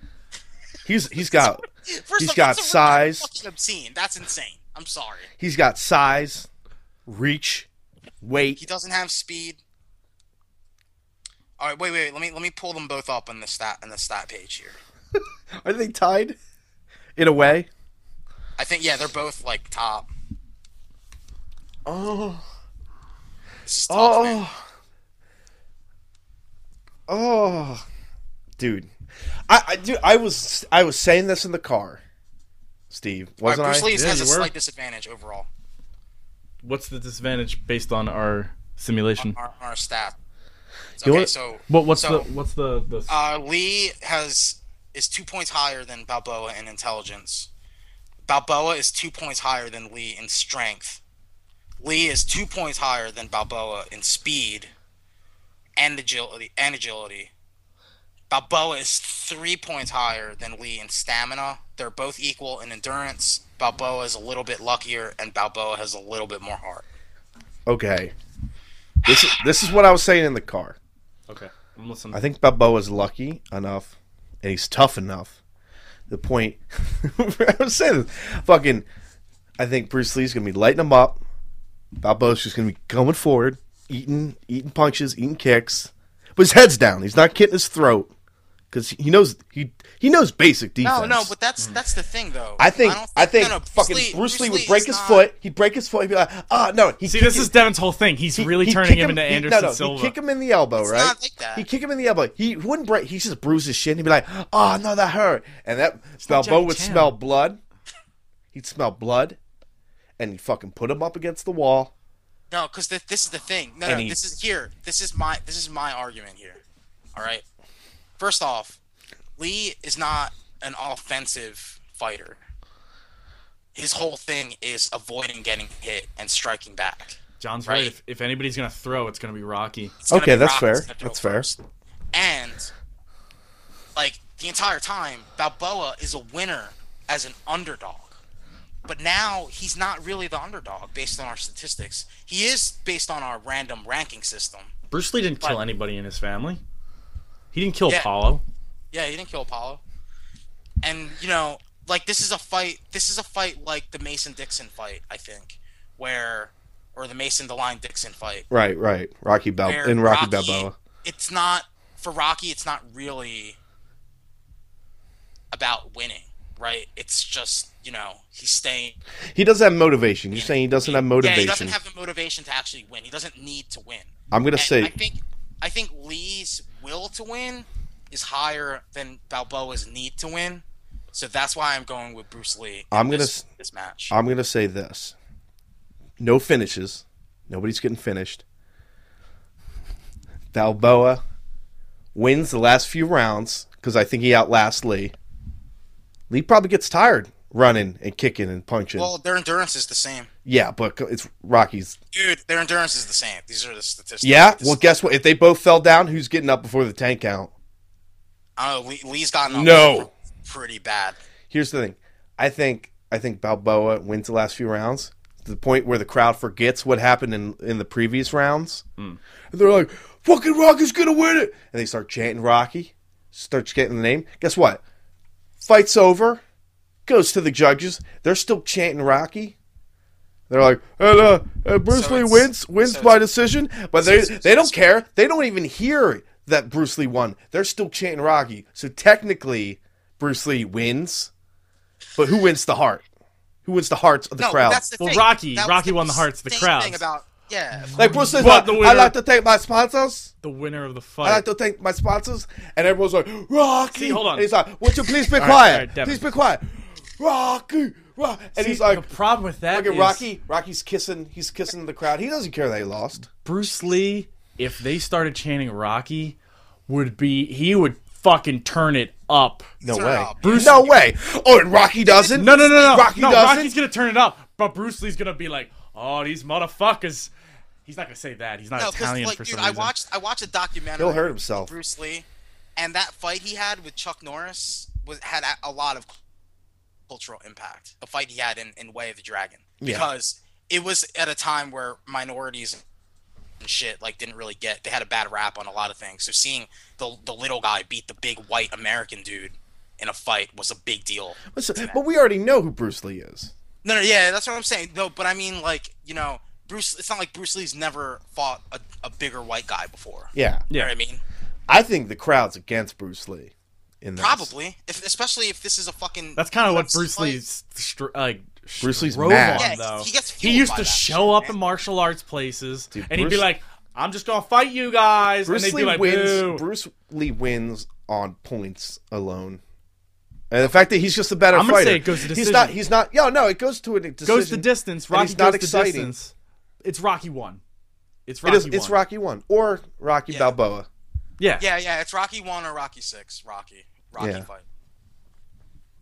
Speaker 9: He's he's got
Speaker 10: First
Speaker 9: He's
Speaker 10: off,
Speaker 9: got
Speaker 10: that's a-
Speaker 9: size.
Speaker 10: That's fucking obscene. That's insane. I'm sorry.
Speaker 9: he's got size, reach,
Speaker 10: He
Speaker 9: weight.
Speaker 10: doesn't have speed. All right, wait, wait. Let me let me pull them both up on the stat on the stat page here.
Speaker 9: Are they tied? In a way.
Speaker 10: I think yeah, they're both like top.
Speaker 9: Oh.
Speaker 10: This is tough, man.
Speaker 9: Oh. Oh. Dude. I, I dude, I was I was saying this in the car. Steve,
Speaker 10: All right,
Speaker 9: wasn't
Speaker 10: Bruce
Speaker 9: I?
Speaker 10: Lee
Speaker 8: Yeah,
Speaker 10: has
Speaker 8: you
Speaker 10: a
Speaker 8: were.
Speaker 10: slight disadvantage overall
Speaker 8: What's the disadvantage based on our simulation?
Speaker 10: on our, on our stat.
Speaker 9: You
Speaker 10: okay,
Speaker 9: want-
Speaker 10: so
Speaker 8: What what's
Speaker 10: so,
Speaker 8: the what's the, the
Speaker 10: Uh, Lee has is two points higher than Balboa in intelligence. Balboa is two points higher than Lee in strength. Lee is two points higher than Balboa in speed and agility. And agility. Balboa is three points higher than Lee in stamina. They're both equal in endurance. Balboa is a little bit luckier, and Balboa has a little bit more heart.
Speaker 9: Okay. This is this is what I was saying in the car.
Speaker 10: Uh,
Speaker 8: Okay. I'm listening.
Speaker 9: I think Balboa's lucky enough, and he's tough enough. The point I was saying, this, fucking, I think Bruce Lee's gonna be lighting him up. Balboa's just gonna be coming forward, eating, eating punches, eating kicks, but his head's down. He's not getting his throat because he knows he he knows basic defense.
Speaker 10: No, no, but that's that's the thing,
Speaker 9: Mm.
Speaker 10: though.
Speaker 9: I think I,
Speaker 10: don't
Speaker 9: think
Speaker 10: no, no,
Speaker 9: fucking Bruce, Lee, would break
Speaker 10: is
Speaker 9: his
Speaker 10: not-
Speaker 9: foot. He'd break his foot. He'd be like, ah, no. He'd
Speaker 8: See,
Speaker 9: kick
Speaker 8: this
Speaker 9: his-
Speaker 8: is Devin's whole thing. He's
Speaker 9: he-
Speaker 8: really
Speaker 9: he'd
Speaker 8: turning
Speaker 9: kick
Speaker 8: him into
Speaker 9: he'd-
Speaker 8: Anderson
Speaker 9: no, no,
Speaker 8: Silva.
Speaker 9: He'd kick him in the elbow, right?
Speaker 10: not like that.
Speaker 9: He'd kick him in the elbow. He wouldn't break. He just bruised his shin. He'd be like, "Oh no, that hurt," and that Balboa
Speaker 8: Jackie
Speaker 9: would
Speaker 8: Chan.
Speaker 9: smell blood. He'd smell blood, and he'd fucking put him up against the wall.
Speaker 10: No, because this is the thing. No,
Speaker 9: And
Speaker 10: no,
Speaker 9: he-
Speaker 10: this is here. This is my this is my argument here. All right. First off, Lee is not an offensive fighter. His whole thing is avoiding getting hit and striking back.
Speaker 8: John's
Speaker 10: Right.
Speaker 8: right. If, if anybody's gonna throw, it's gonna be Rocky.
Speaker 10: It's gonna
Speaker 9: Okay,
Speaker 10: be
Speaker 9: that's
Speaker 10: Rock's
Speaker 9: fair.
Speaker 10: gonna throw
Speaker 9: That's fair.
Speaker 10: first. And like the entire time, Balboa is a winner as an underdog. But now he's not really the underdog based on our statistics. He is based on our random ranking system.
Speaker 8: Bruce Lee didn't kill
Speaker 10: But-
Speaker 8: anybody in his family. He didn't kill
Speaker 10: Yeah.
Speaker 8: Apollo.
Speaker 10: Yeah, he didn't kill Apollo. And you know, like this is a fight. This is a fight like the Mason Dixon fight, I think, where or the Mason Line Dixon fight.
Speaker 9: Right, right. Rocky Bal
Speaker 10: where
Speaker 9: Oh, in Rocky, Balboa.
Speaker 10: It's not for Rocky. It's not really about winning, right? It's just you know he's staying.
Speaker 9: He doesn't have motivation. You're saying he doesn't have
Speaker 10: Yeah,
Speaker 9: motivation.
Speaker 10: he doesn't have the motivation to actually win. He doesn't need to win.
Speaker 9: I'm gonna
Speaker 10: And
Speaker 9: say
Speaker 10: I think I think Lee's will to win is higher than Balboa's need to win. So that's why I'm going with Bruce Lee. in
Speaker 9: I'm gonna
Speaker 10: this,
Speaker 9: s-
Speaker 10: this match.
Speaker 9: I'm gonna say this. No finishes. Nobody's getting finished. Balboa wins the last few rounds because I think he outlasts Lee. Lee probably gets tired running and kicking and punching.
Speaker 10: well, their endurance is the same,
Speaker 9: yeah, but it's Rocky's.
Speaker 10: dude. Their endurance is the same. These are the statistics.
Speaker 9: Yeah.
Speaker 10: This-
Speaker 9: Well, guess what? If they both fell down, who's getting up before the tank count?
Speaker 10: I don't know. Lee, Lee's gotten off
Speaker 9: No.
Speaker 10: pretty bad.
Speaker 9: Here's the thing. I think I think Balboa wins the last few rounds to the point where the crowd forgets what happened in in the previous rounds.
Speaker 10: Hmm.
Speaker 9: And they're like, "Fucking Rocky's gonna win it!" And they start chanting Rocky, starts getting the name. Guess what? Fight's over. Goes to the judges. They're still chanting Rocky. They're like, and, uh, uh, Bruce
Speaker 10: So
Speaker 9: Lee
Speaker 10: it's-
Speaker 9: wins wins
Speaker 10: so
Speaker 9: by
Speaker 10: it's-
Speaker 9: decision, but they
Speaker 10: so- so-
Speaker 9: they don't
Speaker 10: so-
Speaker 9: care. They don't even hear that Bruce Lee won. They're still chanting Rocky. So technically, Bruce Lee wins, but who wins the heart? Who wins the hearts of the
Speaker 10: No,
Speaker 9: crowd?
Speaker 10: that's the
Speaker 8: Well,
Speaker 10: thing.
Speaker 8: Rocky-
Speaker 10: That was
Speaker 8: Rocky won the hearts of the
Speaker 10: same
Speaker 8: crowds. Mm-hmm.
Speaker 10: Thing about yeah,
Speaker 9: like Bruce Lee's
Speaker 8: But
Speaker 9: like,
Speaker 8: the
Speaker 9: I
Speaker 8: winner-
Speaker 9: like to thank my sponsors.
Speaker 8: The winner of the
Speaker 9: I like
Speaker 8: fight.
Speaker 9: to thank my sponsors, and everyone's like, Rocky.
Speaker 8: See, hold on.
Speaker 9: And he's like, "Would you please be
Speaker 8: right,
Speaker 9: quiet?
Speaker 8: all right, Devin.
Speaker 9: please be quiet." Rocky, Rocky, and
Speaker 8: See,
Speaker 9: he's like,
Speaker 8: the problem with that
Speaker 9: look at
Speaker 8: is
Speaker 9: Rocky. Rocky's kissing. He's kissing the crowd. He doesn't care that he lost.
Speaker 8: Bruce Lee, if they started chanting Rocky, would be he would fucking turn it up.
Speaker 9: No
Speaker 10: Turn
Speaker 9: way.
Speaker 10: up.
Speaker 9: Bruce. No way. Oh, and Rocky doesn't.
Speaker 8: No, no, no, no.
Speaker 9: Rocky
Speaker 8: no,
Speaker 9: doesn't.
Speaker 8: Rocky's gonna turn it up, but Bruce Lee's gonna be like, "Oh, these motherfuckers." He's not gonna say that. He's not
Speaker 10: No, because
Speaker 8: Italian
Speaker 10: like,
Speaker 8: for
Speaker 10: dude,
Speaker 8: some
Speaker 10: I
Speaker 8: reason.
Speaker 10: watched I watched a documentary.
Speaker 9: He'll hurt himself.
Speaker 10: Bruce Lee, and that fight he had with Chuck Norris was had a- a lot of cultural impact. The fight he had in, in Way of the Dragon, because it was at a time where minorities and shit like didn't really get they had a bad rap on a lot of things. So seeing the the little guy beat the big white American dude in a fight was a big deal.
Speaker 9: Listen, but we already know who Bruce Lee is.
Speaker 10: No, no, yeah, that's what I'm saying. No, but I mean, like, you know, Bruce. It's not like Bruce Lee's never fought a, a bigger white guy before.
Speaker 9: Yeah.
Speaker 10: You know what I mean?
Speaker 9: I think the crowd's against Bruce Lee. In this.
Speaker 10: Probably, if, especially if this is a fucking.
Speaker 8: That's kind of what
Speaker 10: UFC
Speaker 8: Bruce
Speaker 10: fight.
Speaker 8: Lee's str- like.
Speaker 9: Bruce Lee's
Speaker 8: strove
Speaker 9: mad.
Speaker 8: on,
Speaker 10: Yeah,
Speaker 8: though.
Speaker 10: he gets
Speaker 8: He
Speaker 10: fueled
Speaker 8: used
Speaker 10: by
Speaker 8: to
Speaker 10: that
Speaker 8: show
Speaker 10: shit,
Speaker 8: up
Speaker 10: man.
Speaker 8: in martial arts places,
Speaker 9: Dude,
Speaker 8: and he'd be
Speaker 9: Bruce-
Speaker 8: like, "I'm just gonna fight you guys,"
Speaker 9: Bruce
Speaker 8: and they'd
Speaker 9: Lee
Speaker 8: be like,
Speaker 9: wins.
Speaker 8: "Boo."
Speaker 9: Bruce Lee wins on points alone. And the fact that he's just a better
Speaker 8: I'm gonna say
Speaker 9: fighter.
Speaker 8: it goes to
Speaker 9: He's
Speaker 8: decision.
Speaker 9: not. He's not. Yeah, no, it goes to a decision.
Speaker 8: goes the distance.
Speaker 9: and
Speaker 8: Rocky
Speaker 9: he's not
Speaker 8: goes the
Speaker 9: exciting.
Speaker 8: distance. It's Rocky one. It's
Speaker 9: It
Speaker 8: Rocky
Speaker 9: is, it's
Speaker 8: one.
Speaker 9: Rocky one or Rocky
Speaker 10: Yeah.
Speaker 9: Balboa.
Speaker 8: Yeah.
Speaker 10: Yeah, yeah, it's Rocky one or Rocky six. Rocky, Rocky
Speaker 9: Yeah.
Speaker 10: fight.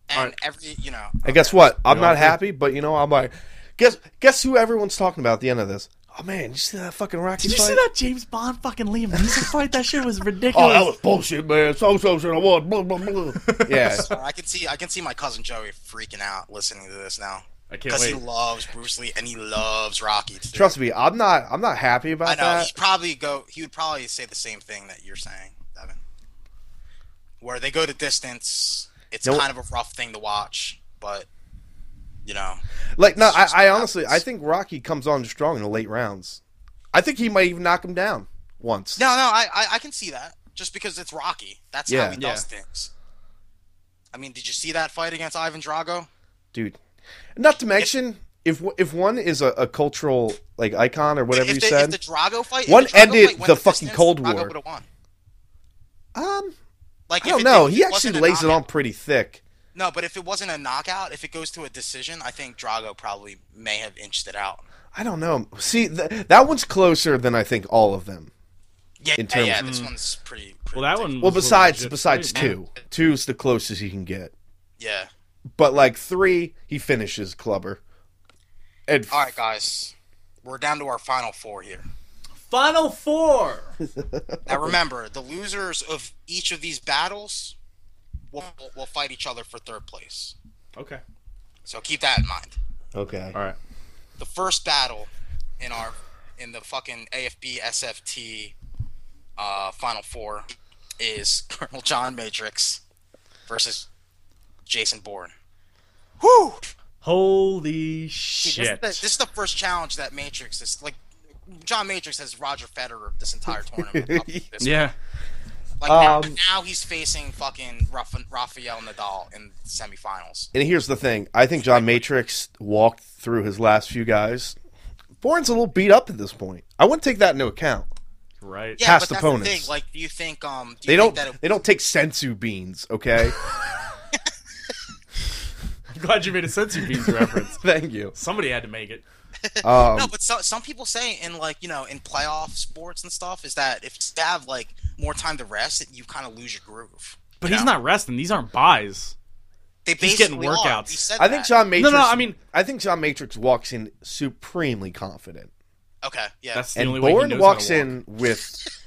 Speaker 10: And every, you know,
Speaker 9: And guess what? I'm not happy, but you know, I'm like, guess guess who everyone's talking about at the end of this? Oh man, you see that fucking Rocky
Speaker 8: Did you
Speaker 9: fight?
Speaker 8: see that James Bond fucking Liam Neeson fight? That shit was ridiculous.
Speaker 9: Oh, that was bullshit, man. So so so I won. Blah blah blah. yeah,
Speaker 10: I can see, I can see my cousin Joey freaking out listening to this now
Speaker 8: I can't
Speaker 10: because he
Speaker 8: wait.
Speaker 10: loves Bruce Lee and he loves Rocky. Too.
Speaker 9: trust me, I'm not. I'm not happy about
Speaker 10: I know.
Speaker 9: that.
Speaker 10: He'd probably go. He would probably say the same thing that you're saying, Devin. Where they go to distance, it's
Speaker 9: No.
Speaker 10: kind of a rough thing to watch, but you know,
Speaker 9: Like no,
Speaker 10: It's just
Speaker 9: I, I
Speaker 10: what
Speaker 9: honestly I
Speaker 10: happens.
Speaker 9: think Rocky comes on strong in the late rounds. I think he might even knock him down once.
Speaker 10: no, no, I, I, I can see that just because it's Rocky. That's
Speaker 9: Yeah.
Speaker 10: how he does things. I mean, did you see that fight against Ivan Drago?
Speaker 9: Dude. Not to mention if w- if one is a, a cultural like icon or whatever
Speaker 10: if,
Speaker 9: you
Speaker 10: the,
Speaker 9: said.
Speaker 10: if the Drago fight, if
Speaker 9: One
Speaker 10: the Drago
Speaker 9: ended
Speaker 10: fight went
Speaker 9: the
Speaker 10: to
Speaker 9: fucking
Speaker 10: distance,
Speaker 9: Cold
Speaker 10: Drago
Speaker 9: War.
Speaker 10: would've won.
Speaker 9: um
Speaker 10: Like,
Speaker 9: I
Speaker 10: if
Speaker 9: don't
Speaker 10: it
Speaker 9: know.
Speaker 10: didn't-
Speaker 9: He
Speaker 10: if it
Speaker 9: actually
Speaker 10: wasn't a
Speaker 9: lays it on
Speaker 10: knockout-
Speaker 9: pretty thick.
Speaker 10: No, but if it wasn't a knockout, if it goes to a decision, I think Drago probably may have inched it out.
Speaker 9: I don't know. See, th- that one's closer than I think all of them.
Speaker 10: Yeah,
Speaker 9: In
Speaker 10: yeah, yeah,
Speaker 9: terms-
Speaker 10: this one's pretty. pretty
Speaker 8: Mm. Well, that
Speaker 10: ridiculous.
Speaker 8: one.
Speaker 9: Well,
Speaker 8: was a
Speaker 9: besides
Speaker 8: legit-
Speaker 9: besides 2. 2's the closest you can get.
Speaker 10: Yeah.
Speaker 9: But like 3, he finishes Clubber. And
Speaker 10: All right, guys, we're down to our final four here.
Speaker 8: Final four.
Speaker 10: Now, remember, the losers of each of these battles will, will fight each other for third place.
Speaker 8: Okay.
Speaker 10: So keep that in mind.
Speaker 9: okay.
Speaker 8: All right.
Speaker 10: The first battle in our in the fucking AFB SFT uh, final four is Colonel John Matrix versus Jason Bourne. Whew!
Speaker 8: Holy
Speaker 10: See, This, is
Speaker 8: shit.
Speaker 10: the, this is the first challenge that Matrix is like. John Matrix has Roger Federer this entire tournament. up to this
Speaker 8: yeah.
Speaker 10: Like now,
Speaker 9: Um,
Speaker 10: now he's facing fucking Rafa- Rafael Nadal in the semifinals.
Speaker 9: And here's the thing: I think John Matrix walked through his last few guys. Bourne's a little beat up at this point. I wouldn't take that into account.
Speaker 8: Right.
Speaker 10: Yeah,
Speaker 9: Past
Speaker 10: but that's
Speaker 9: opponents.
Speaker 10: the thing. Like, do you think um do
Speaker 9: They
Speaker 10: you
Speaker 9: don't.
Speaker 10: think that
Speaker 9: They
Speaker 10: it,
Speaker 9: don't take sensu beans. Okay.
Speaker 8: I'm glad you made a sensu beans reference.
Speaker 9: Thank you.
Speaker 8: Somebody had to make it.
Speaker 9: Um,
Speaker 10: no? But so, some people say in like you know in playoff sports and stuff is that if you have like more time to rest, that you kind of lose your groove.
Speaker 8: But
Speaker 10: Yeah.
Speaker 8: he's not resting. These aren't buys.
Speaker 10: They
Speaker 8: He's getting
Speaker 10: basically are.
Speaker 8: workouts.
Speaker 10: He said
Speaker 9: I think
Speaker 10: that.
Speaker 9: John Matrix.
Speaker 8: no, I mean-
Speaker 9: I think John Matrix walks in supremely confident,
Speaker 10: Okay, yeah,
Speaker 8: That's the
Speaker 9: and
Speaker 8: only way he
Speaker 9: Bourne
Speaker 8: knows
Speaker 9: walks
Speaker 8: how to walk.
Speaker 9: in with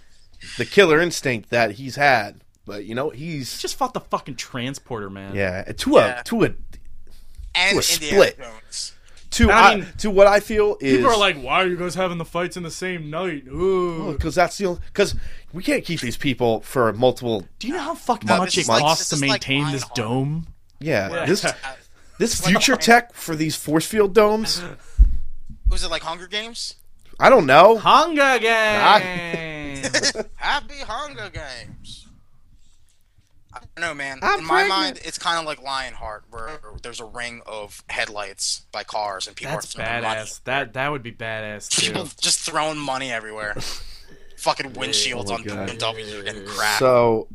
Speaker 9: the killer instinct that he's had. But you know, he's
Speaker 8: He just fought the fucking transporter, man.
Speaker 9: yeah to
Speaker 10: Yeah.
Speaker 9: a to a
Speaker 10: and
Speaker 9: to a
Speaker 10: Indiana
Speaker 9: split.
Speaker 10: Jones.
Speaker 9: to
Speaker 8: I
Speaker 9: I-
Speaker 8: mean-
Speaker 9: to what I feel is
Speaker 8: People are like, why are you guys having the fights in the same night? Ooh.
Speaker 9: because that's the only because we can't keep these people for multiple.
Speaker 8: Do you know how fucking
Speaker 10: No,
Speaker 8: much
Speaker 10: this
Speaker 8: it
Speaker 10: is like- this
Speaker 8: costs to
Speaker 10: is like
Speaker 8: maintain
Speaker 10: Ryan
Speaker 8: this
Speaker 10: Hall.
Speaker 8: dome?
Speaker 9: Yeah, this
Speaker 10: Uh,
Speaker 9: this
Speaker 10: What the
Speaker 9: future
Speaker 10: fuck?
Speaker 9: tech for these force field domes.
Speaker 10: was it like Hunger Games?
Speaker 9: I don't know.
Speaker 8: Hunger Games.
Speaker 10: Happy Hunger Games. I don't know, man.
Speaker 9: I'm
Speaker 10: In my
Speaker 9: pregnant.
Speaker 10: mind, it's kind of like Lionheart, where there's a ring of headlights by cars, and people
Speaker 8: That's
Speaker 10: are throwing money.
Speaker 8: badass. That that would be badass
Speaker 10: People
Speaker 8: too.
Speaker 10: just throwing money everywhere. Fucking
Speaker 8: oh
Speaker 10: windshields on
Speaker 9: God.
Speaker 10: BMWs are getting crap.
Speaker 9: So,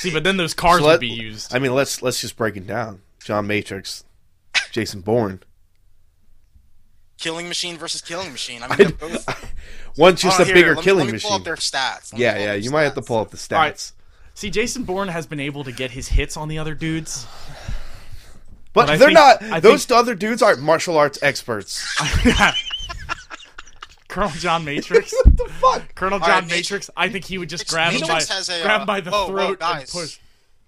Speaker 8: See, but then those cars
Speaker 9: so
Speaker 8: would
Speaker 9: let-
Speaker 8: be used.
Speaker 9: I mean, let's let's just break it down. John Matrix, Jason Bourne.
Speaker 10: Killing Machine versus Killing Machine. I mean, they're both.
Speaker 9: One's just
Speaker 10: Oh,
Speaker 9: a
Speaker 10: here,
Speaker 9: bigger
Speaker 10: let me-
Speaker 9: killing
Speaker 10: let me
Speaker 9: machine.
Speaker 10: Pull up their stats. Let me
Speaker 9: yeah,
Speaker 10: pull up
Speaker 9: yeah.
Speaker 10: their
Speaker 9: You might have to
Speaker 10: stats.
Speaker 9: pull up the stats.
Speaker 8: right. See, Jason Bourne has been able to get his hits on the other dudes.
Speaker 9: But,
Speaker 8: But I
Speaker 9: they're
Speaker 8: think-
Speaker 9: not.
Speaker 8: I
Speaker 9: those other dudes aren't martial arts experts.
Speaker 8: Colonel John Matrix.
Speaker 9: what the fuck?
Speaker 8: Colonel
Speaker 10: All right,
Speaker 8: John
Speaker 10: Mat-
Speaker 8: Matrix. I think he would just
Speaker 10: Matrix
Speaker 8: grab him by,
Speaker 10: has a,
Speaker 8: grab
Speaker 10: uh,
Speaker 8: him by the
Speaker 10: whoa, whoa,
Speaker 8: throat and
Speaker 10: guys.
Speaker 8: push.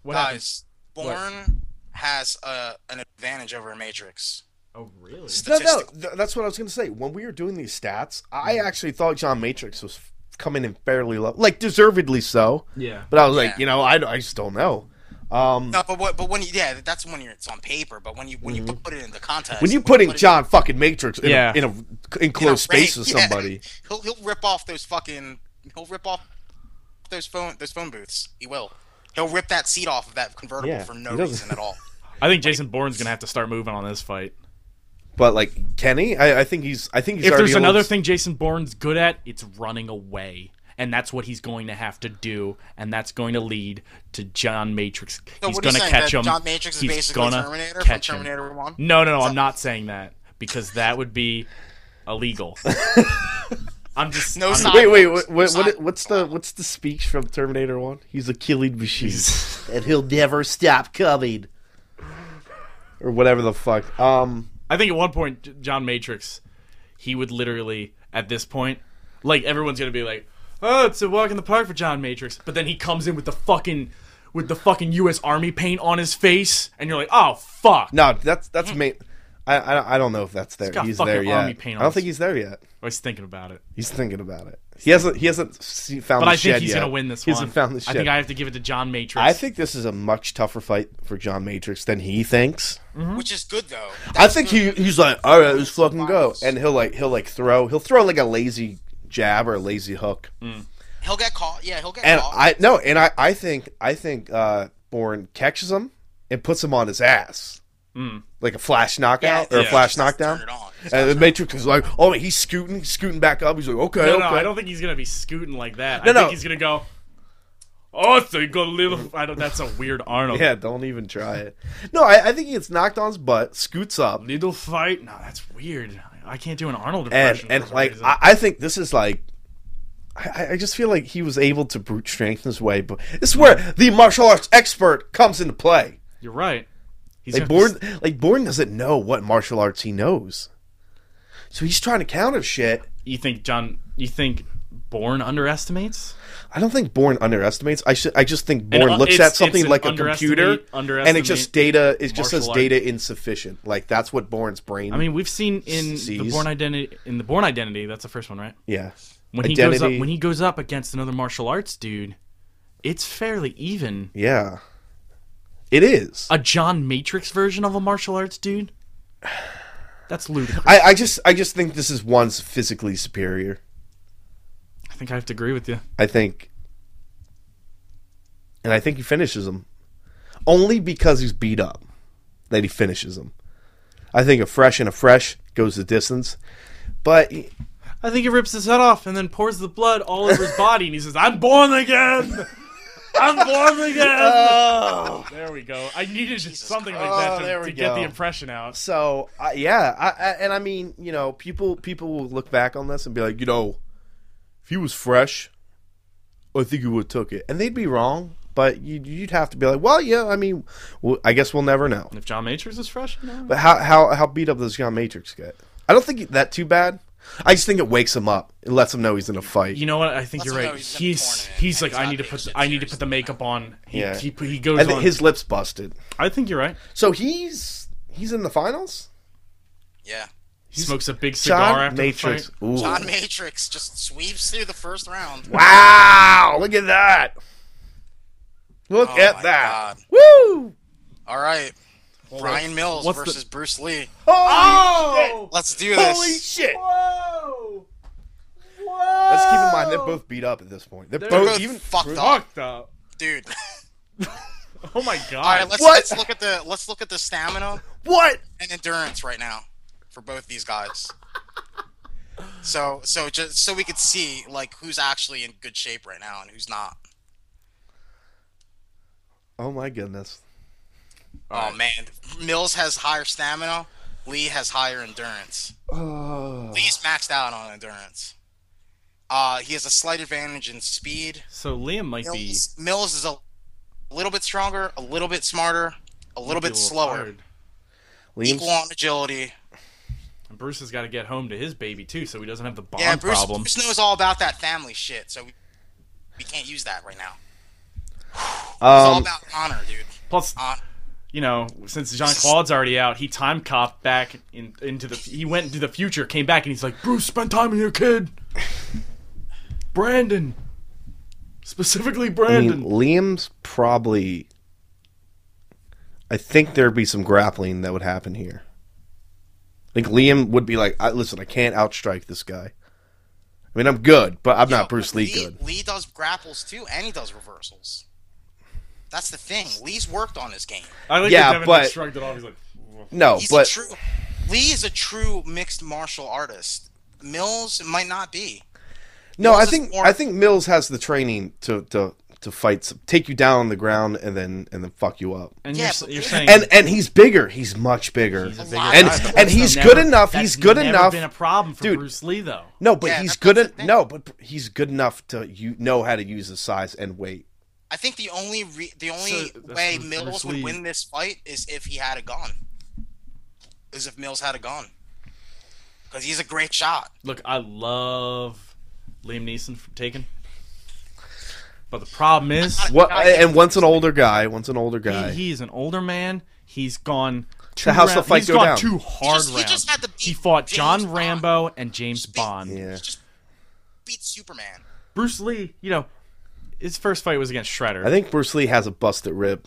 Speaker 8: What
Speaker 10: Guys,
Speaker 8: What?
Speaker 10: Bourne has uh, an advantage over Matrix.
Speaker 8: happened? Oh, really?
Speaker 9: No, no.
Speaker 10: Statistic.
Speaker 9: th- that's what I was gonna say. When we were doing these stats, I actually thought John Matrix was f- coming in fairly low, like deservedly so.
Speaker 8: Yeah.
Speaker 9: But I was like,
Speaker 10: Yeah.
Speaker 9: you know, I, I just don't know. Um,
Speaker 10: No, but what, but when you, yeah, that's when you're, it's on paper. But when you when you put it into context,
Speaker 9: Mm-hmm. when you
Speaker 10: put
Speaker 9: putting
Speaker 10: it
Speaker 9: John fucking Matrix in,
Speaker 8: Yeah.
Speaker 9: a, in a
Speaker 10: in a
Speaker 9: enclosed space
Speaker 10: ring,
Speaker 9: with
Speaker 10: yeah,
Speaker 9: somebody,
Speaker 10: he'll he'll rip off those fucking he'll rip off those phone those phone booths. He will. He'll rip that seat off of that convertible
Speaker 9: Yeah,
Speaker 10: for
Speaker 9: he
Speaker 10: no
Speaker 9: doesn't-
Speaker 10: reason at all.
Speaker 8: I think Jason Bourne's gonna have to start moving on this fight.
Speaker 9: but like Kenny, I, I think he's, I think he's.
Speaker 8: if
Speaker 9: already
Speaker 8: there's another
Speaker 9: old-
Speaker 8: thing Jason Bourne's good at, it's running away. And that's what he's going to have to do, and that's going to lead to John Matrix.
Speaker 10: So
Speaker 8: he's
Speaker 10: what are you
Speaker 8: going to
Speaker 10: saying,
Speaker 8: catch
Speaker 10: that
Speaker 8: him.
Speaker 10: John Matrix is
Speaker 8: he's
Speaker 10: basically
Speaker 8: gonna
Speaker 10: Terminator
Speaker 8: catch
Speaker 10: from
Speaker 8: him.
Speaker 10: Terminator One.
Speaker 8: No, no, no. I'm not saying that because that would be illegal. I'm just
Speaker 10: No
Speaker 8: I'm-
Speaker 10: side-
Speaker 9: Wait, wait, what, what,
Speaker 10: Sorry.
Speaker 9: what, what's the what's the speech from Terminator One? He's a killing machine, and he'll never stop coming, or whatever the fuck. Um,
Speaker 8: I think at one point, J- John Matrix, he would literally at this point, like everyone's gonna be like, "Oh, it's a walk in the park for John Matrix," but then he comes in with the fucking, with the fucking U.S. Army paint on his face, and you're like, "Oh fuck!"
Speaker 9: no, that's that's ma I, I I don't know if that's there.
Speaker 8: got
Speaker 9: He's
Speaker 8: fucking
Speaker 9: there
Speaker 8: army
Speaker 9: yet.
Speaker 8: paint on
Speaker 9: I don't
Speaker 8: his-
Speaker 9: think he's there yet.
Speaker 8: I was thinking about it,
Speaker 9: He's thinking about it. He hasn't he hasn't se- found.
Speaker 8: but
Speaker 9: the
Speaker 8: I think
Speaker 9: shed
Speaker 8: he's
Speaker 9: yet.
Speaker 8: gonna win this
Speaker 9: He
Speaker 8: one.
Speaker 9: hasn't found the
Speaker 8: I
Speaker 9: shed.
Speaker 8: think I have to give it to John Matrix.
Speaker 9: I think this is a much tougher fight for John Matrix than he thinks.
Speaker 10: Which is good though.
Speaker 9: I think he he's like, all right, let's fucking go, and he'll like he'll like throw he'll throw like a lazy jab or a lazy hook,
Speaker 8: Mm-hmm.
Speaker 10: He'll get caught. Yeah, he'll get
Speaker 9: and
Speaker 10: caught.
Speaker 9: I no, and I I think I think uh Bourne catches him and puts him on his ass, like a flash knockout or a
Speaker 8: Mm. yeah.
Speaker 9: flash
Speaker 10: Just
Speaker 9: knockdown.
Speaker 10: Turn it on.
Speaker 9: And the Matrix is like, oh, he's scooting, he's scooting back up. He's like, okay,
Speaker 8: no,
Speaker 9: okay.
Speaker 8: no, I don't think he's gonna be scooting like that.
Speaker 9: No,
Speaker 8: I
Speaker 9: no.
Speaker 8: think he's gonna go. Oh, I think a little. I don't, that's a weird Arnold.
Speaker 9: yeah, don't even try it. No, I, I think he gets knocked on his butt, scoots up,
Speaker 8: Little fight. No, that's weird. I can't do an Arnold
Speaker 9: and
Speaker 8: impression. for
Speaker 9: and
Speaker 8: some
Speaker 9: like
Speaker 8: reason.
Speaker 9: I, I think this is like I, I just feel like he was able to brute strength his way, but this is where the martial arts expert comes into play.
Speaker 8: You're right. He's
Speaker 9: Like
Speaker 8: gonna have
Speaker 9: Bourne, like Bourne doesn't know what martial arts he knows, so he's trying to counter shit.
Speaker 8: to- You think John? You think Bourne underestimates?
Speaker 9: I don't think Bourne underestimates. I should. I just think Bourne
Speaker 8: uh,
Speaker 9: looks
Speaker 8: it's-
Speaker 9: at something
Speaker 8: it's an
Speaker 9: like a computer,
Speaker 8: underestimate-
Speaker 9: and it just data. It just
Speaker 8: martial
Speaker 9: says
Speaker 8: art.
Speaker 9: data insufficient. Like that's what Bourne's brain.
Speaker 8: I mean, we've seen in the
Speaker 9: Sees.
Speaker 8: Bourne identity. In the Bourne identity, that's the first one, right?
Speaker 9: yeah.
Speaker 8: When he goes up, when he goes up against another martial arts dude, it's fairly even.
Speaker 9: yeah, it is.
Speaker 8: A John Matrix version of a martial arts dude. That's ludicrous. I,
Speaker 9: I, I just I just think this is one's physically superior.
Speaker 8: think I have to agree with you.
Speaker 9: I think, and I think he finishes him, only because he's beat up that he finishes him. I think a fresh and a fresh goes the distance, but
Speaker 8: I think he rips his head off and then pours the blood all over his body, and he says, "I'm born again." I'm born again. there we go. I needed something like
Speaker 9: Oh,
Speaker 8: that
Speaker 9: there
Speaker 8: to,
Speaker 9: we
Speaker 8: to get the
Speaker 9: go.
Speaker 8: impression out.
Speaker 9: so I yeah, I, I, and I mean you know people people will look back on this and be like you know if he was fresh, I think he would have took it, and they'd be wrong. But you'd, you'd have to be like, well, yeah, I mean, well, I guess we'll never know.
Speaker 8: If John Matrix is fresh, no.
Speaker 9: But how how how beat up does John Matrix get? I don't think that too bad. I just think it wakes him up. It lets him know he's in a fight.
Speaker 8: you know what? I think
Speaker 10: Let's
Speaker 8: you're
Speaker 10: go,
Speaker 8: right.
Speaker 10: he's
Speaker 8: He's
Speaker 10: been torn
Speaker 8: he's,
Speaker 10: in,
Speaker 8: like
Speaker 10: he's
Speaker 8: I
Speaker 10: not
Speaker 8: need to
Speaker 10: being
Speaker 8: put
Speaker 10: so
Speaker 8: I need to put the
Speaker 10: serious.
Speaker 8: makeup on. He
Speaker 9: Yeah.
Speaker 8: he, he goes
Speaker 9: and
Speaker 8: on.
Speaker 9: his lips busted.
Speaker 8: I think you're right.
Speaker 9: So he's he's in the finals.
Speaker 10: yeah.
Speaker 8: He smokes a big cigar after
Speaker 9: Matrix.
Speaker 8: the fight.
Speaker 9: Ooh.
Speaker 10: John Matrix just sweeps through the first round.
Speaker 9: wow! Look at that. Look
Speaker 10: Oh my
Speaker 9: at that.
Speaker 10: God.
Speaker 9: Woo!
Speaker 10: All right. Brian Mills
Speaker 8: what's the-
Speaker 10: versus Bruce Lee.
Speaker 9: Holy
Speaker 8: Oh!
Speaker 10: Let's do
Speaker 9: shit! Holy
Speaker 10: this.
Speaker 9: shit! Let's keep in mind they're both beat up at this point. They're, both,
Speaker 10: both
Speaker 9: even
Speaker 10: fucked
Speaker 9: Bruce-
Speaker 10: up.
Speaker 8: Fucked up.
Speaker 10: Dude.
Speaker 8: Oh my god.
Speaker 10: All right, let's,
Speaker 9: What?
Speaker 10: let's look at the let's look at the stamina
Speaker 9: What?
Speaker 10: and endurance right now for both these guys. So so just so we could see like who's actually in good shape right now and who's not.
Speaker 9: Oh my goodness!
Speaker 10: Oh man, Mills has higher stamina. Lee has higher endurance. Lee's maxed out on endurance. Uh, he has a slight advantage in speed.
Speaker 8: So Liam might be
Speaker 10: Mills, Mills is a little bit stronger, a little bit smarter, a little
Speaker 8: might be
Speaker 10: bit slower.
Speaker 8: tired.
Speaker 9: Liam's,
Speaker 10: Equal on agility.
Speaker 8: And Bruce has got to get home to his baby too, so he doesn't have the bond
Speaker 10: Yeah, Bruce,
Speaker 8: problem.
Speaker 10: Bruce knows all about that family shit, so we, we can't use that right now. It's all
Speaker 9: um,
Speaker 10: about honor, dude.
Speaker 8: Plus,
Speaker 10: Hon-
Speaker 8: you know, since Jean Claude's already out, he time copped back in, into the. He went into the future, came back, and he's like, "Bruce, spend time with your kid, Brandon, specifically
Speaker 9: I
Speaker 8: Brandon."
Speaker 9: mean, Liam's probably. I think there'd be some grappling that would happen here. Like Liam would be like, I, "Listen, I can't outstrike this guy. I mean, I'm good, but I'm
Speaker 10: Yo,
Speaker 9: not Bruce Lee good."
Speaker 10: Lee does grapples too, and he does reversals. That's the thing. Lee's worked on his game.
Speaker 8: I like
Speaker 9: yeah,
Speaker 8: that Devin
Speaker 9: but-
Speaker 8: shrugged it off. He's like,
Speaker 9: No,
Speaker 10: He's
Speaker 9: Oh, but
Speaker 10: a true. Lee is a true mixed martial artist. Mills might not be.
Speaker 9: no,
Speaker 10: Mills
Speaker 9: I
Speaker 10: is
Speaker 9: think
Speaker 10: more-
Speaker 9: I think Mills has the training to to to fight, some- take you down on the ground, and then and then fuck you up.
Speaker 8: and
Speaker 10: Yeah,
Speaker 8: you're, s-
Speaker 10: but
Speaker 8: you're
Speaker 10: Liam-
Speaker 8: saying,
Speaker 9: And and he's bigger. He's much bigger.
Speaker 8: he's a bigger
Speaker 10: lot.
Speaker 8: guy,
Speaker 9: and
Speaker 10: That's
Speaker 8: but
Speaker 9: and
Speaker 8: that's
Speaker 9: he's
Speaker 8: never-
Speaker 9: good enough.
Speaker 8: that's
Speaker 9: He's good
Speaker 8: never
Speaker 9: enough.
Speaker 8: Been a problem for
Speaker 9: Dude.
Speaker 8: Bruce Lee though.
Speaker 9: No, but
Speaker 10: Yeah,
Speaker 9: he's
Speaker 10: that's-
Speaker 9: good.
Speaker 10: that's
Speaker 9: En-
Speaker 10: the thing.
Speaker 9: no, but he's good enough to you know how to use his size and weight.
Speaker 10: I think the only re- the only
Speaker 8: So, that's
Speaker 10: way
Speaker 8: Bruce- Bruce
Speaker 10: Mills
Speaker 8: Lee.
Speaker 10: would win this fight is if he had a gun. Is if Mills had a gun. Because he's a great shot.
Speaker 8: Look, I love Liam Neeson for Taken, but the problem is,
Speaker 9: What? And once an older guy, once an older guy.
Speaker 8: he, he's an older man. He's gone. Two
Speaker 9: So how's the
Speaker 8: round-
Speaker 9: fight
Speaker 8: he's
Speaker 9: go
Speaker 8: gone
Speaker 9: down?
Speaker 8: two hard
Speaker 10: just- he
Speaker 8: rounds.
Speaker 10: just had to beat
Speaker 8: He fought
Speaker 10: James
Speaker 8: John
Speaker 10: Bond.
Speaker 8: Rambo and James
Speaker 10: beat-
Speaker 8: Bond.
Speaker 9: yeah.
Speaker 10: Just beat Superman.
Speaker 8: Bruce Lee, you know, his first fight was against Shredder.
Speaker 9: I think Bruce Lee has a busted rib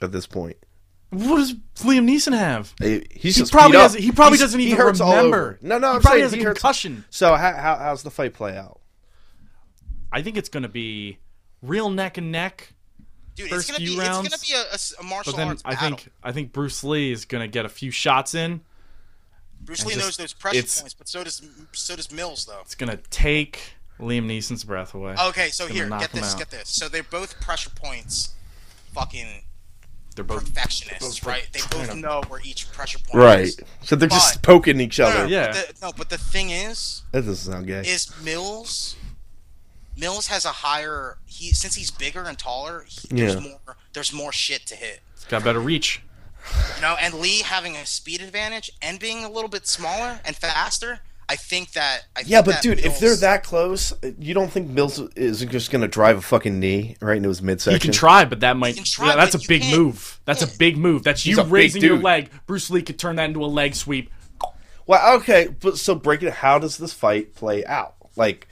Speaker 9: at this point.
Speaker 8: what does Liam Neeson have?
Speaker 9: He- He's
Speaker 8: He
Speaker 9: just
Speaker 8: probably
Speaker 9: beat up.
Speaker 8: doesn't- he probably doesn't even
Speaker 9: hurts all
Speaker 8: remember.
Speaker 9: over. No, no,
Speaker 8: He
Speaker 9: I'm
Speaker 8: probably
Speaker 9: saying
Speaker 8: has a
Speaker 9: he hurts-
Speaker 8: concussion.
Speaker 9: So how, how, how's the fight play out?
Speaker 8: I think it's going to be real neck and neck.
Speaker 10: Dude,
Speaker 8: First
Speaker 10: it's gonna
Speaker 8: few
Speaker 10: be
Speaker 8: rounds,
Speaker 10: it's gonna be a- a, s- a martial
Speaker 8: But then
Speaker 10: arts
Speaker 8: I
Speaker 10: battle.
Speaker 8: think I think Bruce Lee is going to get a few shots in.
Speaker 10: Bruce
Speaker 8: and
Speaker 10: Lee
Speaker 8: just-
Speaker 10: knows those pressure
Speaker 8: it's-
Speaker 10: points, but so does so does Mills though.
Speaker 8: It's going to take Liam Neeson's breath away.
Speaker 10: Okay, so
Speaker 8: gonna
Speaker 10: here,
Speaker 8: knock
Speaker 10: get
Speaker 8: him
Speaker 10: this,
Speaker 8: out.
Speaker 10: get this. So they're both pressure points, fucking
Speaker 8: They're both
Speaker 10: perfectionists, right? They both know where each pressure point is.
Speaker 9: So they're
Speaker 10: But-
Speaker 9: just poking each
Speaker 10: No, no,
Speaker 9: other.
Speaker 10: no,
Speaker 8: Yeah.
Speaker 10: But the, no, but the thing is,
Speaker 9: That doesn't sound gay.
Speaker 10: is Mills. Mills has a higher he since he's bigger and taller. He,
Speaker 9: Yeah.
Speaker 10: There's more. There's more shit to hit.
Speaker 8: It's got better reach.
Speaker 10: You know, and Lee having a speed advantage and being a little bit smaller and faster. I think that. I
Speaker 9: yeah,
Speaker 10: think
Speaker 9: but
Speaker 10: that
Speaker 9: dude, if
Speaker 10: Mills-
Speaker 9: they're that close, you don't think Mills is just gonna drive a fucking knee right into his midsection?
Speaker 8: You can try, but that might
Speaker 10: can try,
Speaker 8: yeah, that's a
Speaker 10: but you
Speaker 8: big
Speaker 10: can't-
Speaker 8: move. That's a big move. That's you
Speaker 9: a big
Speaker 8: raising your
Speaker 9: dude.
Speaker 8: leg. Bruce Lee could turn that into a leg sweep.
Speaker 9: Well, okay, but so break it. How does this fight play out? Like,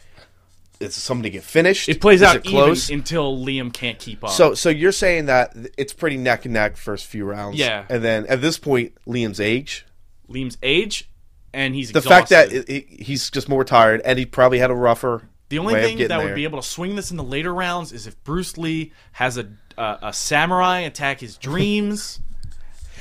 Speaker 9: is somebody get finished?
Speaker 8: It plays
Speaker 9: Is
Speaker 8: out
Speaker 9: it close.
Speaker 8: even until Liam can't keep up.
Speaker 9: so, so you're saying that it's pretty neck and neck first few rounds.
Speaker 8: Yeah.
Speaker 9: and then at this point, Liam's age,
Speaker 8: Liam's age, and he's
Speaker 9: the fact that it, it- he's just more tired, and he probably had a rougher.
Speaker 8: the only
Speaker 9: way of
Speaker 8: thing that
Speaker 9: getting
Speaker 8: would
Speaker 9: there.
Speaker 8: be able to swing this in the later rounds is if Bruce Lee has a uh, a samurai attack his dreams.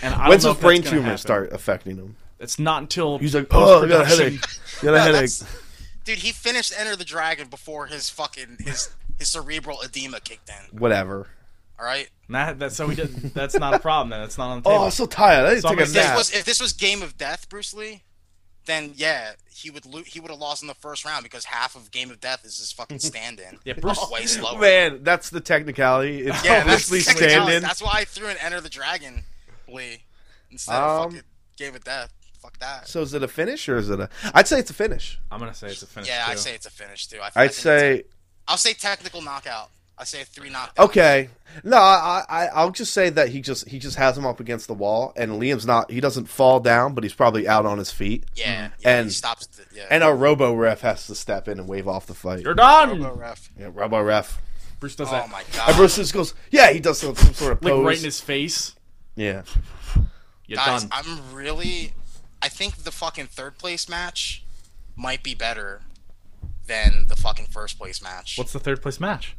Speaker 8: And I
Speaker 9: When's his
Speaker 8: don't know if that's
Speaker 9: brain
Speaker 8: gonna
Speaker 9: tumor
Speaker 8: happen.
Speaker 9: start affecting him?
Speaker 8: It's not until
Speaker 9: He's like, oh, I got a
Speaker 8: post-production.
Speaker 9: headache. Got a headache.
Speaker 10: that's- Dude, he finished Enter the Dragon before his fucking his his cerebral edema kicked in.
Speaker 9: Whatever.
Speaker 10: All right.
Speaker 8: Nah, that's so he does, That's not a problem. Then that's not on the table.
Speaker 9: Oh, I'm so tired. I need to take
Speaker 8: Somebody
Speaker 9: a
Speaker 10: If
Speaker 8: said-
Speaker 10: this
Speaker 9: nap.
Speaker 10: was if this was Game of Death, Bruce Lee, then yeah, he would lo- he would have lost in the first round because half of Game of Death is his fucking stand-in.
Speaker 8: Yeah, Bruce-
Speaker 10: It's way slower.
Speaker 9: oh, Man, that's the technicality. It's
Speaker 10: yeah, that's
Speaker 9: obviously
Speaker 10: technically how-
Speaker 9: stand-in.
Speaker 10: That's why I threw an Enter the Dragon, Lee, instead
Speaker 9: Um,
Speaker 10: of fucking Game of Death. Fuck that.
Speaker 9: So is it a finish or is it a? I'd say it's a finish.
Speaker 8: I'm gonna say it's a finish.
Speaker 10: yeah,
Speaker 8: too.
Speaker 10: I say it's a finish too. I, I think
Speaker 9: I'd
Speaker 10: it's a-
Speaker 9: say
Speaker 10: I'll say technical knockout. I say three knockdown.
Speaker 9: okay. No, I, I I'll just say that he just he just has him up against the wall, and Liam's not. He doesn't fall down, but he's probably out on his feet.
Speaker 10: Yeah,
Speaker 8: Mm-hmm.
Speaker 10: yeah,
Speaker 9: And-
Speaker 10: he stops. The, yeah,
Speaker 9: And our Robo Ref has to step in and wave off the fight.
Speaker 8: you're done.
Speaker 10: Robo ref.
Speaker 9: Yeah, Robo Ref.
Speaker 8: Bruce does
Speaker 10: Oh
Speaker 8: that
Speaker 10: my
Speaker 9: And
Speaker 10: god.
Speaker 9: Bruce just goes, yeah, he does some, some sort of
Speaker 8: like
Speaker 9: pose.
Speaker 8: right in his face.
Speaker 9: yeah.
Speaker 8: You're
Speaker 10: Guys,
Speaker 8: done.
Speaker 10: I'm really. I think the fucking third place match might be better than the fucking first place match.
Speaker 8: What's the third place match?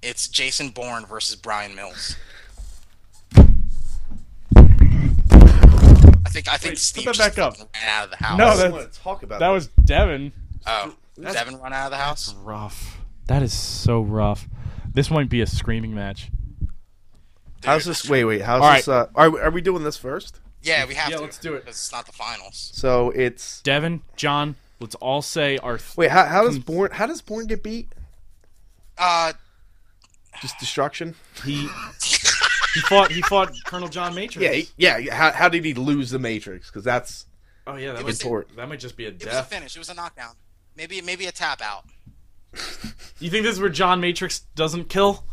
Speaker 10: It's Jason Bourne versus Brian Mills. I think I think
Speaker 8: Wait,
Speaker 10: Steve
Speaker 8: put that
Speaker 10: just
Speaker 8: back up.
Speaker 10: fucking ran out of the house.
Speaker 8: No,
Speaker 9: I
Speaker 8: that-
Speaker 9: just want to talk about
Speaker 8: That was Devin.
Speaker 10: oh, Devin run out of the house.
Speaker 8: Rough. That is so rough. This might be a screaming match.
Speaker 9: How's this? Wait, wait. How's
Speaker 8: All
Speaker 9: this? Uh, are we- are we doing this first?
Speaker 10: Yeah, we have
Speaker 8: Yeah,
Speaker 10: to.
Speaker 8: let's do it.
Speaker 10: 'cause It's not the finals.
Speaker 9: So it's
Speaker 8: Devin, John, let's all say our. Th-
Speaker 9: wait. How, how does
Speaker 8: Hmm.
Speaker 9: Born? How does Born get beat?
Speaker 10: Uh,
Speaker 9: Just destruction.
Speaker 8: he he fought he fought Colonel John Matrix.
Speaker 9: Yeah, he- yeah. yeah. How, how did he lose the Matrix? Because that's
Speaker 8: Oh yeah, that
Speaker 10: was-
Speaker 8: might, that might just be a
Speaker 10: it was a
Speaker 8: death.
Speaker 10: finish. It was a knockdown. Maybe maybe a tap out.
Speaker 8: You think this is where John Matrix doesn't kill?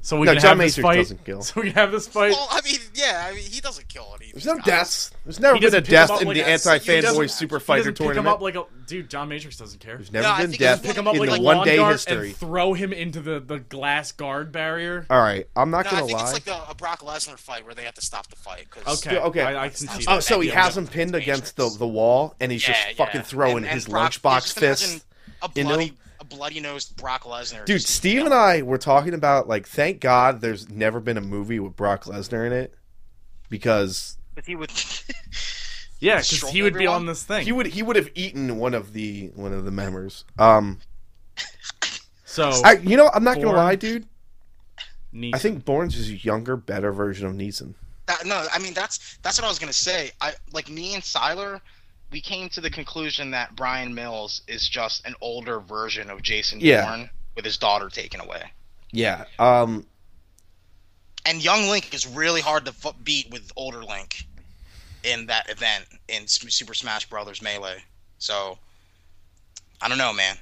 Speaker 8: So we
Speaker 9: No,
Speaker 8: can
Speaker 9: John
Speaker 8: have this
Speaker 9: Matrix
Speaker 8: fight.
Speaker 9: doesn't kill.
Speaker 8: So we can have this fight.
Speaker 10: Well, I mean, yeah, I mean, he doesn't kill anything.
Speaker 9: there's no deaths. There's never been
Speaker 8: doesn't
Speaker 9: a
Speaker 8: pick 'em
Speaker 9: death
Speaker 8: up
Speaker 9: in
Speaker 8: like
Speaker 9: the
Speaker 8: that. He doesn't-
Speaker 9: anti-fanboy
Speaker 8: he
Speaker 9: super
Speaker 8: He
Speaker 9: fighter
Speaker 8: doesn't pick him up
Speaker 9: tournament.
Speaker 8: like a dude. John Matrix doesn't care.
Speaker 9: There's
Speaker 10: No, I
Speaker 9: never been
Speaker 10: think he's
Speaker 9: death
Speaker 10: pick
Speaker 8: Pick
Speaker 9: in
Speaker 8: him up like a
Speaker 9: the
Speaker 8: lawn
Speaker 9: one-day
Speaker 8: dart
Speaker 9: history.
Speaker 8: and throw him into the, the glass guard barrier.
Speaker 9: All right, I'm not
Speaker 10: No, I
Speaker 9: gonna
Speaker 10: think
Speaker 9: lie.
Speaker 10: it's like the, a Brock Lesnar fight where they have to stop the fight. 'cause-
Speaker 8: Okay,
Speaker 9: Yeah, okay.
Speaker 8: I, I can see.
Speaker 9: Oh,
Speaker 8: that.
Speaker 9: so he
Speaker 8: Yeah,
Speaker 9: has
Speaker 8: yeah.
Speaker 9: him pinned against the, the wall, and he's
Speaker 10: Yeah,
Speaker 9: just fucking
Speaker 10: yeah.
Speaker 9: throwing
Speaker 10: And- and
Speaker 9: his
Speaker 10: Brock-
Speaker 9: lunchbox
Speaker 10: just imagine
Speaker 9: fist.
Speaker 10: A
Speaker 9: into
Speaker 10: bloody,
Speaker 9: him.
Speaker 10: a bloody nosed Brock Lesnar.
Speaker 9: Dude,
Speaker 10: just-
Speaker 9: Steve and I were talking about like, thank God there's never been a movie with Brock Lesnar in it, because
Speaker 10: But he would.
Speaker 8: Yeah, because
Speaker 10: Destroy
Speaker 8: he would be
Speaker 10: everyone?
Speaker 8: on this thing.
Speaker 9: he would he would have eaten one of the one of the members. Um,
Speaker 8: so
Speaker 9: I you know I'm not
Speaker 8: Born.
Speaker 9: gonna lie, dude.
Speaker 8: Neeson.
Speaker 9: I think Bourne's is a younger, better version of Neeson.
Speaker 10: that, no, I mean that's that's what I was gonna say. I like me and Siler, we came to the conclusion that Brian Mills is just an older version of Jason
Speaker 9: Yeah.
Speaker 10: Bourne with his daughter taken away.
Speaker 9: Yeah. Um.
Speaker 10: And young Link is really hard to fu- beat with older Link in that event in S- Super Smash Brothers Melee. So I don't know, man.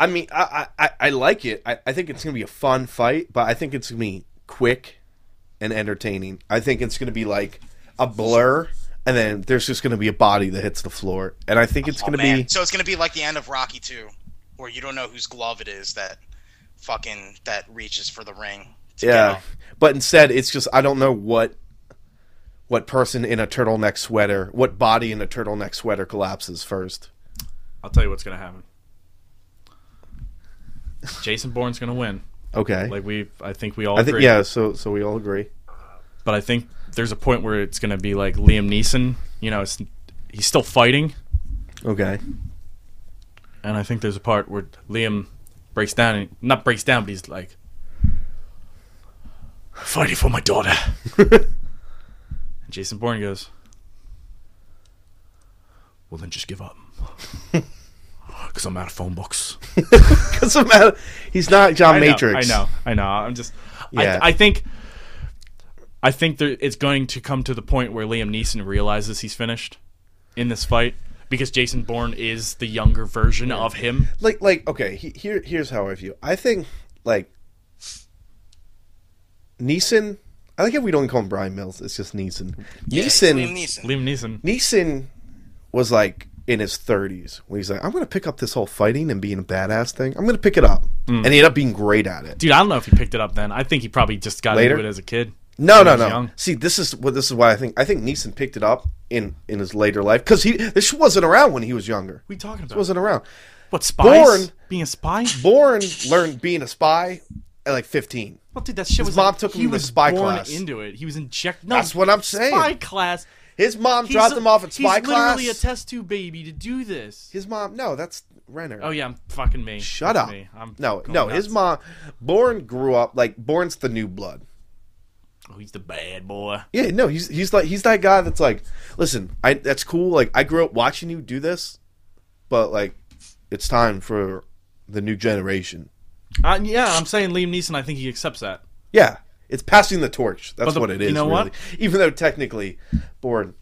Speaker 9: I mean, I I, I- I like it. I, I think it's gonna be a fun fight, but I think it's gonna be quick and entertaining. I think it's gonna be like a blur, and then there's just gonna be a body that hits the floor, and I think it's
Speaker 10: Oh,
Speaker 9: gonna
Speaker 10: man.
Speaker 9: be
Speaker 10: so it's gonna be like the end of Rocky Two, where you don't know whose glove it is that fucking that reaches for the ring. to get
Speaker 9: yeah.
Speaker 10: up.
Speaker 9: But instead, it's just I don't know what what person in a turtleneck sweater, what body in a turtleneck sweater collapses first.
Speaker 8: I'll tell you what's gonna happen. Jason Bourne's gonna win.
Speaker 9: Okay,
Speaker 8: Like we, I think we all.
Speaker 9: I think
Speaker 8: agree.
Speaker 9: yeah. So so we all agree.
Speaker 8: but I think there's a point where it's gonna be like Liam Neeson. You know, it's, he's still fighting,
Speaker 9: Okay.
Speaker 8: and I think there's a part where Liam breaks down and not breaks down, but he's like, "Fighting for my daughter." and Jason Bourne goes, "Well, then just give up, because I'm out of phone books."
Speaker 9: Because matter. He's not John
Speaker 8: I know,
Speaker 9: Matrix.
Speaker 8: I know. I know. I'm just.
Speaker 9: Yeah.
Speaker 8: I, I think. I think there, it's going to come to the point where Liam Neeson realizes he's finished in this fight because Jason Bourne is the younger version of him.
Speaker 9: like like okay he, here here's how i view i think like neeson i like if we don't call him brian mills it's just neeson
Speaker 10: It's Liam
Speaker 9: neeson
Speaker 10: Neeson.
Speaker 8: Liam Neeson.
Speaker 9: neeson was like in his 30s when he's like i'm gonna pick up this whole fighting and being a badass thing i'm gonna pick it up
Speaker 8: Mm.
Speaker 9: and he ended up being great at it
Speaker 8: Dude, I don't know if he picked it up then. I think he probably just got
Speaker 9: Later?
Speaker 8: into it as a kid.
Speaker 9: no
Speaker 8: when
Speaker 9: no
Speaker 8: he
Speaker 9: no
Speaker 8: was young.
Speaker 9: see this is what this is why i think i think neeson picked it up in in his later life because he this wasn't around when he was younger
Speaker 8: What are you talking about?
Speaker 9: wasn't around
Speaker 8: what, spies?
Speaker 9: Bourne-
Speaker 8: Being a spy?
Speaker 9: born learned being a spy at like 15
Speaker 8: Well, dude, that shit was.
Speaker 9: mom took him
Speaker 8: he
Speaker 9: to
Speaker 8: was
Speaker 9: spy
Speaker 8: born
Speaker 9: class.
Speaker 8: into it. He was injected. No,
Speaker 9: That's what I'm saying.
Speaker 8: Spy class.
Speaker 9: His mom
Speaker 8: He's
Speaker 9: dropped
Speaker 8: a-
Speaker 9: him off at spy
Speaker 8: he's
Speaker 9: class.
Speaker 8: literally a test tube baby to do this.
Speaker 9: his mom, no, that's Renner.
Speaker 8: Oh yeah, I'm fucking me.
Speaker 9: Shut
Speaker 8: That's
Speaker 9: up.
Speaker 8: me. I'm
Speaker 9: no,
Speaker 8: going
Speaker 9: no,
Speaker 8: nuts.
Speaker 9: his mom. Bourne grew up like Bourne's the new blood.
Speaker 8: Oh, he's the bad boy.
Speaker 9: Yeah, no, he's he's like he's that guy that's like, listen, I that's cool. Like I grew up watching you do this, but like, it's time for the new generation.
Speaker 8: Uh, yeah, I'm saying Liam Neeson. I think he accepts that.
Speaker 9: Yeah, it's passing the torch. That's
Speaker 8: But the-
Speaker 9: what it
Speaker 8: you
Speaker 9: is.
Speaker 8: know what?
Speaker 9: really. Even though technically, Bourne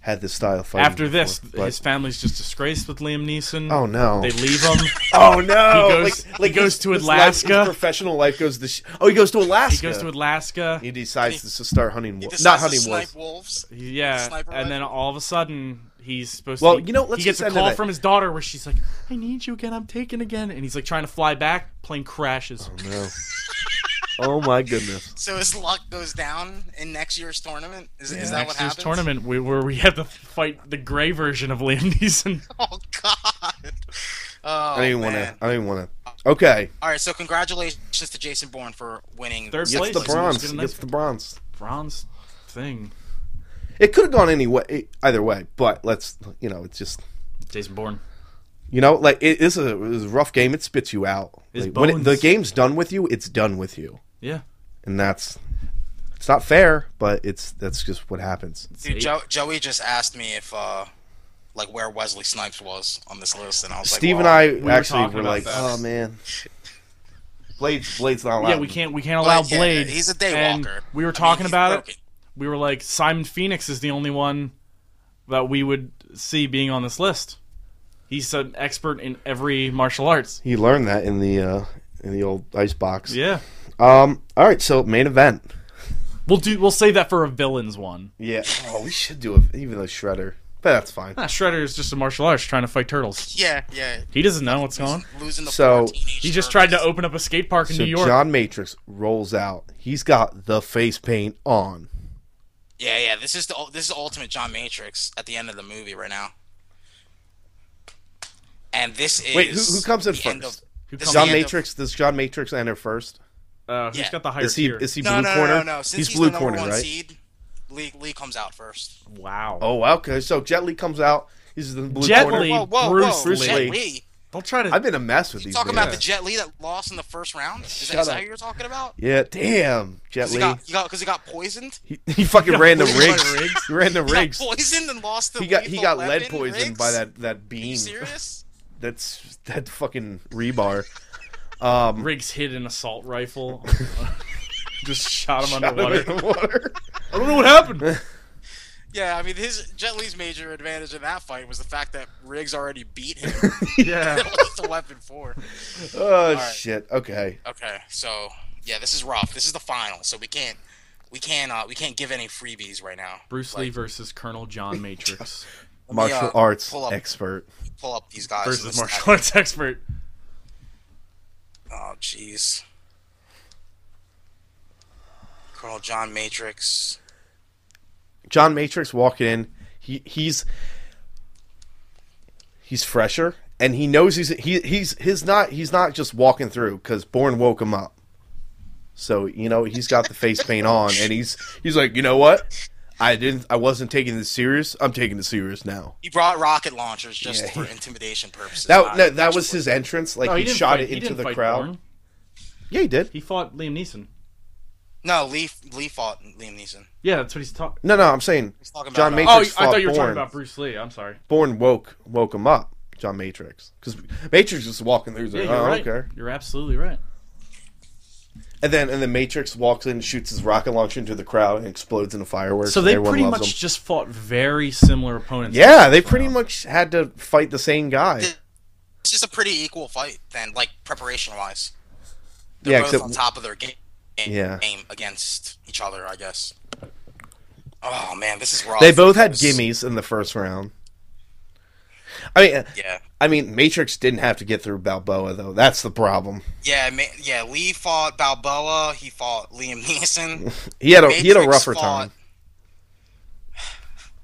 Speaker 9: had this style of fighting
Speaker 8: After this,
Speaker 9: before, but-
Speaker 8: his family's just disgraced with Liam Neeson.
Speaker 9: Oh, no.
Speaker 8: they leave him.
Speaker 9: Oh no!
Speaker 8: He goes- he goes to Alaska.
Speaker 9: life- his professional life goes to. Sh- oh, he goes to Alaska.
Speaker 8: he goes to Alaska.
Speaker 9: He decides to start hunting.
Speaker 10: He
Speaker 9: wolves.
Speaker 10: decides
Speaker 9: Not
Speaker 10: to
Speaker 9: hunting
Speaker 10: snipe
Speaker 9: wolves.
Speaker 10: wolves.
Speaker 8: Yeah,
Speaker 10: Sniper
Speaker 8: and then all of a sudden he's supposed
Speaker 9: Well,
Speaker 8: to.
Speaker 9: you know, let's
Speaker 8: he
Speaker 9: just
Speaker 8: gets a
Speaker 9: end it
Speaker 8: call
Speaker 9: at-
Speaker 8: from his daughter where she's like, "I need you again. I'm taken again," and he's like trying to fly back. Plane crashes.
Speaker 9: No. oh my goodness!
Speaker 10: So his luck goes down in next year's tournament. Is, is that what
Speaker 8: Next year's
Speaker 10: happens?
Speaker 8: tournament we, where we have to fight the gray version of Liam Neeson.
Speaker 10: Oh God. Oh,
Speaker 9: I don't want
Speaker 10: man.
Speaker 9: to. I don't want to. Okay,
Speaker 10: All right, so congratulations to Jason Bourne for winning.
Speaker 8: Third
Speaker 9: gets
Speaker 8: place.
Speaker 9: the
Speaker 8: It's gonna
Speaker 9: bronze.
Speaker 8: be a
Speaker 9: He
Speaker 8: nice
Speaker 9: Gets the bronze.
Speaker 8: bronze thing.
Speaker 9: It could have gone any way, it- either way. But let's. You know, it's just.
Speaker 8: Jason Bourne.
Speaker 9: You know, like it is a, it is a rough game. It spits you out.
Speaker 8: His
Speaker 9: Like, when it, the
Speaker 8: bones.
Speaker 9: game's done with you, it's done with you,
Speaker 8: Yeah.
Speaker 9: and that's It's not fair, but it's that's just what happens.
Speaker 10: Dude, jo- Joey just asked me if, uh, like, where Wesley Snipes was on this list, and I was
Speaker 9: Steve
Speaker 10: like,
Speaker 9: and
Speaker 10: well,
Speaker 9: I actually
Speaker 8: talking
Speaker 9: were
Speaker 8: about
Speaker 9: like,
Speaker 10: that.
Speaker 9: "Oh man, Blade's Blade's not allowed."
Speaker 8: Yeah, we can't we can't allow
Speaker 10: Blade, yeah,
Speaker 8: Blade.
Speaker 10: he's a
Speaker 8: And
Speaker 10: daywalker.
Speaker 8: we
Speaker 10: I
Speaker 8: were
Speaker 10: mean,
Speaker 8: talking
Speaker 10: he's
Speaker 8: about
Speaker 10: broken.
Speaker 8: it. We were like Simon Phoenix is the only one that we would see being on this list. He's an expert in every martial arts.
Speaker 9: He learned that in the uh, in the old ice box.
Speaker 8: Yeah.
Speaker 9: Um. All right. So main event.
Speaker 8: We'll do we'll save that for a villains one.
Speaker 9: Yeah. Oh, we should do a, even a shredder, but that's fine.
Speaker 8: Nah, Shredder is just a martial artist trying to fight turtles.
Speaker 10: Yeah, yeah.
Speaker 8: He doesn't know what's going on.
Speaker 10: Losing the
Speaker 9: So,
Speaker 10: poor teenage
Speaker 8: He just
Speaker 10: girl.
Speaker 8: tried to open up a skate park in
Speaker 9: So
Speaker 8: New York.
Speaker 9: John Matrix rolls out. He's got the face paint on.
Speaker 10: Yeah, yeah. This is the ul- this is the ultimate John Matrix at the end of the movie right now. And this is
Speaker 9: Wait, who, who comes in
Speaker 10: the end
Speaker 9: first?
Speaker 10: of-
Speaker 8: Who
Speaker 10: this
Speaker 8: comes
Speaker 10: is
Speaker 9: John
Speaker 10: the end of-
Speaker 9: Matrix. Does John Matrix enter first?
Speaker 8: uh, who's
Speaker 10: yeah.
Speaker 8: got the higher
Speaker 9: Is he
Speaker 8: tier?
Speaker 9: is he
Speaker 10: no,
Speaker 9: blue
Speaker 10: no,
Speaker 9: corner?
Speaker 10: no, no, no. Since
Speaker 9: he's,
Speaker 10: he's,
Speaker 9: blue
Speaker 10: the number
Speaker 9: corner,
Speaker 10: one
Speaker 9: right?
Speaker 10: seed, Lee Lee comes out first.
Speaker 8: wow.
Speaker 9: Oh wow. Okay. So Jet Li comes out. He's the blue
Speaker 8: Jet
Speaker 9: corner.
Speaker 8: Li.
Speaker 10: Whoa, whoa,
Speaker 8: Bruce
Speaker 10: Bruce
Speaker 9: Lee.
Speaker 10: whoa! Jet Li.
Speaker 8: Don't try to
Speaker 9: I've been a mess with
Speaker 10: You
Speaker 9: these.
Speaker 10: talking
Speaker 9: names.
Speaker 10: about the Jet Li that lost in the first round? Is,
Speaker 9: Shut
Speaker 10: that, is
Speaker 9: up.
Speaker 10: that who you're talking about?
Speaker 9: Yeah. Damn. Jet
Speaker 10: Because
Speaker 9: Li.
Speaker 10: he got, he got, 'cause he got poisoned.
Speaker 9: He, he fucking ran the
Speaker 8: He got
Speaker 9: rigs. He ran the
Speaker 10: He
Speaker 9: rigs.
Speaker 10: got poisoned and lost the.
Speaker 9: He got he
Speaker 10: lethal
Speaker 9: got lead
Speaker 10: weapon,
Speaker 9: poisoned
Speaker 10: Riggs?
Speaker 9: by that that
Speaker 10: Are you
Speaker 9: beam.
Speaker 10: serious?
Speaker 9: That's that fucking rebar.
Speaker 8: Riggs hid an assault rifle. just shot him
Speaker 9: Shot him
Speaker 8: underwater.
Speaker 9: in the water.
Speaker 8: I don't know what happened.
Speaker 10: Yeah, I mean, his Jet Li's major advantage in that fight was the fact that Riggs already beat him.
Speaker 8: yeah.
Speaker 10: with the weapon four.
Speaker 9: Oh shit. Okay.
Speaker 10: Okay, so yeah, this is rough. This is the final, so we can't, we can't, uh, we can't give any freebies right now.
Speaker 8: Bruce Lee versus Colonel John Matrix
Speaker 10: me,
Speaker 9: Martial
Speaker 10: uh,
Speaker 9: arts
Speaker 10: pull up-
Speaker 9: expert.
Speaker 10: Pull up these guys.
Speaker 8: versus
Speaker 10: This-
Speaker 8: martial arts expert.
Speaker 10: Oh, jeez. Colonel John Matrix.
Speaker 9: John Matrix walking in. He he's he's fresher and he knows he's he, he's he's not he's not just walking through because Bourne woke him up. So you know he's got the face paint on and he's he's like you know what I didn't I wasn't taking this serious I'm taking this serious now.
Speaker 10: He brought rocket launchers just
Speaker 9: Yeah,
Speaker 10: for intimidation purposes.
Speaker 9: That
Speaker 10: not
Speaker 9: no, that was
Speaker 10: actually-
Speaker 9: his entrance. Like
Speaker 8: Ah, No,
Speaker 9: he,
Speaker 8: he, didn't
Speaker 9: shot
Speaker 8: fight,
Speaker 9: it
Speaker 8: he
Speaker 9: into
Speaker 8: didn't
Speaker 9: the
Speaker 8: fight
Speaker 9: crowd.
Speaker 8: Bourne.
Speaker 9: Yeah, he did.
Speaker 8: He fought Liam Neeson.
Speaker 10: No, Lee Lee fought Liam Neeson.
Speaker 8: Yeah, that's what he's talking.
Speaker 9: No, no, I'm saying
Speaker 10: He's talking about
Speaker 9: John
Speaker 10: uh,
Speaker 9: Matrix
Speaker 8: Oh, I
Speaker 9: fought
Speaker 8: thought you were
Speaker 9: Bourne.
Speaker 8: talking about Bruce Lee. I'm sorry.
Speaker 9: Bourne woke woke him up. John Matrix because Matrix was walking through. He's
Speaker 8: Yeah,
Speaker 9: like,
Speaker 8: you're
Speaker 9: oh,
Speaker 8: right.
Speaker 9: okay.
Speaker 8: You're absolutely right.
Speaker 9: And then and then Matrix walks in, shoots his rocket launcher into the crowd, and explodes into fireworks.
Speaker 8: So
Speaker 9: and
Speaker 8: they
Speaker 9: everyone
Speaker 8: pretty
Speaker 9: loves
Speaker 8: much
Speaker 9: him.
Speaker 8: just fought very similar opponents.
Speaker 9: yeah, they pretty much had to fight the same guy.
Speaker 10: It's just a pretty equal fight then, like preparation wise. They're
Speaker 9: Yeah,
Speaker 10: both
Speaker 9: except
Speaker 10: on top of their game, game,
Speaker 9: Yeah.
Speaker 10: against each other, I guess. Oh man, this is rough.
Speaker 9: they both had
Speaker 10: This-
Speaker 9: gimmies in the first round. I mean,
Speaker 10: Yeah,
Speaker 9: I mean, Matrix didn't have to get through Balboa though. That's the problem.
Speaker 10: yeah, ma- yeah. Lee fought Balboa. He fought Liam Neeson.
Speaker 9: He had a he had a
Speaker 10: Matrix
Speaker 9: rougher
Speaker 10: fought-
Speaker 9: time.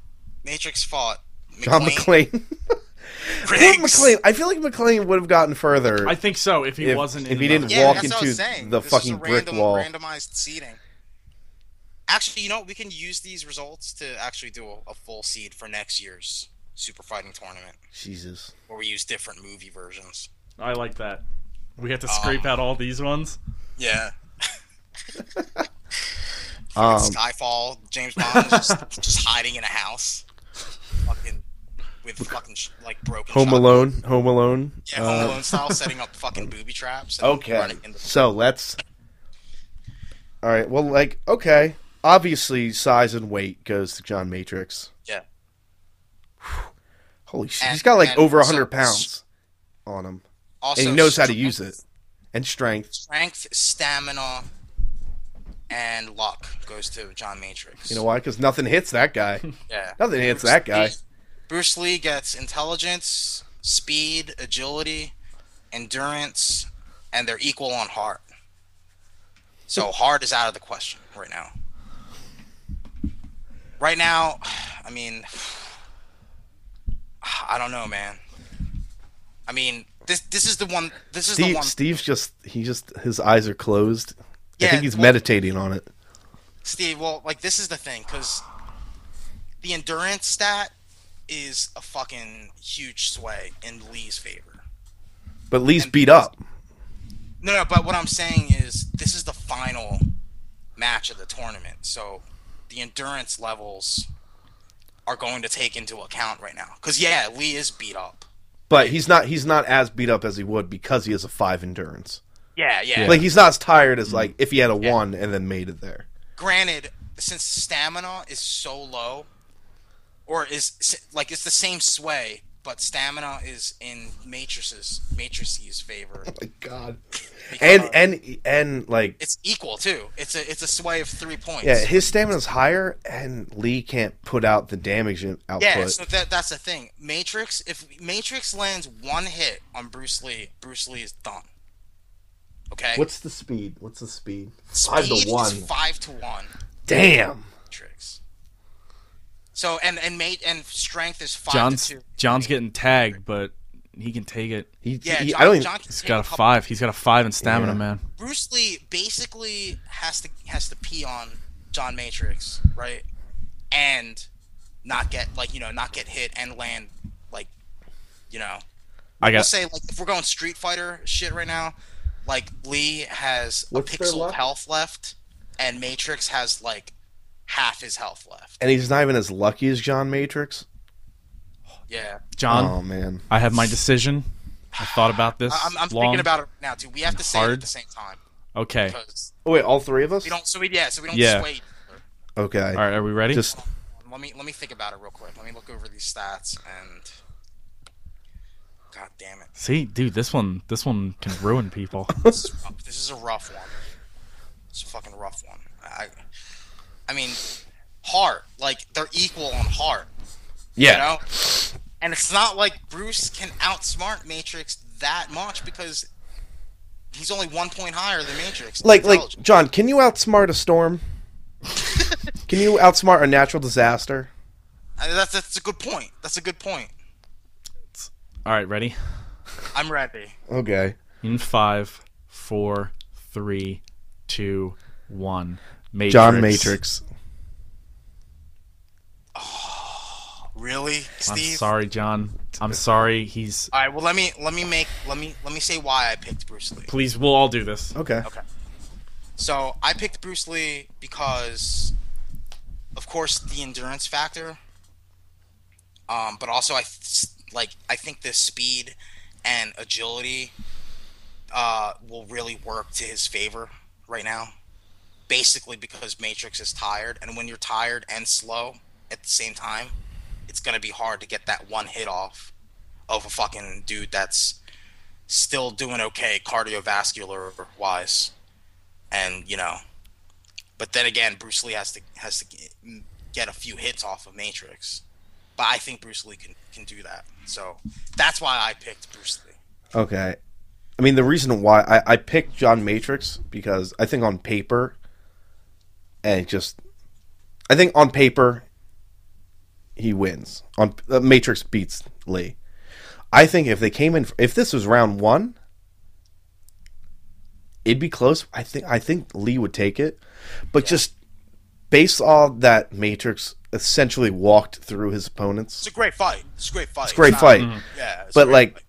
Speaker 10: Matrix fought
Speaker 9: John
Speaker 10: McClane.
Speaker 9: McClane.
Speaker 10: Riggs.
Speaker 9: McClane. I feel like McClane would have gotten further.
Speaker 8: I think so. If he
Speaker 9: If-
Speaker 8: wasn't,
Speaker 9: if
Speaker 8: in
Speaker 9: he
Speaker 8: the-
Speaker 9: didn't
Speaker 10: Yeah,
Speaker 9: walk
Speaker 10: that's what I
Speaker 9: into
Speaker 10: was saying.
Speaker 9: the
Speaker 10: This is
Speaker 9: fucking
Speaker 10: a
Speaker 9: brick
Speaker 10: random,
Speaker 9: wall.
Speaker 10: Randomized seeding. Actually, you know what? we can use these results to actually do a, a full seed for next year's Super Fighting Tournament,
Speaker 9: Jesus.
Speaker 10: where we use different movie versions.
Speaker 8: I like that. We have to
Speaker 9: Ah.
Speaker 8: scrape out all these ones.
Speaker 10: Yeah.
Speaker 9: Um,
Speaker 10: Skyfall. James Bond is just, just hiding in a house, fucking with fucking sh- like broken.
Speaker 9: Home
Speaker 10: shotgun.
Speaker 9: Alone. Home Alone.
Speaker 10: Yeah, Home Alone style, setting up fucking booby traps. And
Speaker 9: Okay.
Speaker 10: running in the-
Speaker 9: So let's. All right. Well, like, okay. Obviously, size and weight goes to John Matrix.
Speaker 10: yeah.
Speaker 9: Holy shit.
Speaker 10: And-
Speaker 9: He's got like
Speaker 10: and
Speaker 9: over
Speaker 10: so-
Speaker 9: 100 pounds on him.
Speaker 10: Also,
Speaker 9: And he knows how to
Speaker 10: strength-
Speaker 9: use it. And strength.
Speaker 10: Strength, stamina, and luck goes to John Matrix.
Speaker 9: You know why? Because nothing hits that guy.
Speaker 10: Yeah.
Speaker 9: Nothing hits
Speaker 10: Bruce
Speaker 9: that guy.
Speaker 10: Lee- Bruce Lee gets intelligence, speed, agility, endurance, and they're equal on heart. So hard is out of the question right now. Right now, I mean, I don't know, man. I mean, this this is the one. This is the
Speaker 9: Steve,
Speaker 10: one.
Speaker 9: Steve's just, he just, his eyes are closed. I
Speaker 10: Yeah,
Speaker 9: think he's
Speaker 10: well-
Speaker 9: meditating on it.
Speaker 10: Steve, well, like this is the thing because the endurance stat is a fucking huge sway in Lee's favor.
Speaker 9: But Lee's
Speaker 10: and-
Speaker 9: beat up.
Speaker 10: No, no, but what I'm saying is this is the final match of the tournament. So the endurance levels are going to take into account right now. Because yeah, Lee is beat up.
Speaker 9: But he's not he's not as beat up as he would because he has a five endurance.
Speaker 10: Yeah, yeah. Mm.
Speaker 9: Like he's not as tired as like if he had a one and then made it there.
Speaker 10: Granted, since stamina is so low, or is like it's the same sway, but stamina is in matrices matrices favor.
Speaker 9: My God. And
Speaker 10: because
Speaker 9: and and like
Speaker 10: it's equal too. It's a it's a sway of three points.
Speaker 9: yeah, his stamina's higher, and Lee can't put out the damage in- output.
Speaker 10: Yeah, so that that's the thing. Matrix, if Matrix lands one hit on Bruce Lee, Bruce Lee is done. Okay.
Speaker 11: What's the speed? What's the speed?
Speaker 10: Speed
Speaker 11: Five to one.
Speaker 10: Is five to one.
Speaker 9: Damn.
Speaker 10: Matrix. So and and mate and strength is five
Speaker 8: John's
Speaker 10: to two.
Speaker 8: John's getting tagged, but he can take it.
Speaker 9: He,
Speaker 10: Yeah,
Speaker 9: he-
Speaker 10: John,
Speaker 9: I don't even,
Speaker 10: John can
Speaker 8: He's
Speaker 10: take
Speaker 8: got a
Speaker 10: couple-
Speaker 8: five. He's got a five in stamina, man.
Speaker 10: Bruce Lee basically has to has to pee on John Matrix, right? And not get like you know not get hit and land like you know
Speaker 8: I
Speaker 10: We'll
Speaker 8: got
Speaker 10: say like if we're going Street Fighter shit right now, like Lee has
Speaker 11: What's
Speaker 10: a
Speaker 11: their
Speaker 10: pixel
Speaker 11: luck?
Speaker 10: of health left, and Matrix has like half his health left.
Speaker 9: and he's not even as lucky as John Matrix.
Speaker 10: Yeah,
Speaker 8: John.
Speaker 9: oh man,
Speaker 8: I have my decision. I thought about this.
Speaker 10: I- I'm, I'm
Speaker 8: long.
Speaker 10: thinking about it now too. We have to say it
Speaker 8: hard.
Speaker 10: at the same time
Speaker 8: Okay.
Speaker 10: because
Speaker 9: Oh, wait, all three of us?
Speaker 10: we don't. So we yeah. So we don't
Speaker 8: Yeah.
Speaker 10: sway. Each other.
Speaker 9: Okay.
Speaker 8: All right. Are we ready?
Speaker 9: Just
Speaker 10: Let me let me think about it real quick. Let me look over these stats and. God damn it!
Speaker 8: See, dude, this one, this one can ruin people.
Speaker 10: This is rough. Oh, This is a rough one. It's a fucking rough one. I, I mean, heart. Like they're equal on heart.
Speaker 9: yeah.
Speaker 10: you know? And it's not like Bruce can outsmart Matrix that much because he's only one point higher than Matrix. in
Speaker 9: Like like
Speaker 10: intelligence.
Speaker 9: John, can you outsmart a storm? can you outsmart a natural disaster?
Speaker 10: I- that's that's a good point. That's a good point.
Speaker 8: All right, ready?
Speaker 10: I'm ready.
Speaker 9: Okay.
Speaker 8: In five, four, three, two, one. Matrix.
Speaker 9: John Matrix.
Speaker 10: Really,
Speaker 8: I'm
Speaker 10: Steve?
Speaker 8: sorry, John. I'm sorry. He's.
Speaker 10: All right. Well, let me let me make let me let me say why I picked Bruce Lee.
Speaker 8: Please, we'll all do this.
Speaker 9: Okay.
Speaker 10: So I picked Bruce Lee because, of course, the endurance factor. Um, but also I th- like I think the speed and agility uh, will really work to his favor right now. Basically, because Matrix is tired, and when you're tired and slow at the same time, it's gonna be hard to get that one hit off of a fucking dude that's still doing okay cardiovascular wise and you know but then again bruce lee has to has to get, get a few hits off of matrix but i think bruce lee can can do that so that's why i picked bruce lee
Speaker 9: Okay. I mean, the reason why I, I picked John Matrix because I think on paper, and it just, I think on paper, he wins. On uh, Matrix beats Lee. I think if they came in, if this was round one, it'd be close. I think I think Lee would take it, but just based on that Matrix essentially walked through his opponents.
Speaker 10: it's a great fight it's a great fight it's
Speaker 9: Great
Speaker 10: not-
Speaker 9: fight
Speaker 10: yeah it's a
Speaker 9: but
Speaker 10: great
Speaker 9: like
Speaker 10: fight.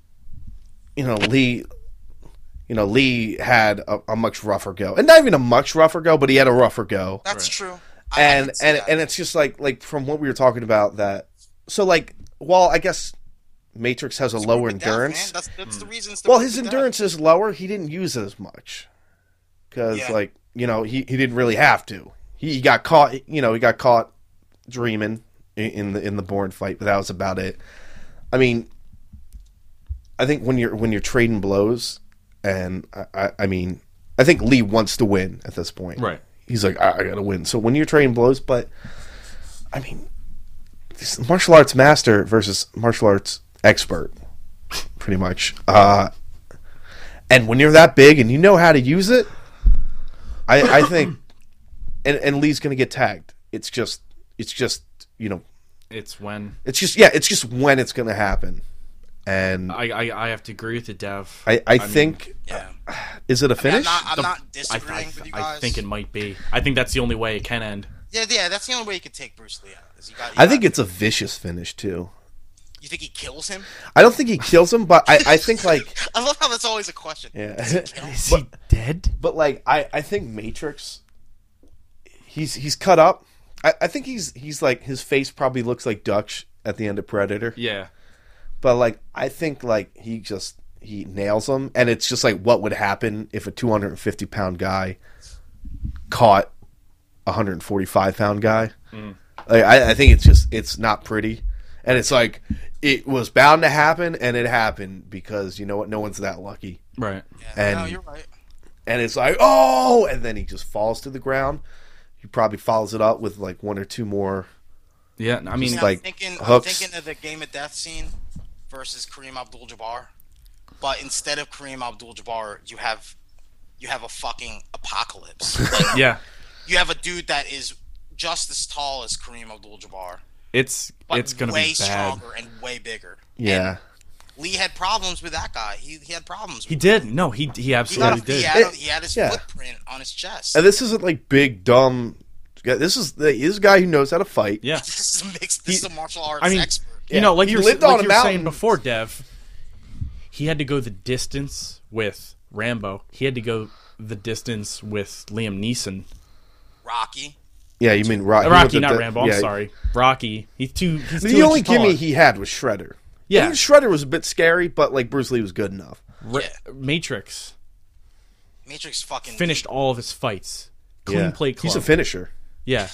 Speaker 9: you know lee you know lee had a, a much rougher go and not even a much rougher go but he had a rougher go
Speaker 10: that's true I- I
Speaker 9: and
Speaker 10: can see
Speaker 9: and
Speaker 10: that.
Speaker 9: and it's just like like from what we were talking about that so like while i guess matrix has a lower
Speaker 10: Death, man,
Speaker 9: endurance
Speaker 10: that's, that's the reason it's the
Speaker 9: well
Speaker 10: reason
Speaker 9: his
Speaker 10: for death.
Speaker 9: endurance is lower he didn't use it as much because
Speaker 10: Yeah.
Speaker 9: like you know he, he didn't really have to he, he got caught you know he got caught dreaming i- in the in the born fight but that was about it i mean i think when you're when you're trading blows and i i, I mean i think lee wants to win at this point
Speaker 8: Right.
Speaker 9: he's like i, I gotta win so when you're trading blows but i mean this martial arts master versus martial arts expert pretty much uh and when you're that big and you know how to use it, I, I think, and, and Lee's gonna get tagged. It's just, it's just, you know,
Speaker 8: It's when
Speaker 9: it's just, yeah, it's just when it's gonna happen. And I,
Speaker 8: I I, I have to agree with the dev.
Speaker 9: I,
Speaker 8: mean,
Speaker 9: think,
Speaker 10: yeah
Speaker 9: is it a
Speaker 10: I mean, i'm
Speaker 9: uh, finish?
Speaker 10: not i'm
Speaker 8: The-
Speaker 10: not
Speaker 8: I,
Speaker 10: disagreeing
Speaker 8: I,
Speaker 10: with you
Speaker 8: I
Speaker 10: guys
Speaker 8: think it might be. I think that's the only way it can end.
Speaker 10: yeah yeah that's the only way you could take bruce lee out is you got, you
Speaker 9: I think
Speaker 10: got-
Speaker 9: it's a vicious finish too.
Speaker 10: you think he kills him
Speaker 9: I don't think he kills him, but I, I think like,
Speaker 10: i love how that's always a question
Speaker 9: yeah,
Speaker 8: Is he dead?
Speaker 9: but like I, I think Matrix He's he's cut up. I, I think he's he's like his face probably looks like Dutch at the end of Predator.
Speaker 8: Yeah.
Speaker 9: But like I think like he just he nails him, and it's just like what would happen if a 250 pound guy caught a 145 pound guy.
Speaker 12: Mm.
Speaker 9: Like, I, I think it's just it's not pretty, and it's like it was bound to happen, and it happened because you know what? No one's that lucky,
Speaker 8: right?
Speaker 9: and
Speaker 10: no, you're right.
Speaker 9: and it's like oh, and then he just falls to the ground. He probably follows it up with like one or two more.
Speaker 8: Yeah, I mean,
Speaker 9: just,
Speaker 10: I'm
Speaker 9: like
Speaker 10: thinking, I'm
Speaker 9: hooks.
Speaker 10: thinking of the Game of Death scene versus Kareem Abdul-Jabbar, but instead of Kareem Abdul-Jabbar, you have you have a fucking apocalypse. Like,
Speaker 8: Yeah.
Speaker 10: you have a dude that is just as tall as Kareem Abdul-Jabbar,
Speaker 8: It's
Speaker 10: but
Speaker 8: it's gonna
Speaker 10: way
Speaker 8: be bad.
Speaker 10: stronger and way bigger.
Speaker 9: Yeah.
Speaker 10: Lee had problems with that guy. He, he had problems.
Speaker 8: He did. No, he he
Speaker 10: He, got
Speaker 8: absolutely
Speaker 10: a-
Speaker 8: did.
Speaker 10: he had, a- he had his
Speaker 9: Yeah.
Speaker 10: footprint on his chest.
Speaker 9: And this isn't like big dumb. guy. This is this is a guy who knows how to fight.
Speaker 8: Yeah,
Speaker 10: this is a mixed. This is a martial arts
Speaker 8: I mean,
Speaker 10: expert.
Speaker 8: you know, like
Speaker 9: He
Speaker 8: you were,
Speaker 9: lived
Speaker 8: like
Speaker 9: on a
Speaker 8: you were saying
Speaker 9: mountain.
Speaker 8: before, Dev, he had to go the distance with Rambo. He had to go the distance with Liam Neeson.
Speaker 10: Rocky.
Speaker 9: Yeah, you mean Rocky?
Speaker 8: Rocky,
Speaker 9: with
Speaker 8: not
Speaker 9: the-
Speaker 8: Rambo. I'm
Speaker 9: yeah.
Speaker 8: sorry, Rocky. He's too. He's two
Speaker 9: The only
Speaker 8: inches taller.
Speaker 9: gimme he had was Shredder.
Speaker 8: Yeah.
Speaker 9: Even Shredder was a bit scary, but like Bruce Lee was good enough.
Speaker 8: Ra- Matrix
Speaker 10: Matrix fucking
Speaker 8: finished all of his fights. Clean
Speaker 9: Yeah.
Speaker 8: plate. Club.
Speaker 9: He's a finisher.
Speaker 8: Yeah.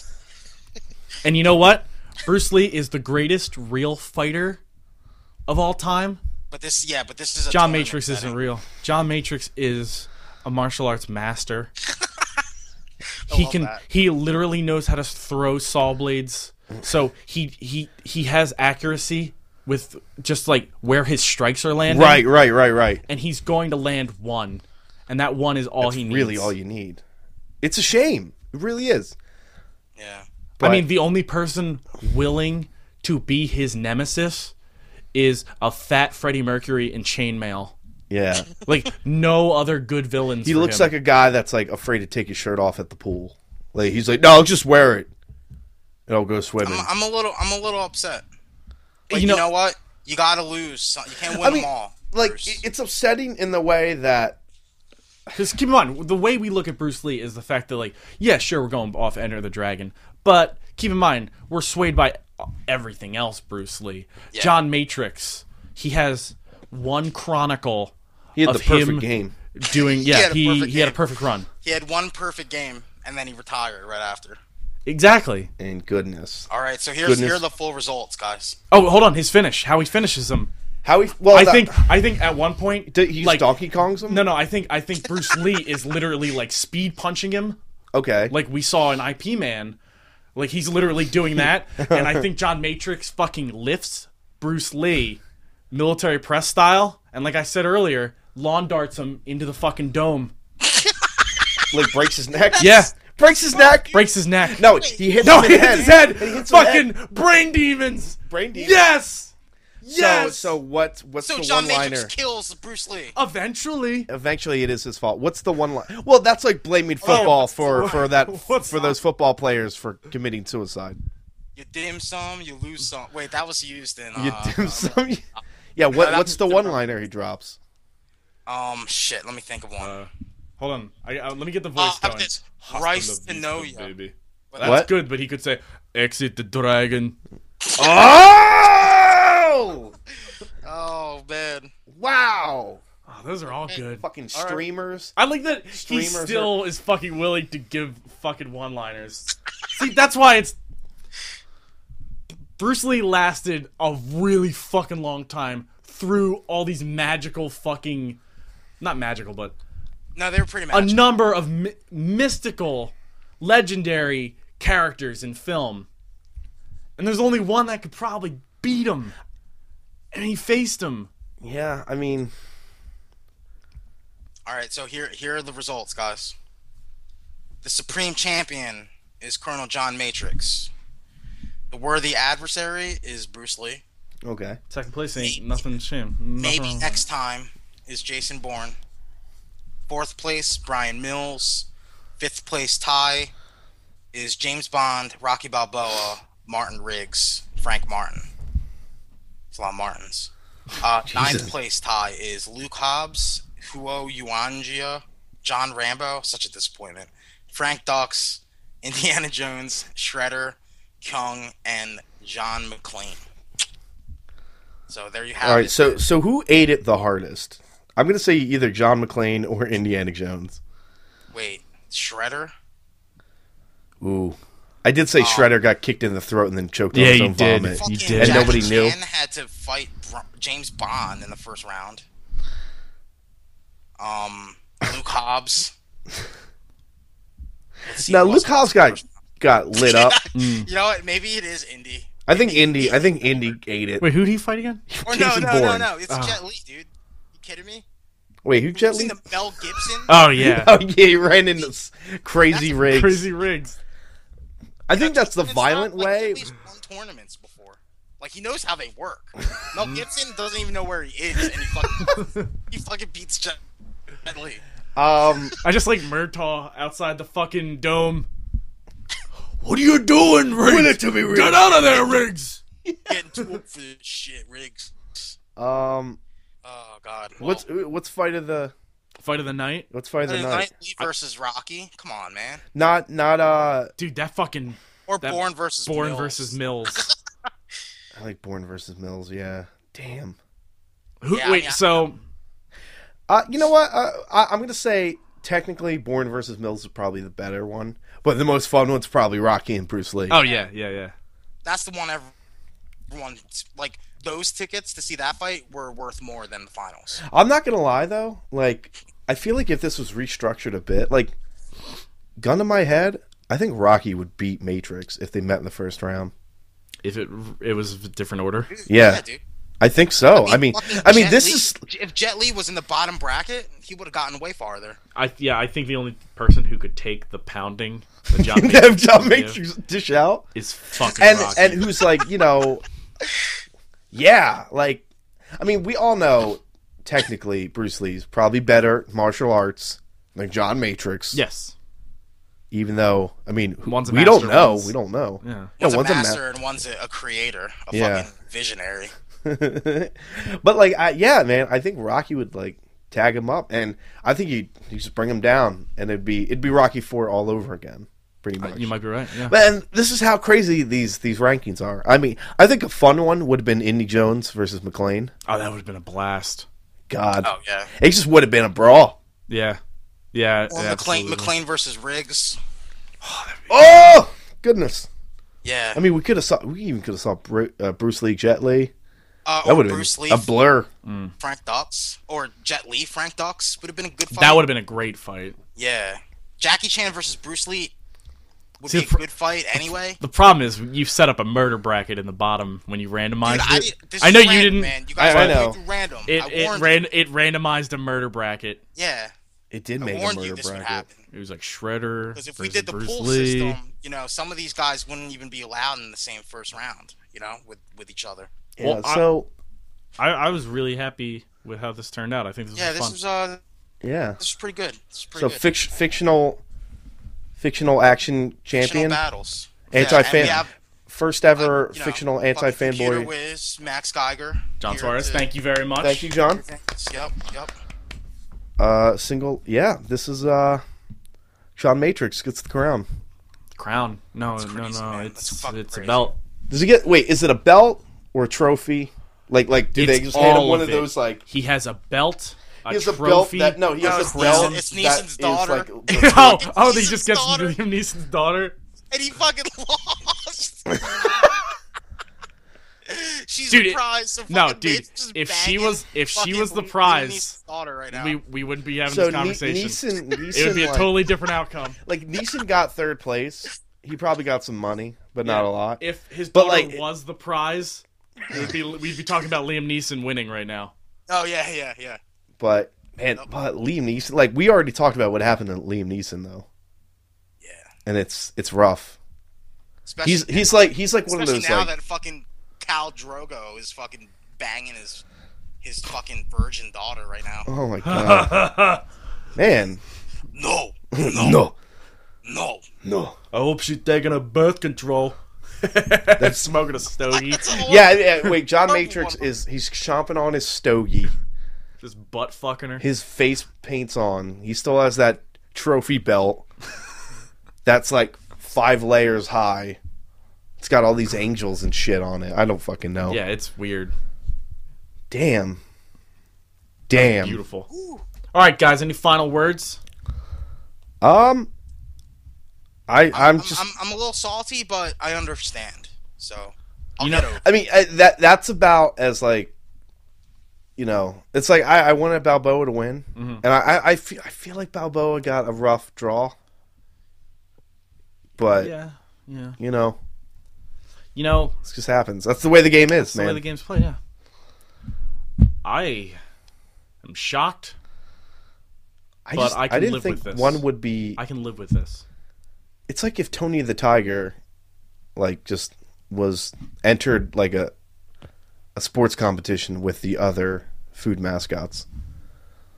Speaker 8: and you know what? Bruce Lee is the greatest real fighter of all time.
Speaker 10: But this, yeah, but this is a
Speaker 8: John
Speaker 10: tournament
Speaker 8: Matrix
Speaker 10: setting.
Speaker 8: isn't real. John Matrix is a martial arts master. he
Speaker 10: love
Speaker 8: can
Speaker 10: that.
Speaker 8: he literally knows how to throw saw blades. So he he he has accuracy with just like where his strikes are landing.
Speaker 9: Right, right, right, right.
Speaker 8: And he's going to land one. And that one is all he needs.
Speaker 9: Really, all you need. It's a shame. It really is.
Speaker 10: Yeah.
Speaker 8: I mean, the only person willing to be his nemesis is a fat Freddie Mercury in chainmail.
Speaker 9: Yeah.
Speaker 8: Like no other good villains.
Speaker 9: He
Speaker 8: for
Speaker 9: looks
Speaker 8: him.
Speaker 9: like a guy that's like afraid to take his shirt off at the pool. Like he's like, no, just wear it. And I'll go swimming.
Speaker 10: I'm, I'm a little, I'm a little upset. Like,
Speaker 9: You
Speaker 10: you,
Speaker 9: know-
Speaker 10: know, what? You gotta lose. Some, you can't win
Speaker 9: I mean,
Speaker 10: them all.
Speaker 9: like it- it's upsetting in the way that
Speaker 8: Because keep in mind, the way we look at Bruce Lee is the fact that, like, yeah, sure, we're going off Enter the Dragon, but keep in mind, we're swayed by everything else. Bruce Lee, John Matrix, he has one chronicle
Speaker 9: He had
Speaker 8: of
Speaker 9: the perfect
Speaker 8: him
Speaker 9: game.
Speaker 8: doing. Yeah, he
Speaker 10: had a
Speaker 8: he,
Speaker 10: perfect
Speaker 8: had a
Speaker 10: game.
Speaker 8: perfect run.
Speaker 10: He had one perfect game, and then he retired right after.
Speaker 8: Exactly.
Speaker 9: And goodness.
Speaker 10: All right, so here's here are the full results, guys.
Speaker 8: Oh, hold on, his finish, how he finishes him.
Speaker 9: How he? Well,
Speaker 8: I
Speaker 9: that-
Speaker 8: think I think at one point
Speaker 9: he like, Donkey Kong's him.
Speaker 8: No, no, I think I think Bruce Lee is literally like speed punching him.
Speaker 9: Okay.
Speaker 8: Like we saw in IP Man, like he's literally doing that, and I think John Matrix fucking lifts Bruce Lee, military press style, and like I said earlier, lawn darts him into the fucking dome.
Speaker 9: like breaks his neck.
Speaker 8: Yeah.
Speaker 9: Breaks his neck.
Speaker 8: Breaks his neck.
Speaker 9: No, he hits
Speaker 8: No,
Speaker 9: him in
Speaker 8: he
Speaker 9: the
Speaker 8: hits
Speaker 9: head.
Speaker 8: his
Speaker 9: He
Speaker 8: head.
Speaker 9: hits his
Speaker 8: Fucking
Speaker 9: head.
Speaker 8: brain demons.
Speaker 9: Brain demons.
Speaker 8: Yes.
Speaker 9: So-
Speaker 8: Yes.
Speaker 9: So, what? What's
Speaker 10: So
Speaker 9: the
Speaker 10: John
Speaker 9: one-liner?
Speaker 10: Matrix kills Bruce Lee.
Speaker 8: Eventually.
Speaker 9: Eventually, it is his fault. What's the one line? Well, that's like blaming
Speaker 8: Oh,
Speaker 9: football for for that for those football players for committing suicide.
Speaker 10: You dim some, you lose some. Wait, that was used in.
Speaker 9: You
Speaker 10: Uh,
Speaker 9: dim sum. Yeah. What,
Speaker 10: that
Speaker 9: what's the one liner he drops?
Speaker 10: um, shit. Let me think of
Speaker 9: Uh,
Speaker 10: one.
Speaker 8: Hold on. I, I, let me get the voice
Speaker 10: Oh, I have
Speaker 8: going.
Speaker 10: this
Speaker 8: Hasta
Speaker 10: rice
Speaker 8: la
Speaker 10: to know
Speaker 8: vista,
Speaker 10: ya.
Speaker 8: Baby.
Speaker 10: What?
Speaker 8: That's
Speaker 9: What?
Speaker 8: good, but he could say, "Exit the dragon."
Speaker 9: Oh!
Speaker 10: Oh man.
Speaker 9: Wow!
Speaker 8: Oh, those are all good.
Speaker 9: Fucking streamers.
Speaker 8: I like that he
Speaker 9: Streamers
Speaker 8: still is fucking willing to give fucking one-liners. See, that's why it's Bruce Lee lasted a really fucking long time through all these magical fucking not magical, but
Speaker 10: No, they were pretty
Speaker 8: a
Speaker 10: much.
Speaker 8: number of mi- mystical, legendary characters in film. And there's only one that could probably beat him. And he faced him.
Speaker 9: Yeah. I mean,
Speaker 10: All right, so here here are the results, guys. The supreme champion is Colonel John Matrix. The worthy adversary is Bruce Lee.
Speaker 9: okay.
Speaker 8: Second place ain't nothing shame. Nothing
Speaker 10: Maybe
Speaker 8: wrong.
Speaker 10: next time is Jason Bourne. Fourth place, Brian Mills. Fifth place tie is James Bond, Rocky Balboa, Martin Riggs, Frank Martin. It's a lot of Martins. Uh, ninth place tie is Luke Hobbs, Huo Yuanjia, John Rambo, such a disappointment, Frank Dux, Indiana Jones, Shredder, Kung, and John McClane. So there you have
Speaker 9: All
Speaker 10: it.
Speaker 9: right, so so who ate it the hardest? I'm gonna say either John McClane or Indiana Jones.
Speaker 10: Wait, Shredder?
Speaker 9: Ooh, I did
Speaker 10: Oh.
Speaker 9: say Shredder got kicked in the throat and then choked
Speaker 8: Yeah,
Speaker 9: on his
Speaker 8: you
Speaker 9: own
Speaker 8: did.
Speaker 9: vomit,
Speaker 8: You
Speaker 10: Fucking
Speaker 8: did.
Speaker 9: and
Speaker 10: Jackie
Speaker 9: nobody knew.
Speaker 10: Chan had to fight Br- James Bond in the first round. Um, Luke Hobbs. Let's see
Speaker 9: Now
Speaker 10: who else
Speaker 9: Luke Hobbs got got lit up.
Speaker 10: You know what? Maybe it is Indy.
Speaker 9: I think Indy. I think Indy ate it.
Speaker 8: Wait, who'd he fight again?
Speaker 10: Or Oh, no,
Speaker 9: Jason
Speaker 10: no, no,
Speaker 9: Bourne.
Speaker 10: no. It's Jet Li, dude. You kidding me?
Speaker 9: Wait, who Jet
Speaker 10: It's in
Speaker 9: Li?
Speaker 10: the Mel Gibson.
Speaker 8: Oh yeah,
Speaker 9: Oh yeah, he ran into s- crazy rigs.
Speaker 8: crazy rigs.
Speaker 9: I think that's the
Speaker 10: It's not
Speaker 9: violent
Speaker 10: like
Speaker 9: way.
Speaker 10: At least won tournaments before. Like he knows how they work. Mel Gibson doesn't even know where he is, and he fucking, he fucking beats Jet Li.
Speaker 9: Um,
Speaker 8: I just like Murtaugh outside the fucking dome.
Speaker 1: What are you doing, Riggs? Get out of there, Riggs!
Speaker 10: Getting too old for this shit, Riggs.
Speaker 9: um,
Speaker 10: Oh God. Well,
Speaker 9: what's what's fight of the
Speaker 8: Fight of the night,
Speaker 9: what's fight of the
Speaker 10: Knight
Speaker 9: night?
Speaker 10: Lee versus Rocky? Come on, man.
Speaker 9: Not not uh,
Speaker 8: dude. That fucking
Speaker 10: Or
Speaker 8: That-
Speaker 10: Bourne versus
Speaker 8: Bourne
Speaker 10: Mills.
Speaker 8: versus Mills.
Speaker 9: I like Bourne versus Mills. Yeah, damn.
Speaker 8: Who,
Speaker 10: Yeah,
Speaker 8: wait,
Speaker 10: yeah.
Speaker 8: so
Speaker 9: Uh, you know what? Uh, I, I'm gonna say technically Bourne versus Mills is probably the better one, but the most fun one's probably Rocky and Bruce Lee.
Speaker 8: oh yeah, yeah, yeah.
Speaker 10: That's the one everyone like. Those tickets to see that fight were worth more than the finals.
Speaker 9: I'm not gonna lie though, like I feel like if this was restructured a bit, like gun to my head, I think Rocky would beat Matrix if they met in the first round.
Speaker 8: If it it was a different order,
Speaker 9: Yeah,
Speaker 10: dude.
Speaker 9: I think so. I mean,
Speaker 10: fucking
Speaker 9: I mean,
Speaker 10: Jet
Speaker 9: this
Speaker 10: Li-
Speaker 9: is
Speaker 10: if Jet Li was in the bottom bracket, he would have gotten way farther.
Speaker 8: I yeah, I think the only person who could take the pounding that John
Speaker 9: that
Speaker 8: Matrix
Speaker 9: John
Speaker 8: would give
Speaker 9: Matrix dish out,
Speaker 8: is fucking
Speaker 9: and
Speaker 8: Rocky.
Speaker 9: and who's like you know, yeah, like I mean, we all know technically Bruce Lee's probably better at martial arts than John Matrix.
Speaker 8: yes,
Speaker 9: even though I mean, who-
Speaker 8: One's a
Speaker 9: we don't
Speaker 8: master,
Speaker 9: know,
Speaker 8: one's-
Speaker 9: we don't know.
Speaker 8: yeah.
Speaker 9: Yeah,
Speaker 10: One's,
Speaker 9: one's
Speaker 10: a
Speaker 9: a ma-
Speaker 10: master and one's a, a creator, a
Speaker 9: Yeah.
Speaker 10: fucking visionary.
Speaker 9: but like, I, yeah, man, I think Rocky would like tag him up, and I think you you just bring him down, and it'd be it'd be Rocky Four all over again, pretty much.
Speaker 8: Uh, You might be right. Yeah.
Speaker 9: But and this is how crazy these these rankings are. I mean, I think a fun one would have been Indy Jones versus McLean.
Speaker 8: Oh, that would have been a blast.
Speaker 9: God,
Speaker 10: Oh yeah.
Speaker 9: it just would have been a brawl.
Speaker 8: Yeah, yeah.
Speaker 10: Or
Speaker 8: yeah,
Speaker 10: McLean,
Speaker 8: absolutely.
Speaker 10: McLean versus Riggs.
Speaker 9: Oh goodness!
Speaker 10: Yeah.
Speaker 9: I mean, we could have saw we even could have saw Bru- uh, Bruce Lee, Jet Li.
Speaker 10: uh,
Speaker 9: That
Speaker 10: or
Speaker 9: would have
Speaker 10: Bruce Lee,
Speaker 9: been a blur.
Speaker 10: Frank Dux, or Jet Li, Frank Dux would have been a good fight.
Speaker 8: That would have been a great fight.
Speaker 10: Yeah. Jackie Chan versus Bruce Lee would
Speaker 8: See,
Speaker 10: be a
Speaker 8: fr-
Speaker 10: good fight anyway.
Speaker 8: The problem is you've set up a murder bracket in the bottom when you randomized
Speaker 10: Dude, I,
Speaker 8: it.
Speaker 10: did- this
Speaker 8: I
Speaker 10: is
Speaker 8: know you
Speaker 10: random,
Speaker 8: didn't.
Speaker 10: Man. You guys
Speaker 9: I- I
Speaker 10: went
Speaker 9: know.
Speaker 10: through Random.
Speaker 8: It
Speaker 10: I
Speaker 8: it
Speaker 10: warned
Speaker 8: ran
Speaker 10: You.
Speaker 8: it randomized a murder bracket.
Speaker 10: Yeah.
Speaker 9: It did
Speaker 10: I
Speaker 9: make a
Speaker 10: warned you
Speaker 9: murder
Speaker 10: this would
Speaker 9: bracket.
Speaker 10: happen.
Speaker 8: It was like Shredder
Speaker 10: Because if we
Speaker 8: versus
Speaker 10: did the
Speaker 8: Bruce
Speaker 10: pool
Speaker 8: Lee.
Speaker 10: system, you know, some of these guys wouldn't even be allowed in the same first round. You know, with with each other.
Speaker 9: Yeah,
Speaker 8: Well, I-
Speaker 9: so
Speaker 8: I, I was really happy with how this turned out. I think this
Speaker 10: Yeah,
Speaker 8: was
Speaker 10: this
Speaker 8: fun.
Speaker 10: was uh,
Speaker 9: yeah.
Speaker 10: this is pretty good. This is pretty
Speaker 9: So
Speaker 10: good.
Speaker 9: fic- fictional, fictional action
Speaker 10: Fictional
Speaker 9: champion,
Speaker 10: battles.
Speaker 9: Anti-fan-
Speaker 10: Yeah, and we have,
Speaker 9: first ever
Speaker 10: uh, you know,
Speaker 9: fictional
Speaker 10: fucking
Speaker 9: anti
Speaker 10: Computer
Speaker 9: fanboy.
Speaker 10: Whiz, Max Geiger.
Speaker 8: John Suarez, thank you very much.
Speaker 9: Thank you, John.
Speaker 10: Yep, yep.
Speaker 9: Uh, single. Yeah, this is uh, Sean Matrix gets the crown.
Speaker 8: Crown. No, no,
Speaker 10: crazy,
Speaker 8: no.
Speaker 10: man. That's
Speaker 8: It's
Speaker 10: fucking
Speaker 8: it's a
Speaker 10: crazy.
Speaker 8: belt.
Speaker 9: Does he get? Wait, is it a belt or a trophy? Like, like, do they
Speaker 8: It's
Speaker 9: just hand him
Speaker 8: all
Speaker 9: one
Speaker 8: of
Speaker 9: of,
Speaker 8: it.
Speaker 9: those like?
Speaker 8: He has a belt. A
Speaker 9: He has a
Speaker 8: trophy.
Speaker 9: belt that no, he has
Speaker 10: it's
Speaker 9: a belt.
Speaker 10: Neeson- it's
Speaker 9: that
Speaker 10: Neeson's
Speaker 9: is,
Speaker 10: daughter.
Speaker 9: like, the-
Speaker 8: oh, oh, they
Speaker 10: Neeson's
Speaker 8: just gets
Speaker 10: daughter.
Speaker 8: Liam Neeson's daughter.
Speaker 10: And he fucking lost. She's
Speaker 8: Dude,
Speaker 10: the
Speaker 8: it-
Speaker 10: prize. So
Speaker 8: no,
Speaker 10: fucking
Speaker 8: dude,
Speaker 10: bitch just
Speaker 8: if she
Speaker 10: banging
Speaker 8: was- if she
Speaker 10: fucking
Speaker 8: was the
Speaker 10: Liam
Speaker 8: prize,
Speaker 10: Neeson's daughter right now.
Speaker 8: We we wouldn't be having
Speaker 9: so
Speaker 8: this
Speaker 9: Ne-
Speaker 8: conversation.
Speaker 9: Neeson, Neeson,
Speaker 8: it would be a
Speaker 9: like,
Speaker 8: totally different outcome.
Speaker 9: like Neeson got third place. He probably got some money, but not a lot.
Speaker 8: If his
Speaker 9: But,
Speaker 8: daughter
Speaker 9: like-
Speaker 8: was the prize, it would be, we'd be talking about Liam Neeson winning right now.
Speaker 10: oh yeah, yeah, yeah.
Speaker 9: But man, but Liam Neeson. Like we already talked about what happened to Liam Neeson though.
Speaker 10: Yeah.
Speaker 9: and it's it's rough.
Speaker 10: Especially,
Speaker 9: He's he's like he's like one of
Speaker 10: especially
Speaker 9: those
Speaker 10: now
Speaker 9: like
Speaker 10: that fucking Cal Drogo is fucking banging his his fucking virgin daughter right now.
Speaker 9: oh my god, man,
Speaker 10: No,
Speaker 9: no,
Speaker 10: no.
Speaker 9: no.
Speaker 8: I hope she's taking a birth control. smoking a stogie.
Speaker 9: Yeah, yeah, wait. John
Speaker 10: Purple
Speaker 9: Matrix
Speaker 10: one.
Speaker 9: is he's chomping on his stogie.
Speaker 8: just butt fucking her.
Speaker 9: His face paint's on. He still has that trophy belt. That's like five layers high. It's got all these angels and shit on it. I don't fucking know.
Speaker 8: Yeah, it's weird.
Speaker 9: Damn. Damn.
Speaker 8: Beautiful. All right, guys. Any final words?
Speaker 9: Um, I I'm
Speaker 10: I'm,
Speaker 9: just
Speaker 10: I'm, I'm a little salty, but I understand. So I'll
Speaker 8: You
Speaker 10: get
Speaker 8: know-
Speaker 10: over.
Speaker 9: I mean I, that that's about as like, you know, it's like I, I wanted Balboa to win,
Speaker 8: Mm-hmm.
Speaker 9: and I, I I feel I feel like Balboa got a rough draw, but
Speaker 8: Yeah, yeah.
Speaker 9: you know,
Speaker 8: You know,
Speaker 9: this just happens. That's the way the game is,
Speaker 8: the way
Speaker 9: man.
Speaker 8: the game's played. Yeah. I am shocked.
Speaker 9: I
Speaker 8: but
Speaker 9: just
Speaker 8: I
Speaker 9: I,
Speaker 8: can
Speaker 9: didn't
Speaker 8: live
Speaker 9: think
Speaker 8: with this.
Speaker 9: one would be.
Speaker 8: I can live with this.
Speaker 9: It's like if Tony the Tiger, like just was entered like a a sports competition with the other food mascots.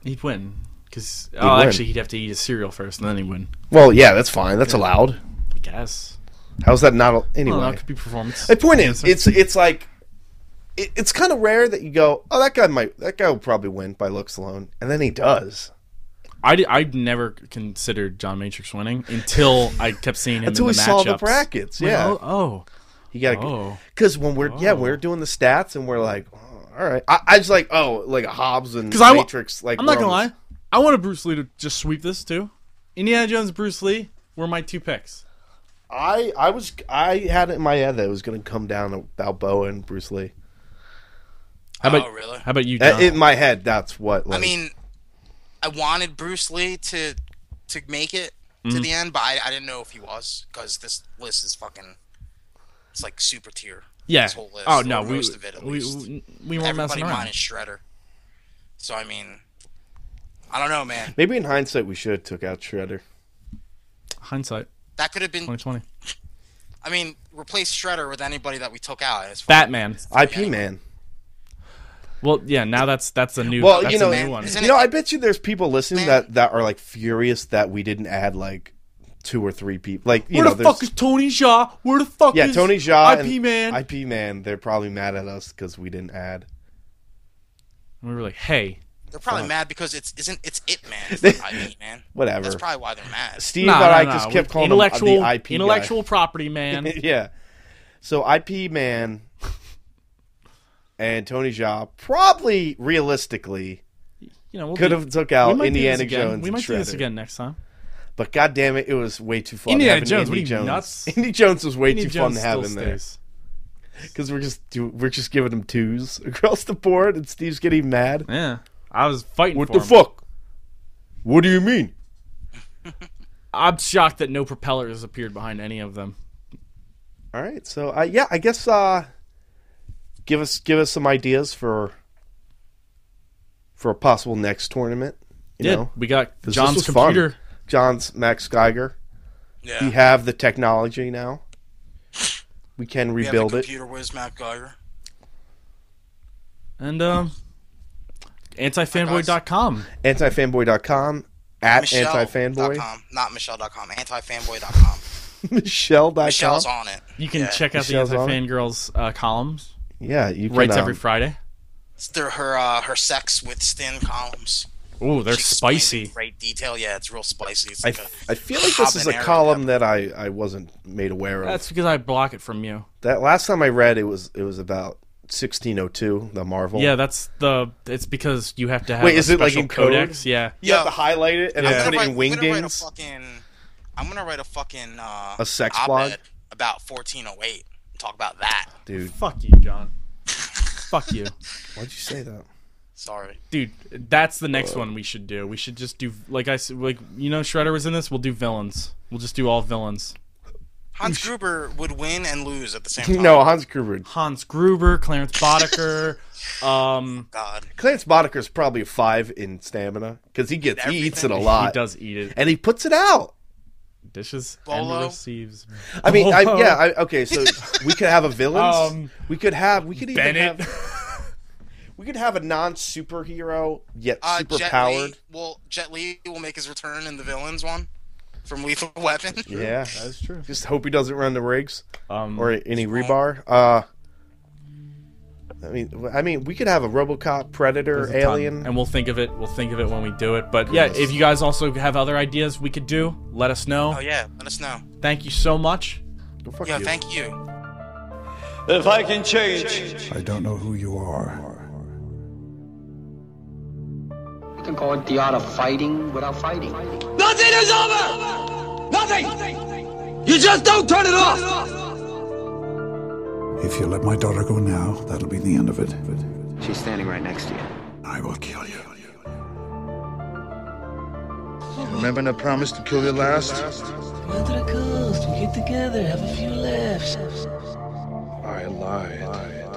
Speaker 8: He'd win because oh,
Speaker 9: win.
Speaker 8: actually, he'd have to eat his cereal first, and then he'd win.
Speaker 9: Well, yeah, that's fine. That's allowed.
Speaker 8: I guess.
Speaker 9: How's that not al-
Speaker 8: I
Speaker 9: anyway?
Speaker 8: don't know, it could be performance.
Speaker 9: My point is, it's it's like it, it's kind of rare that you go, oh, that guy might, that guy will probably win by looks alone, and then he does.
Speaker 8: I did, I never considered John Matrix winning until I kept seeing him
Speaker 9: Until
Speaker 8: in
Speaker 9: we
Speaker 8: the
Speaker 9: saw the
Speaker 8: matchups.
Speaker 9: brackets,
Speaker 8: I'm like,
Speaker 9: yeah.
Speaker 8: oh,
Speaker 9: You gotta,
Speaker 8: Oh.
Speaker 9: because when we're yeah, we're doing the stats and we're like, oh, all right, I, I just like oh, like Hobbs and
Speaker 8: because I wa-
Speaker 9: Matrix, like
Speaker 8: I'm not
Speaker 9: were
Speaker 8: gonna
Speaker 9: on
Speaker 8: lie. I wanted Bruce Lee to just sweep this too. Indiana Jones, Bruce Lee were my two picks.
Speaker 9: this- I I was I had it in my head that it was gonna come down to Balboa and Bruce Lee.
Speaker 8: How about
Speaker 10: oh, really?
Speaker 8: how about you?
Speaker 9: Uh,
Speaker 8: John?
Speaker 9: In my head, that's what. Like,
Speaker 10: I mean, I wanted Bruce Lee to to make it
Speaker 8: Mm-hmm.
Speaker 10: to the end, but I, I didn't know if he was because this list is fucking. It's like super tier.
Speaker 8: yeah.
Speaker 10: This whole list.
Speaker 8: Oh no,
Speaker 10: or
Speaker 8: we
Speaker 10: most of it at
Speaker 8: we,
Speaker 10: least.
Speaker 8: we we weren't
Speaker 10: Everybody
Speaker 8: messing around.
Speaker 10: minus Shredder. So I mean, I don't know, man.
Speaker 9: maybe in hindsight, we should have took out Shredder.
Speaker 8: Hindsight,
Speaker 10: That could have been.
Speaker 8: 2020.
Speaker 10: I mean, replace Shredder with anybody that we took out. It's fine.
Speaker 8: Batman.
Speaker 9: IP man.
Speaker 8: Well, yeah. Now that's that's a new.
Speaker 9: Well,
Speaker 8: that's
Speaker 9: you know,
Speaker 8: a new one.
Speaker 10: Isn't
Speaker 9: you know, I bet you there's people listening
Speaker 10: Man.
Speaker 9: that that are like furious that we didn't add like two or three people. Like, you
Speaker 8: Where
Speaker 9: know,
Speaker 8: the
Speaker 9: there's-
Speaker 8: fuck is Tony Shaw? Where the fuck
Speaker 9: yeah,
Speaker 8: is
Speaker 9: Tony Jaa,
Speaker 8: IP man?
Speaker 9: IP man. They're probably mad at us because we didn't add.
Speaker 8: And we were like, hey,
Speaker 10: They're probably mad because it's isn't it's it man. It's not IP man.
Speaker 9: Whatever.
Speaker 10: That's probably why they're mad.
Speaker 9: Steve,
Speaker 8: nah,
Speaker 9: that
Speaker 8: nah,
Speaker 9: I
Speaker 8: nah,
Speaker 9: just
Speaker 8: we-
Speaker 9: kept calling him, uh,
Speaker 8: intellectual
Speaker 9: the IP guy.
Speaker 8: intellectual property man.
Speaker 9: yeah. So IP man and Tony Jaa probably realistically
Speaker 8: You know, we'll
Speaker 9: could
Speaker 8: do-
Speaker 9: have took
Speaker 8: we
Speaker 9: out
Speaker 8: might do this
Speaker 9: Indiana
Speaker 8: again.
Speaker 9: Jones.
Speaker 8: We
Speaker 9: and
Speaker 8: might do this
Speaker 9: Shredder.
Speaker 8: again next time.
Speaker 9: But goddamn it, it was way too fun.
Speaker 8: Indiana
Speaker 9: having
Speaker 8: Jones,
Speaker 9: Indy
Speaker 8: what are you,
Speaker 9: Jones.
Speaker 8: nuts?
Speaker 9: Indy Jones was way
Speaker 8: Indiana
Speaker 9: too
Speaker 8: Jones
Speaker 9: fun to
Speaker 8: still
Speaker 9: have in there.
Speaker 8: stays.
Speaker 9: because we're just do, we're just giving him twos across the board, and Steve's getting mad.
Speaker 8: Yeah, I was fighting.
Speaker 9: What
Speaker 8: for
Speaker 9: the
Speaker 8: him.
Speaker 9: fuck? What do you mean?
Speaker 8: I'm shocked that no propeller has appeared behind any of them.
Speaker 9: All right, so uh, yeah, I guess uh, give us give us some ideas for for a possible next tournament. You
Speaker 8: Yeah,
Speaker 9: know,
Speaker 8: we got
Speaker 9: 'Cause this
Speaker 8: John's
Speaker 9: was fun.
Speaker 8: computer.
Speaker 9: John's Max Geiger.
Speaker 10: Yeah.
Speaker 9: We have the technology now. We can
Speaker 10: We have
Speaker 9: rebuild
Speaker 10: the
Speaker 9: it.
Speaker 10: computer whiz Matt Geiger.
Speaker 8: and um, antifanboy.com.
Speaker 9: Antifanboy.com at
Speaker 10: Michelle dot
Speaker 9: antifanboy.
Speaker 10: com, Not Michelle.com. Antifanboy.com.
Speaker 9: Michelle.com.
Speaker 10: Michelle's on it.
Speaker 8: You can
Speaker 10: Yeah.
Speaker 8: check out the
Speaker 9: Michelle's on it.
Speaker 8: antifangirls uh, columns.
Speaker 9: Yeah, you can.
Speaker 8: Writes
Speaker 9: um,
Speaker 8: every Friday.
Speaker 10: It's their, her uh, her sex with Stin columns.
Speaker 8: Ooh, they're
Speaker 10: She explains it in
Speaker 8: spicy.
Speaker 10: Great detail. Yeah, it's real spicy. It's
Speaker 9: I,
Speaker 10: like a
Speaker 9: I feel like this is a
Speaker 10: habanero
Speaker 9: column that I, I wasn't made aware of.
Speaker 8: That's because I block it from you.
Speaker 9: that last time I read it was it was about 1602, the Marvel.
Speaker 8: Yeah, that's the. It's because you have to have.
Speaker 9: Wait,
Speaker 8: a
Speaker 9: is it, like,
Speaker 8: special
Speaker 9: in code?
Speaker 8: codex? Yeah.
Speaker 9: you have to highlight it and
Speaker 10: I'm
Speaker 9: then
Speaker 10: gonna
Speaker 9: put it in
Speaker 10: write- I'm gonna write a
Speaker 9: Wingdings.
Speaker 10: fucking. I'm gonna write a fucking uh,
Speaker 9: A sex
Speaker 10: op-ed
Speaker 9: blog?
Speaker 10: about 1408. and Talk about that.
Speaker 9: Dude,
Speaker 8: Fuck you, John. Fuck you,
Speaker 9: why'd you say that?
Speaker 10: Sorry.
Speaker 8: dude. That's the next one we should do. We should just do like I s- like you know Shredder was in this. We'll do villains. We'll just do all villains.
Speaker 10: Hans Gruber would win and lose at the same time.
Speaker 9: No, Hans Gruber.
Speaker 8: Hans Gruber, Clarence Boddicker. um,
Speaker 10: God.
Speaker 9: Clarence Boddicker's probably a five in stamina because he gets he eats it a lot
Speaker 8: he does eat it.
Speaker 9: and he puts it out.
Speaker 8: Dishes
Speaker 10: Bolo.
Speaker 8: and receives.
Speaker 9: I mean, I,
Speaker 8: Bolo.
Speaker 9: yeah, I, okay. So we could have a villain.
Speaker 8: Um,
Speaker 9: we could have we could even
Speaker 8: Bennett.
Speaker 9: have we could have a non superhero yet
Speaker 10: Uh,
Speaker 9: super
Speaker 10: Jet
Speaker 9: powered.
Speaker 10: Li will Jet Li will make his return in the villains one from Lethal Weapon.
Speaker 9: Yeah,
Speaker 8: That's true. Mm.
Speaker 9: Just hope he doesn't run the rigs
Speaker 8: Um,
Speaker 9: or any rebar. Uh, I mean, I mean, we could have a RoboCop, Predator,
Speaker 8: There's a ton.
Speaker 9: Alien.
Speaker 8: and we'll think of it. We'll think of it when we do it. But yeah, if you guys also have other ideas we could do, let us know.
Speaker 10: Oh yeah, let us know.
Speaker 8: Thank you so much.
Speaker 10: yeah, thank you.
Speaker 2: If I can change.
Speaker 3: I don't know who you are.
Speaker 4: You can call it the art of fighting without fighting.
Speaker 2: Nothing is over! Nothing! You just don't turn it off!
Speaker 3: If you let my daughter go now, that'll be the end of it.
Speaker 5: She's standing right next to you.
Speaker 3: I will kill you.
Speaker 6: Remember the promise to kill you last?
Speaker 7: Go out to the coast, we get together, have a few laughs.
Speaker 6: I lied.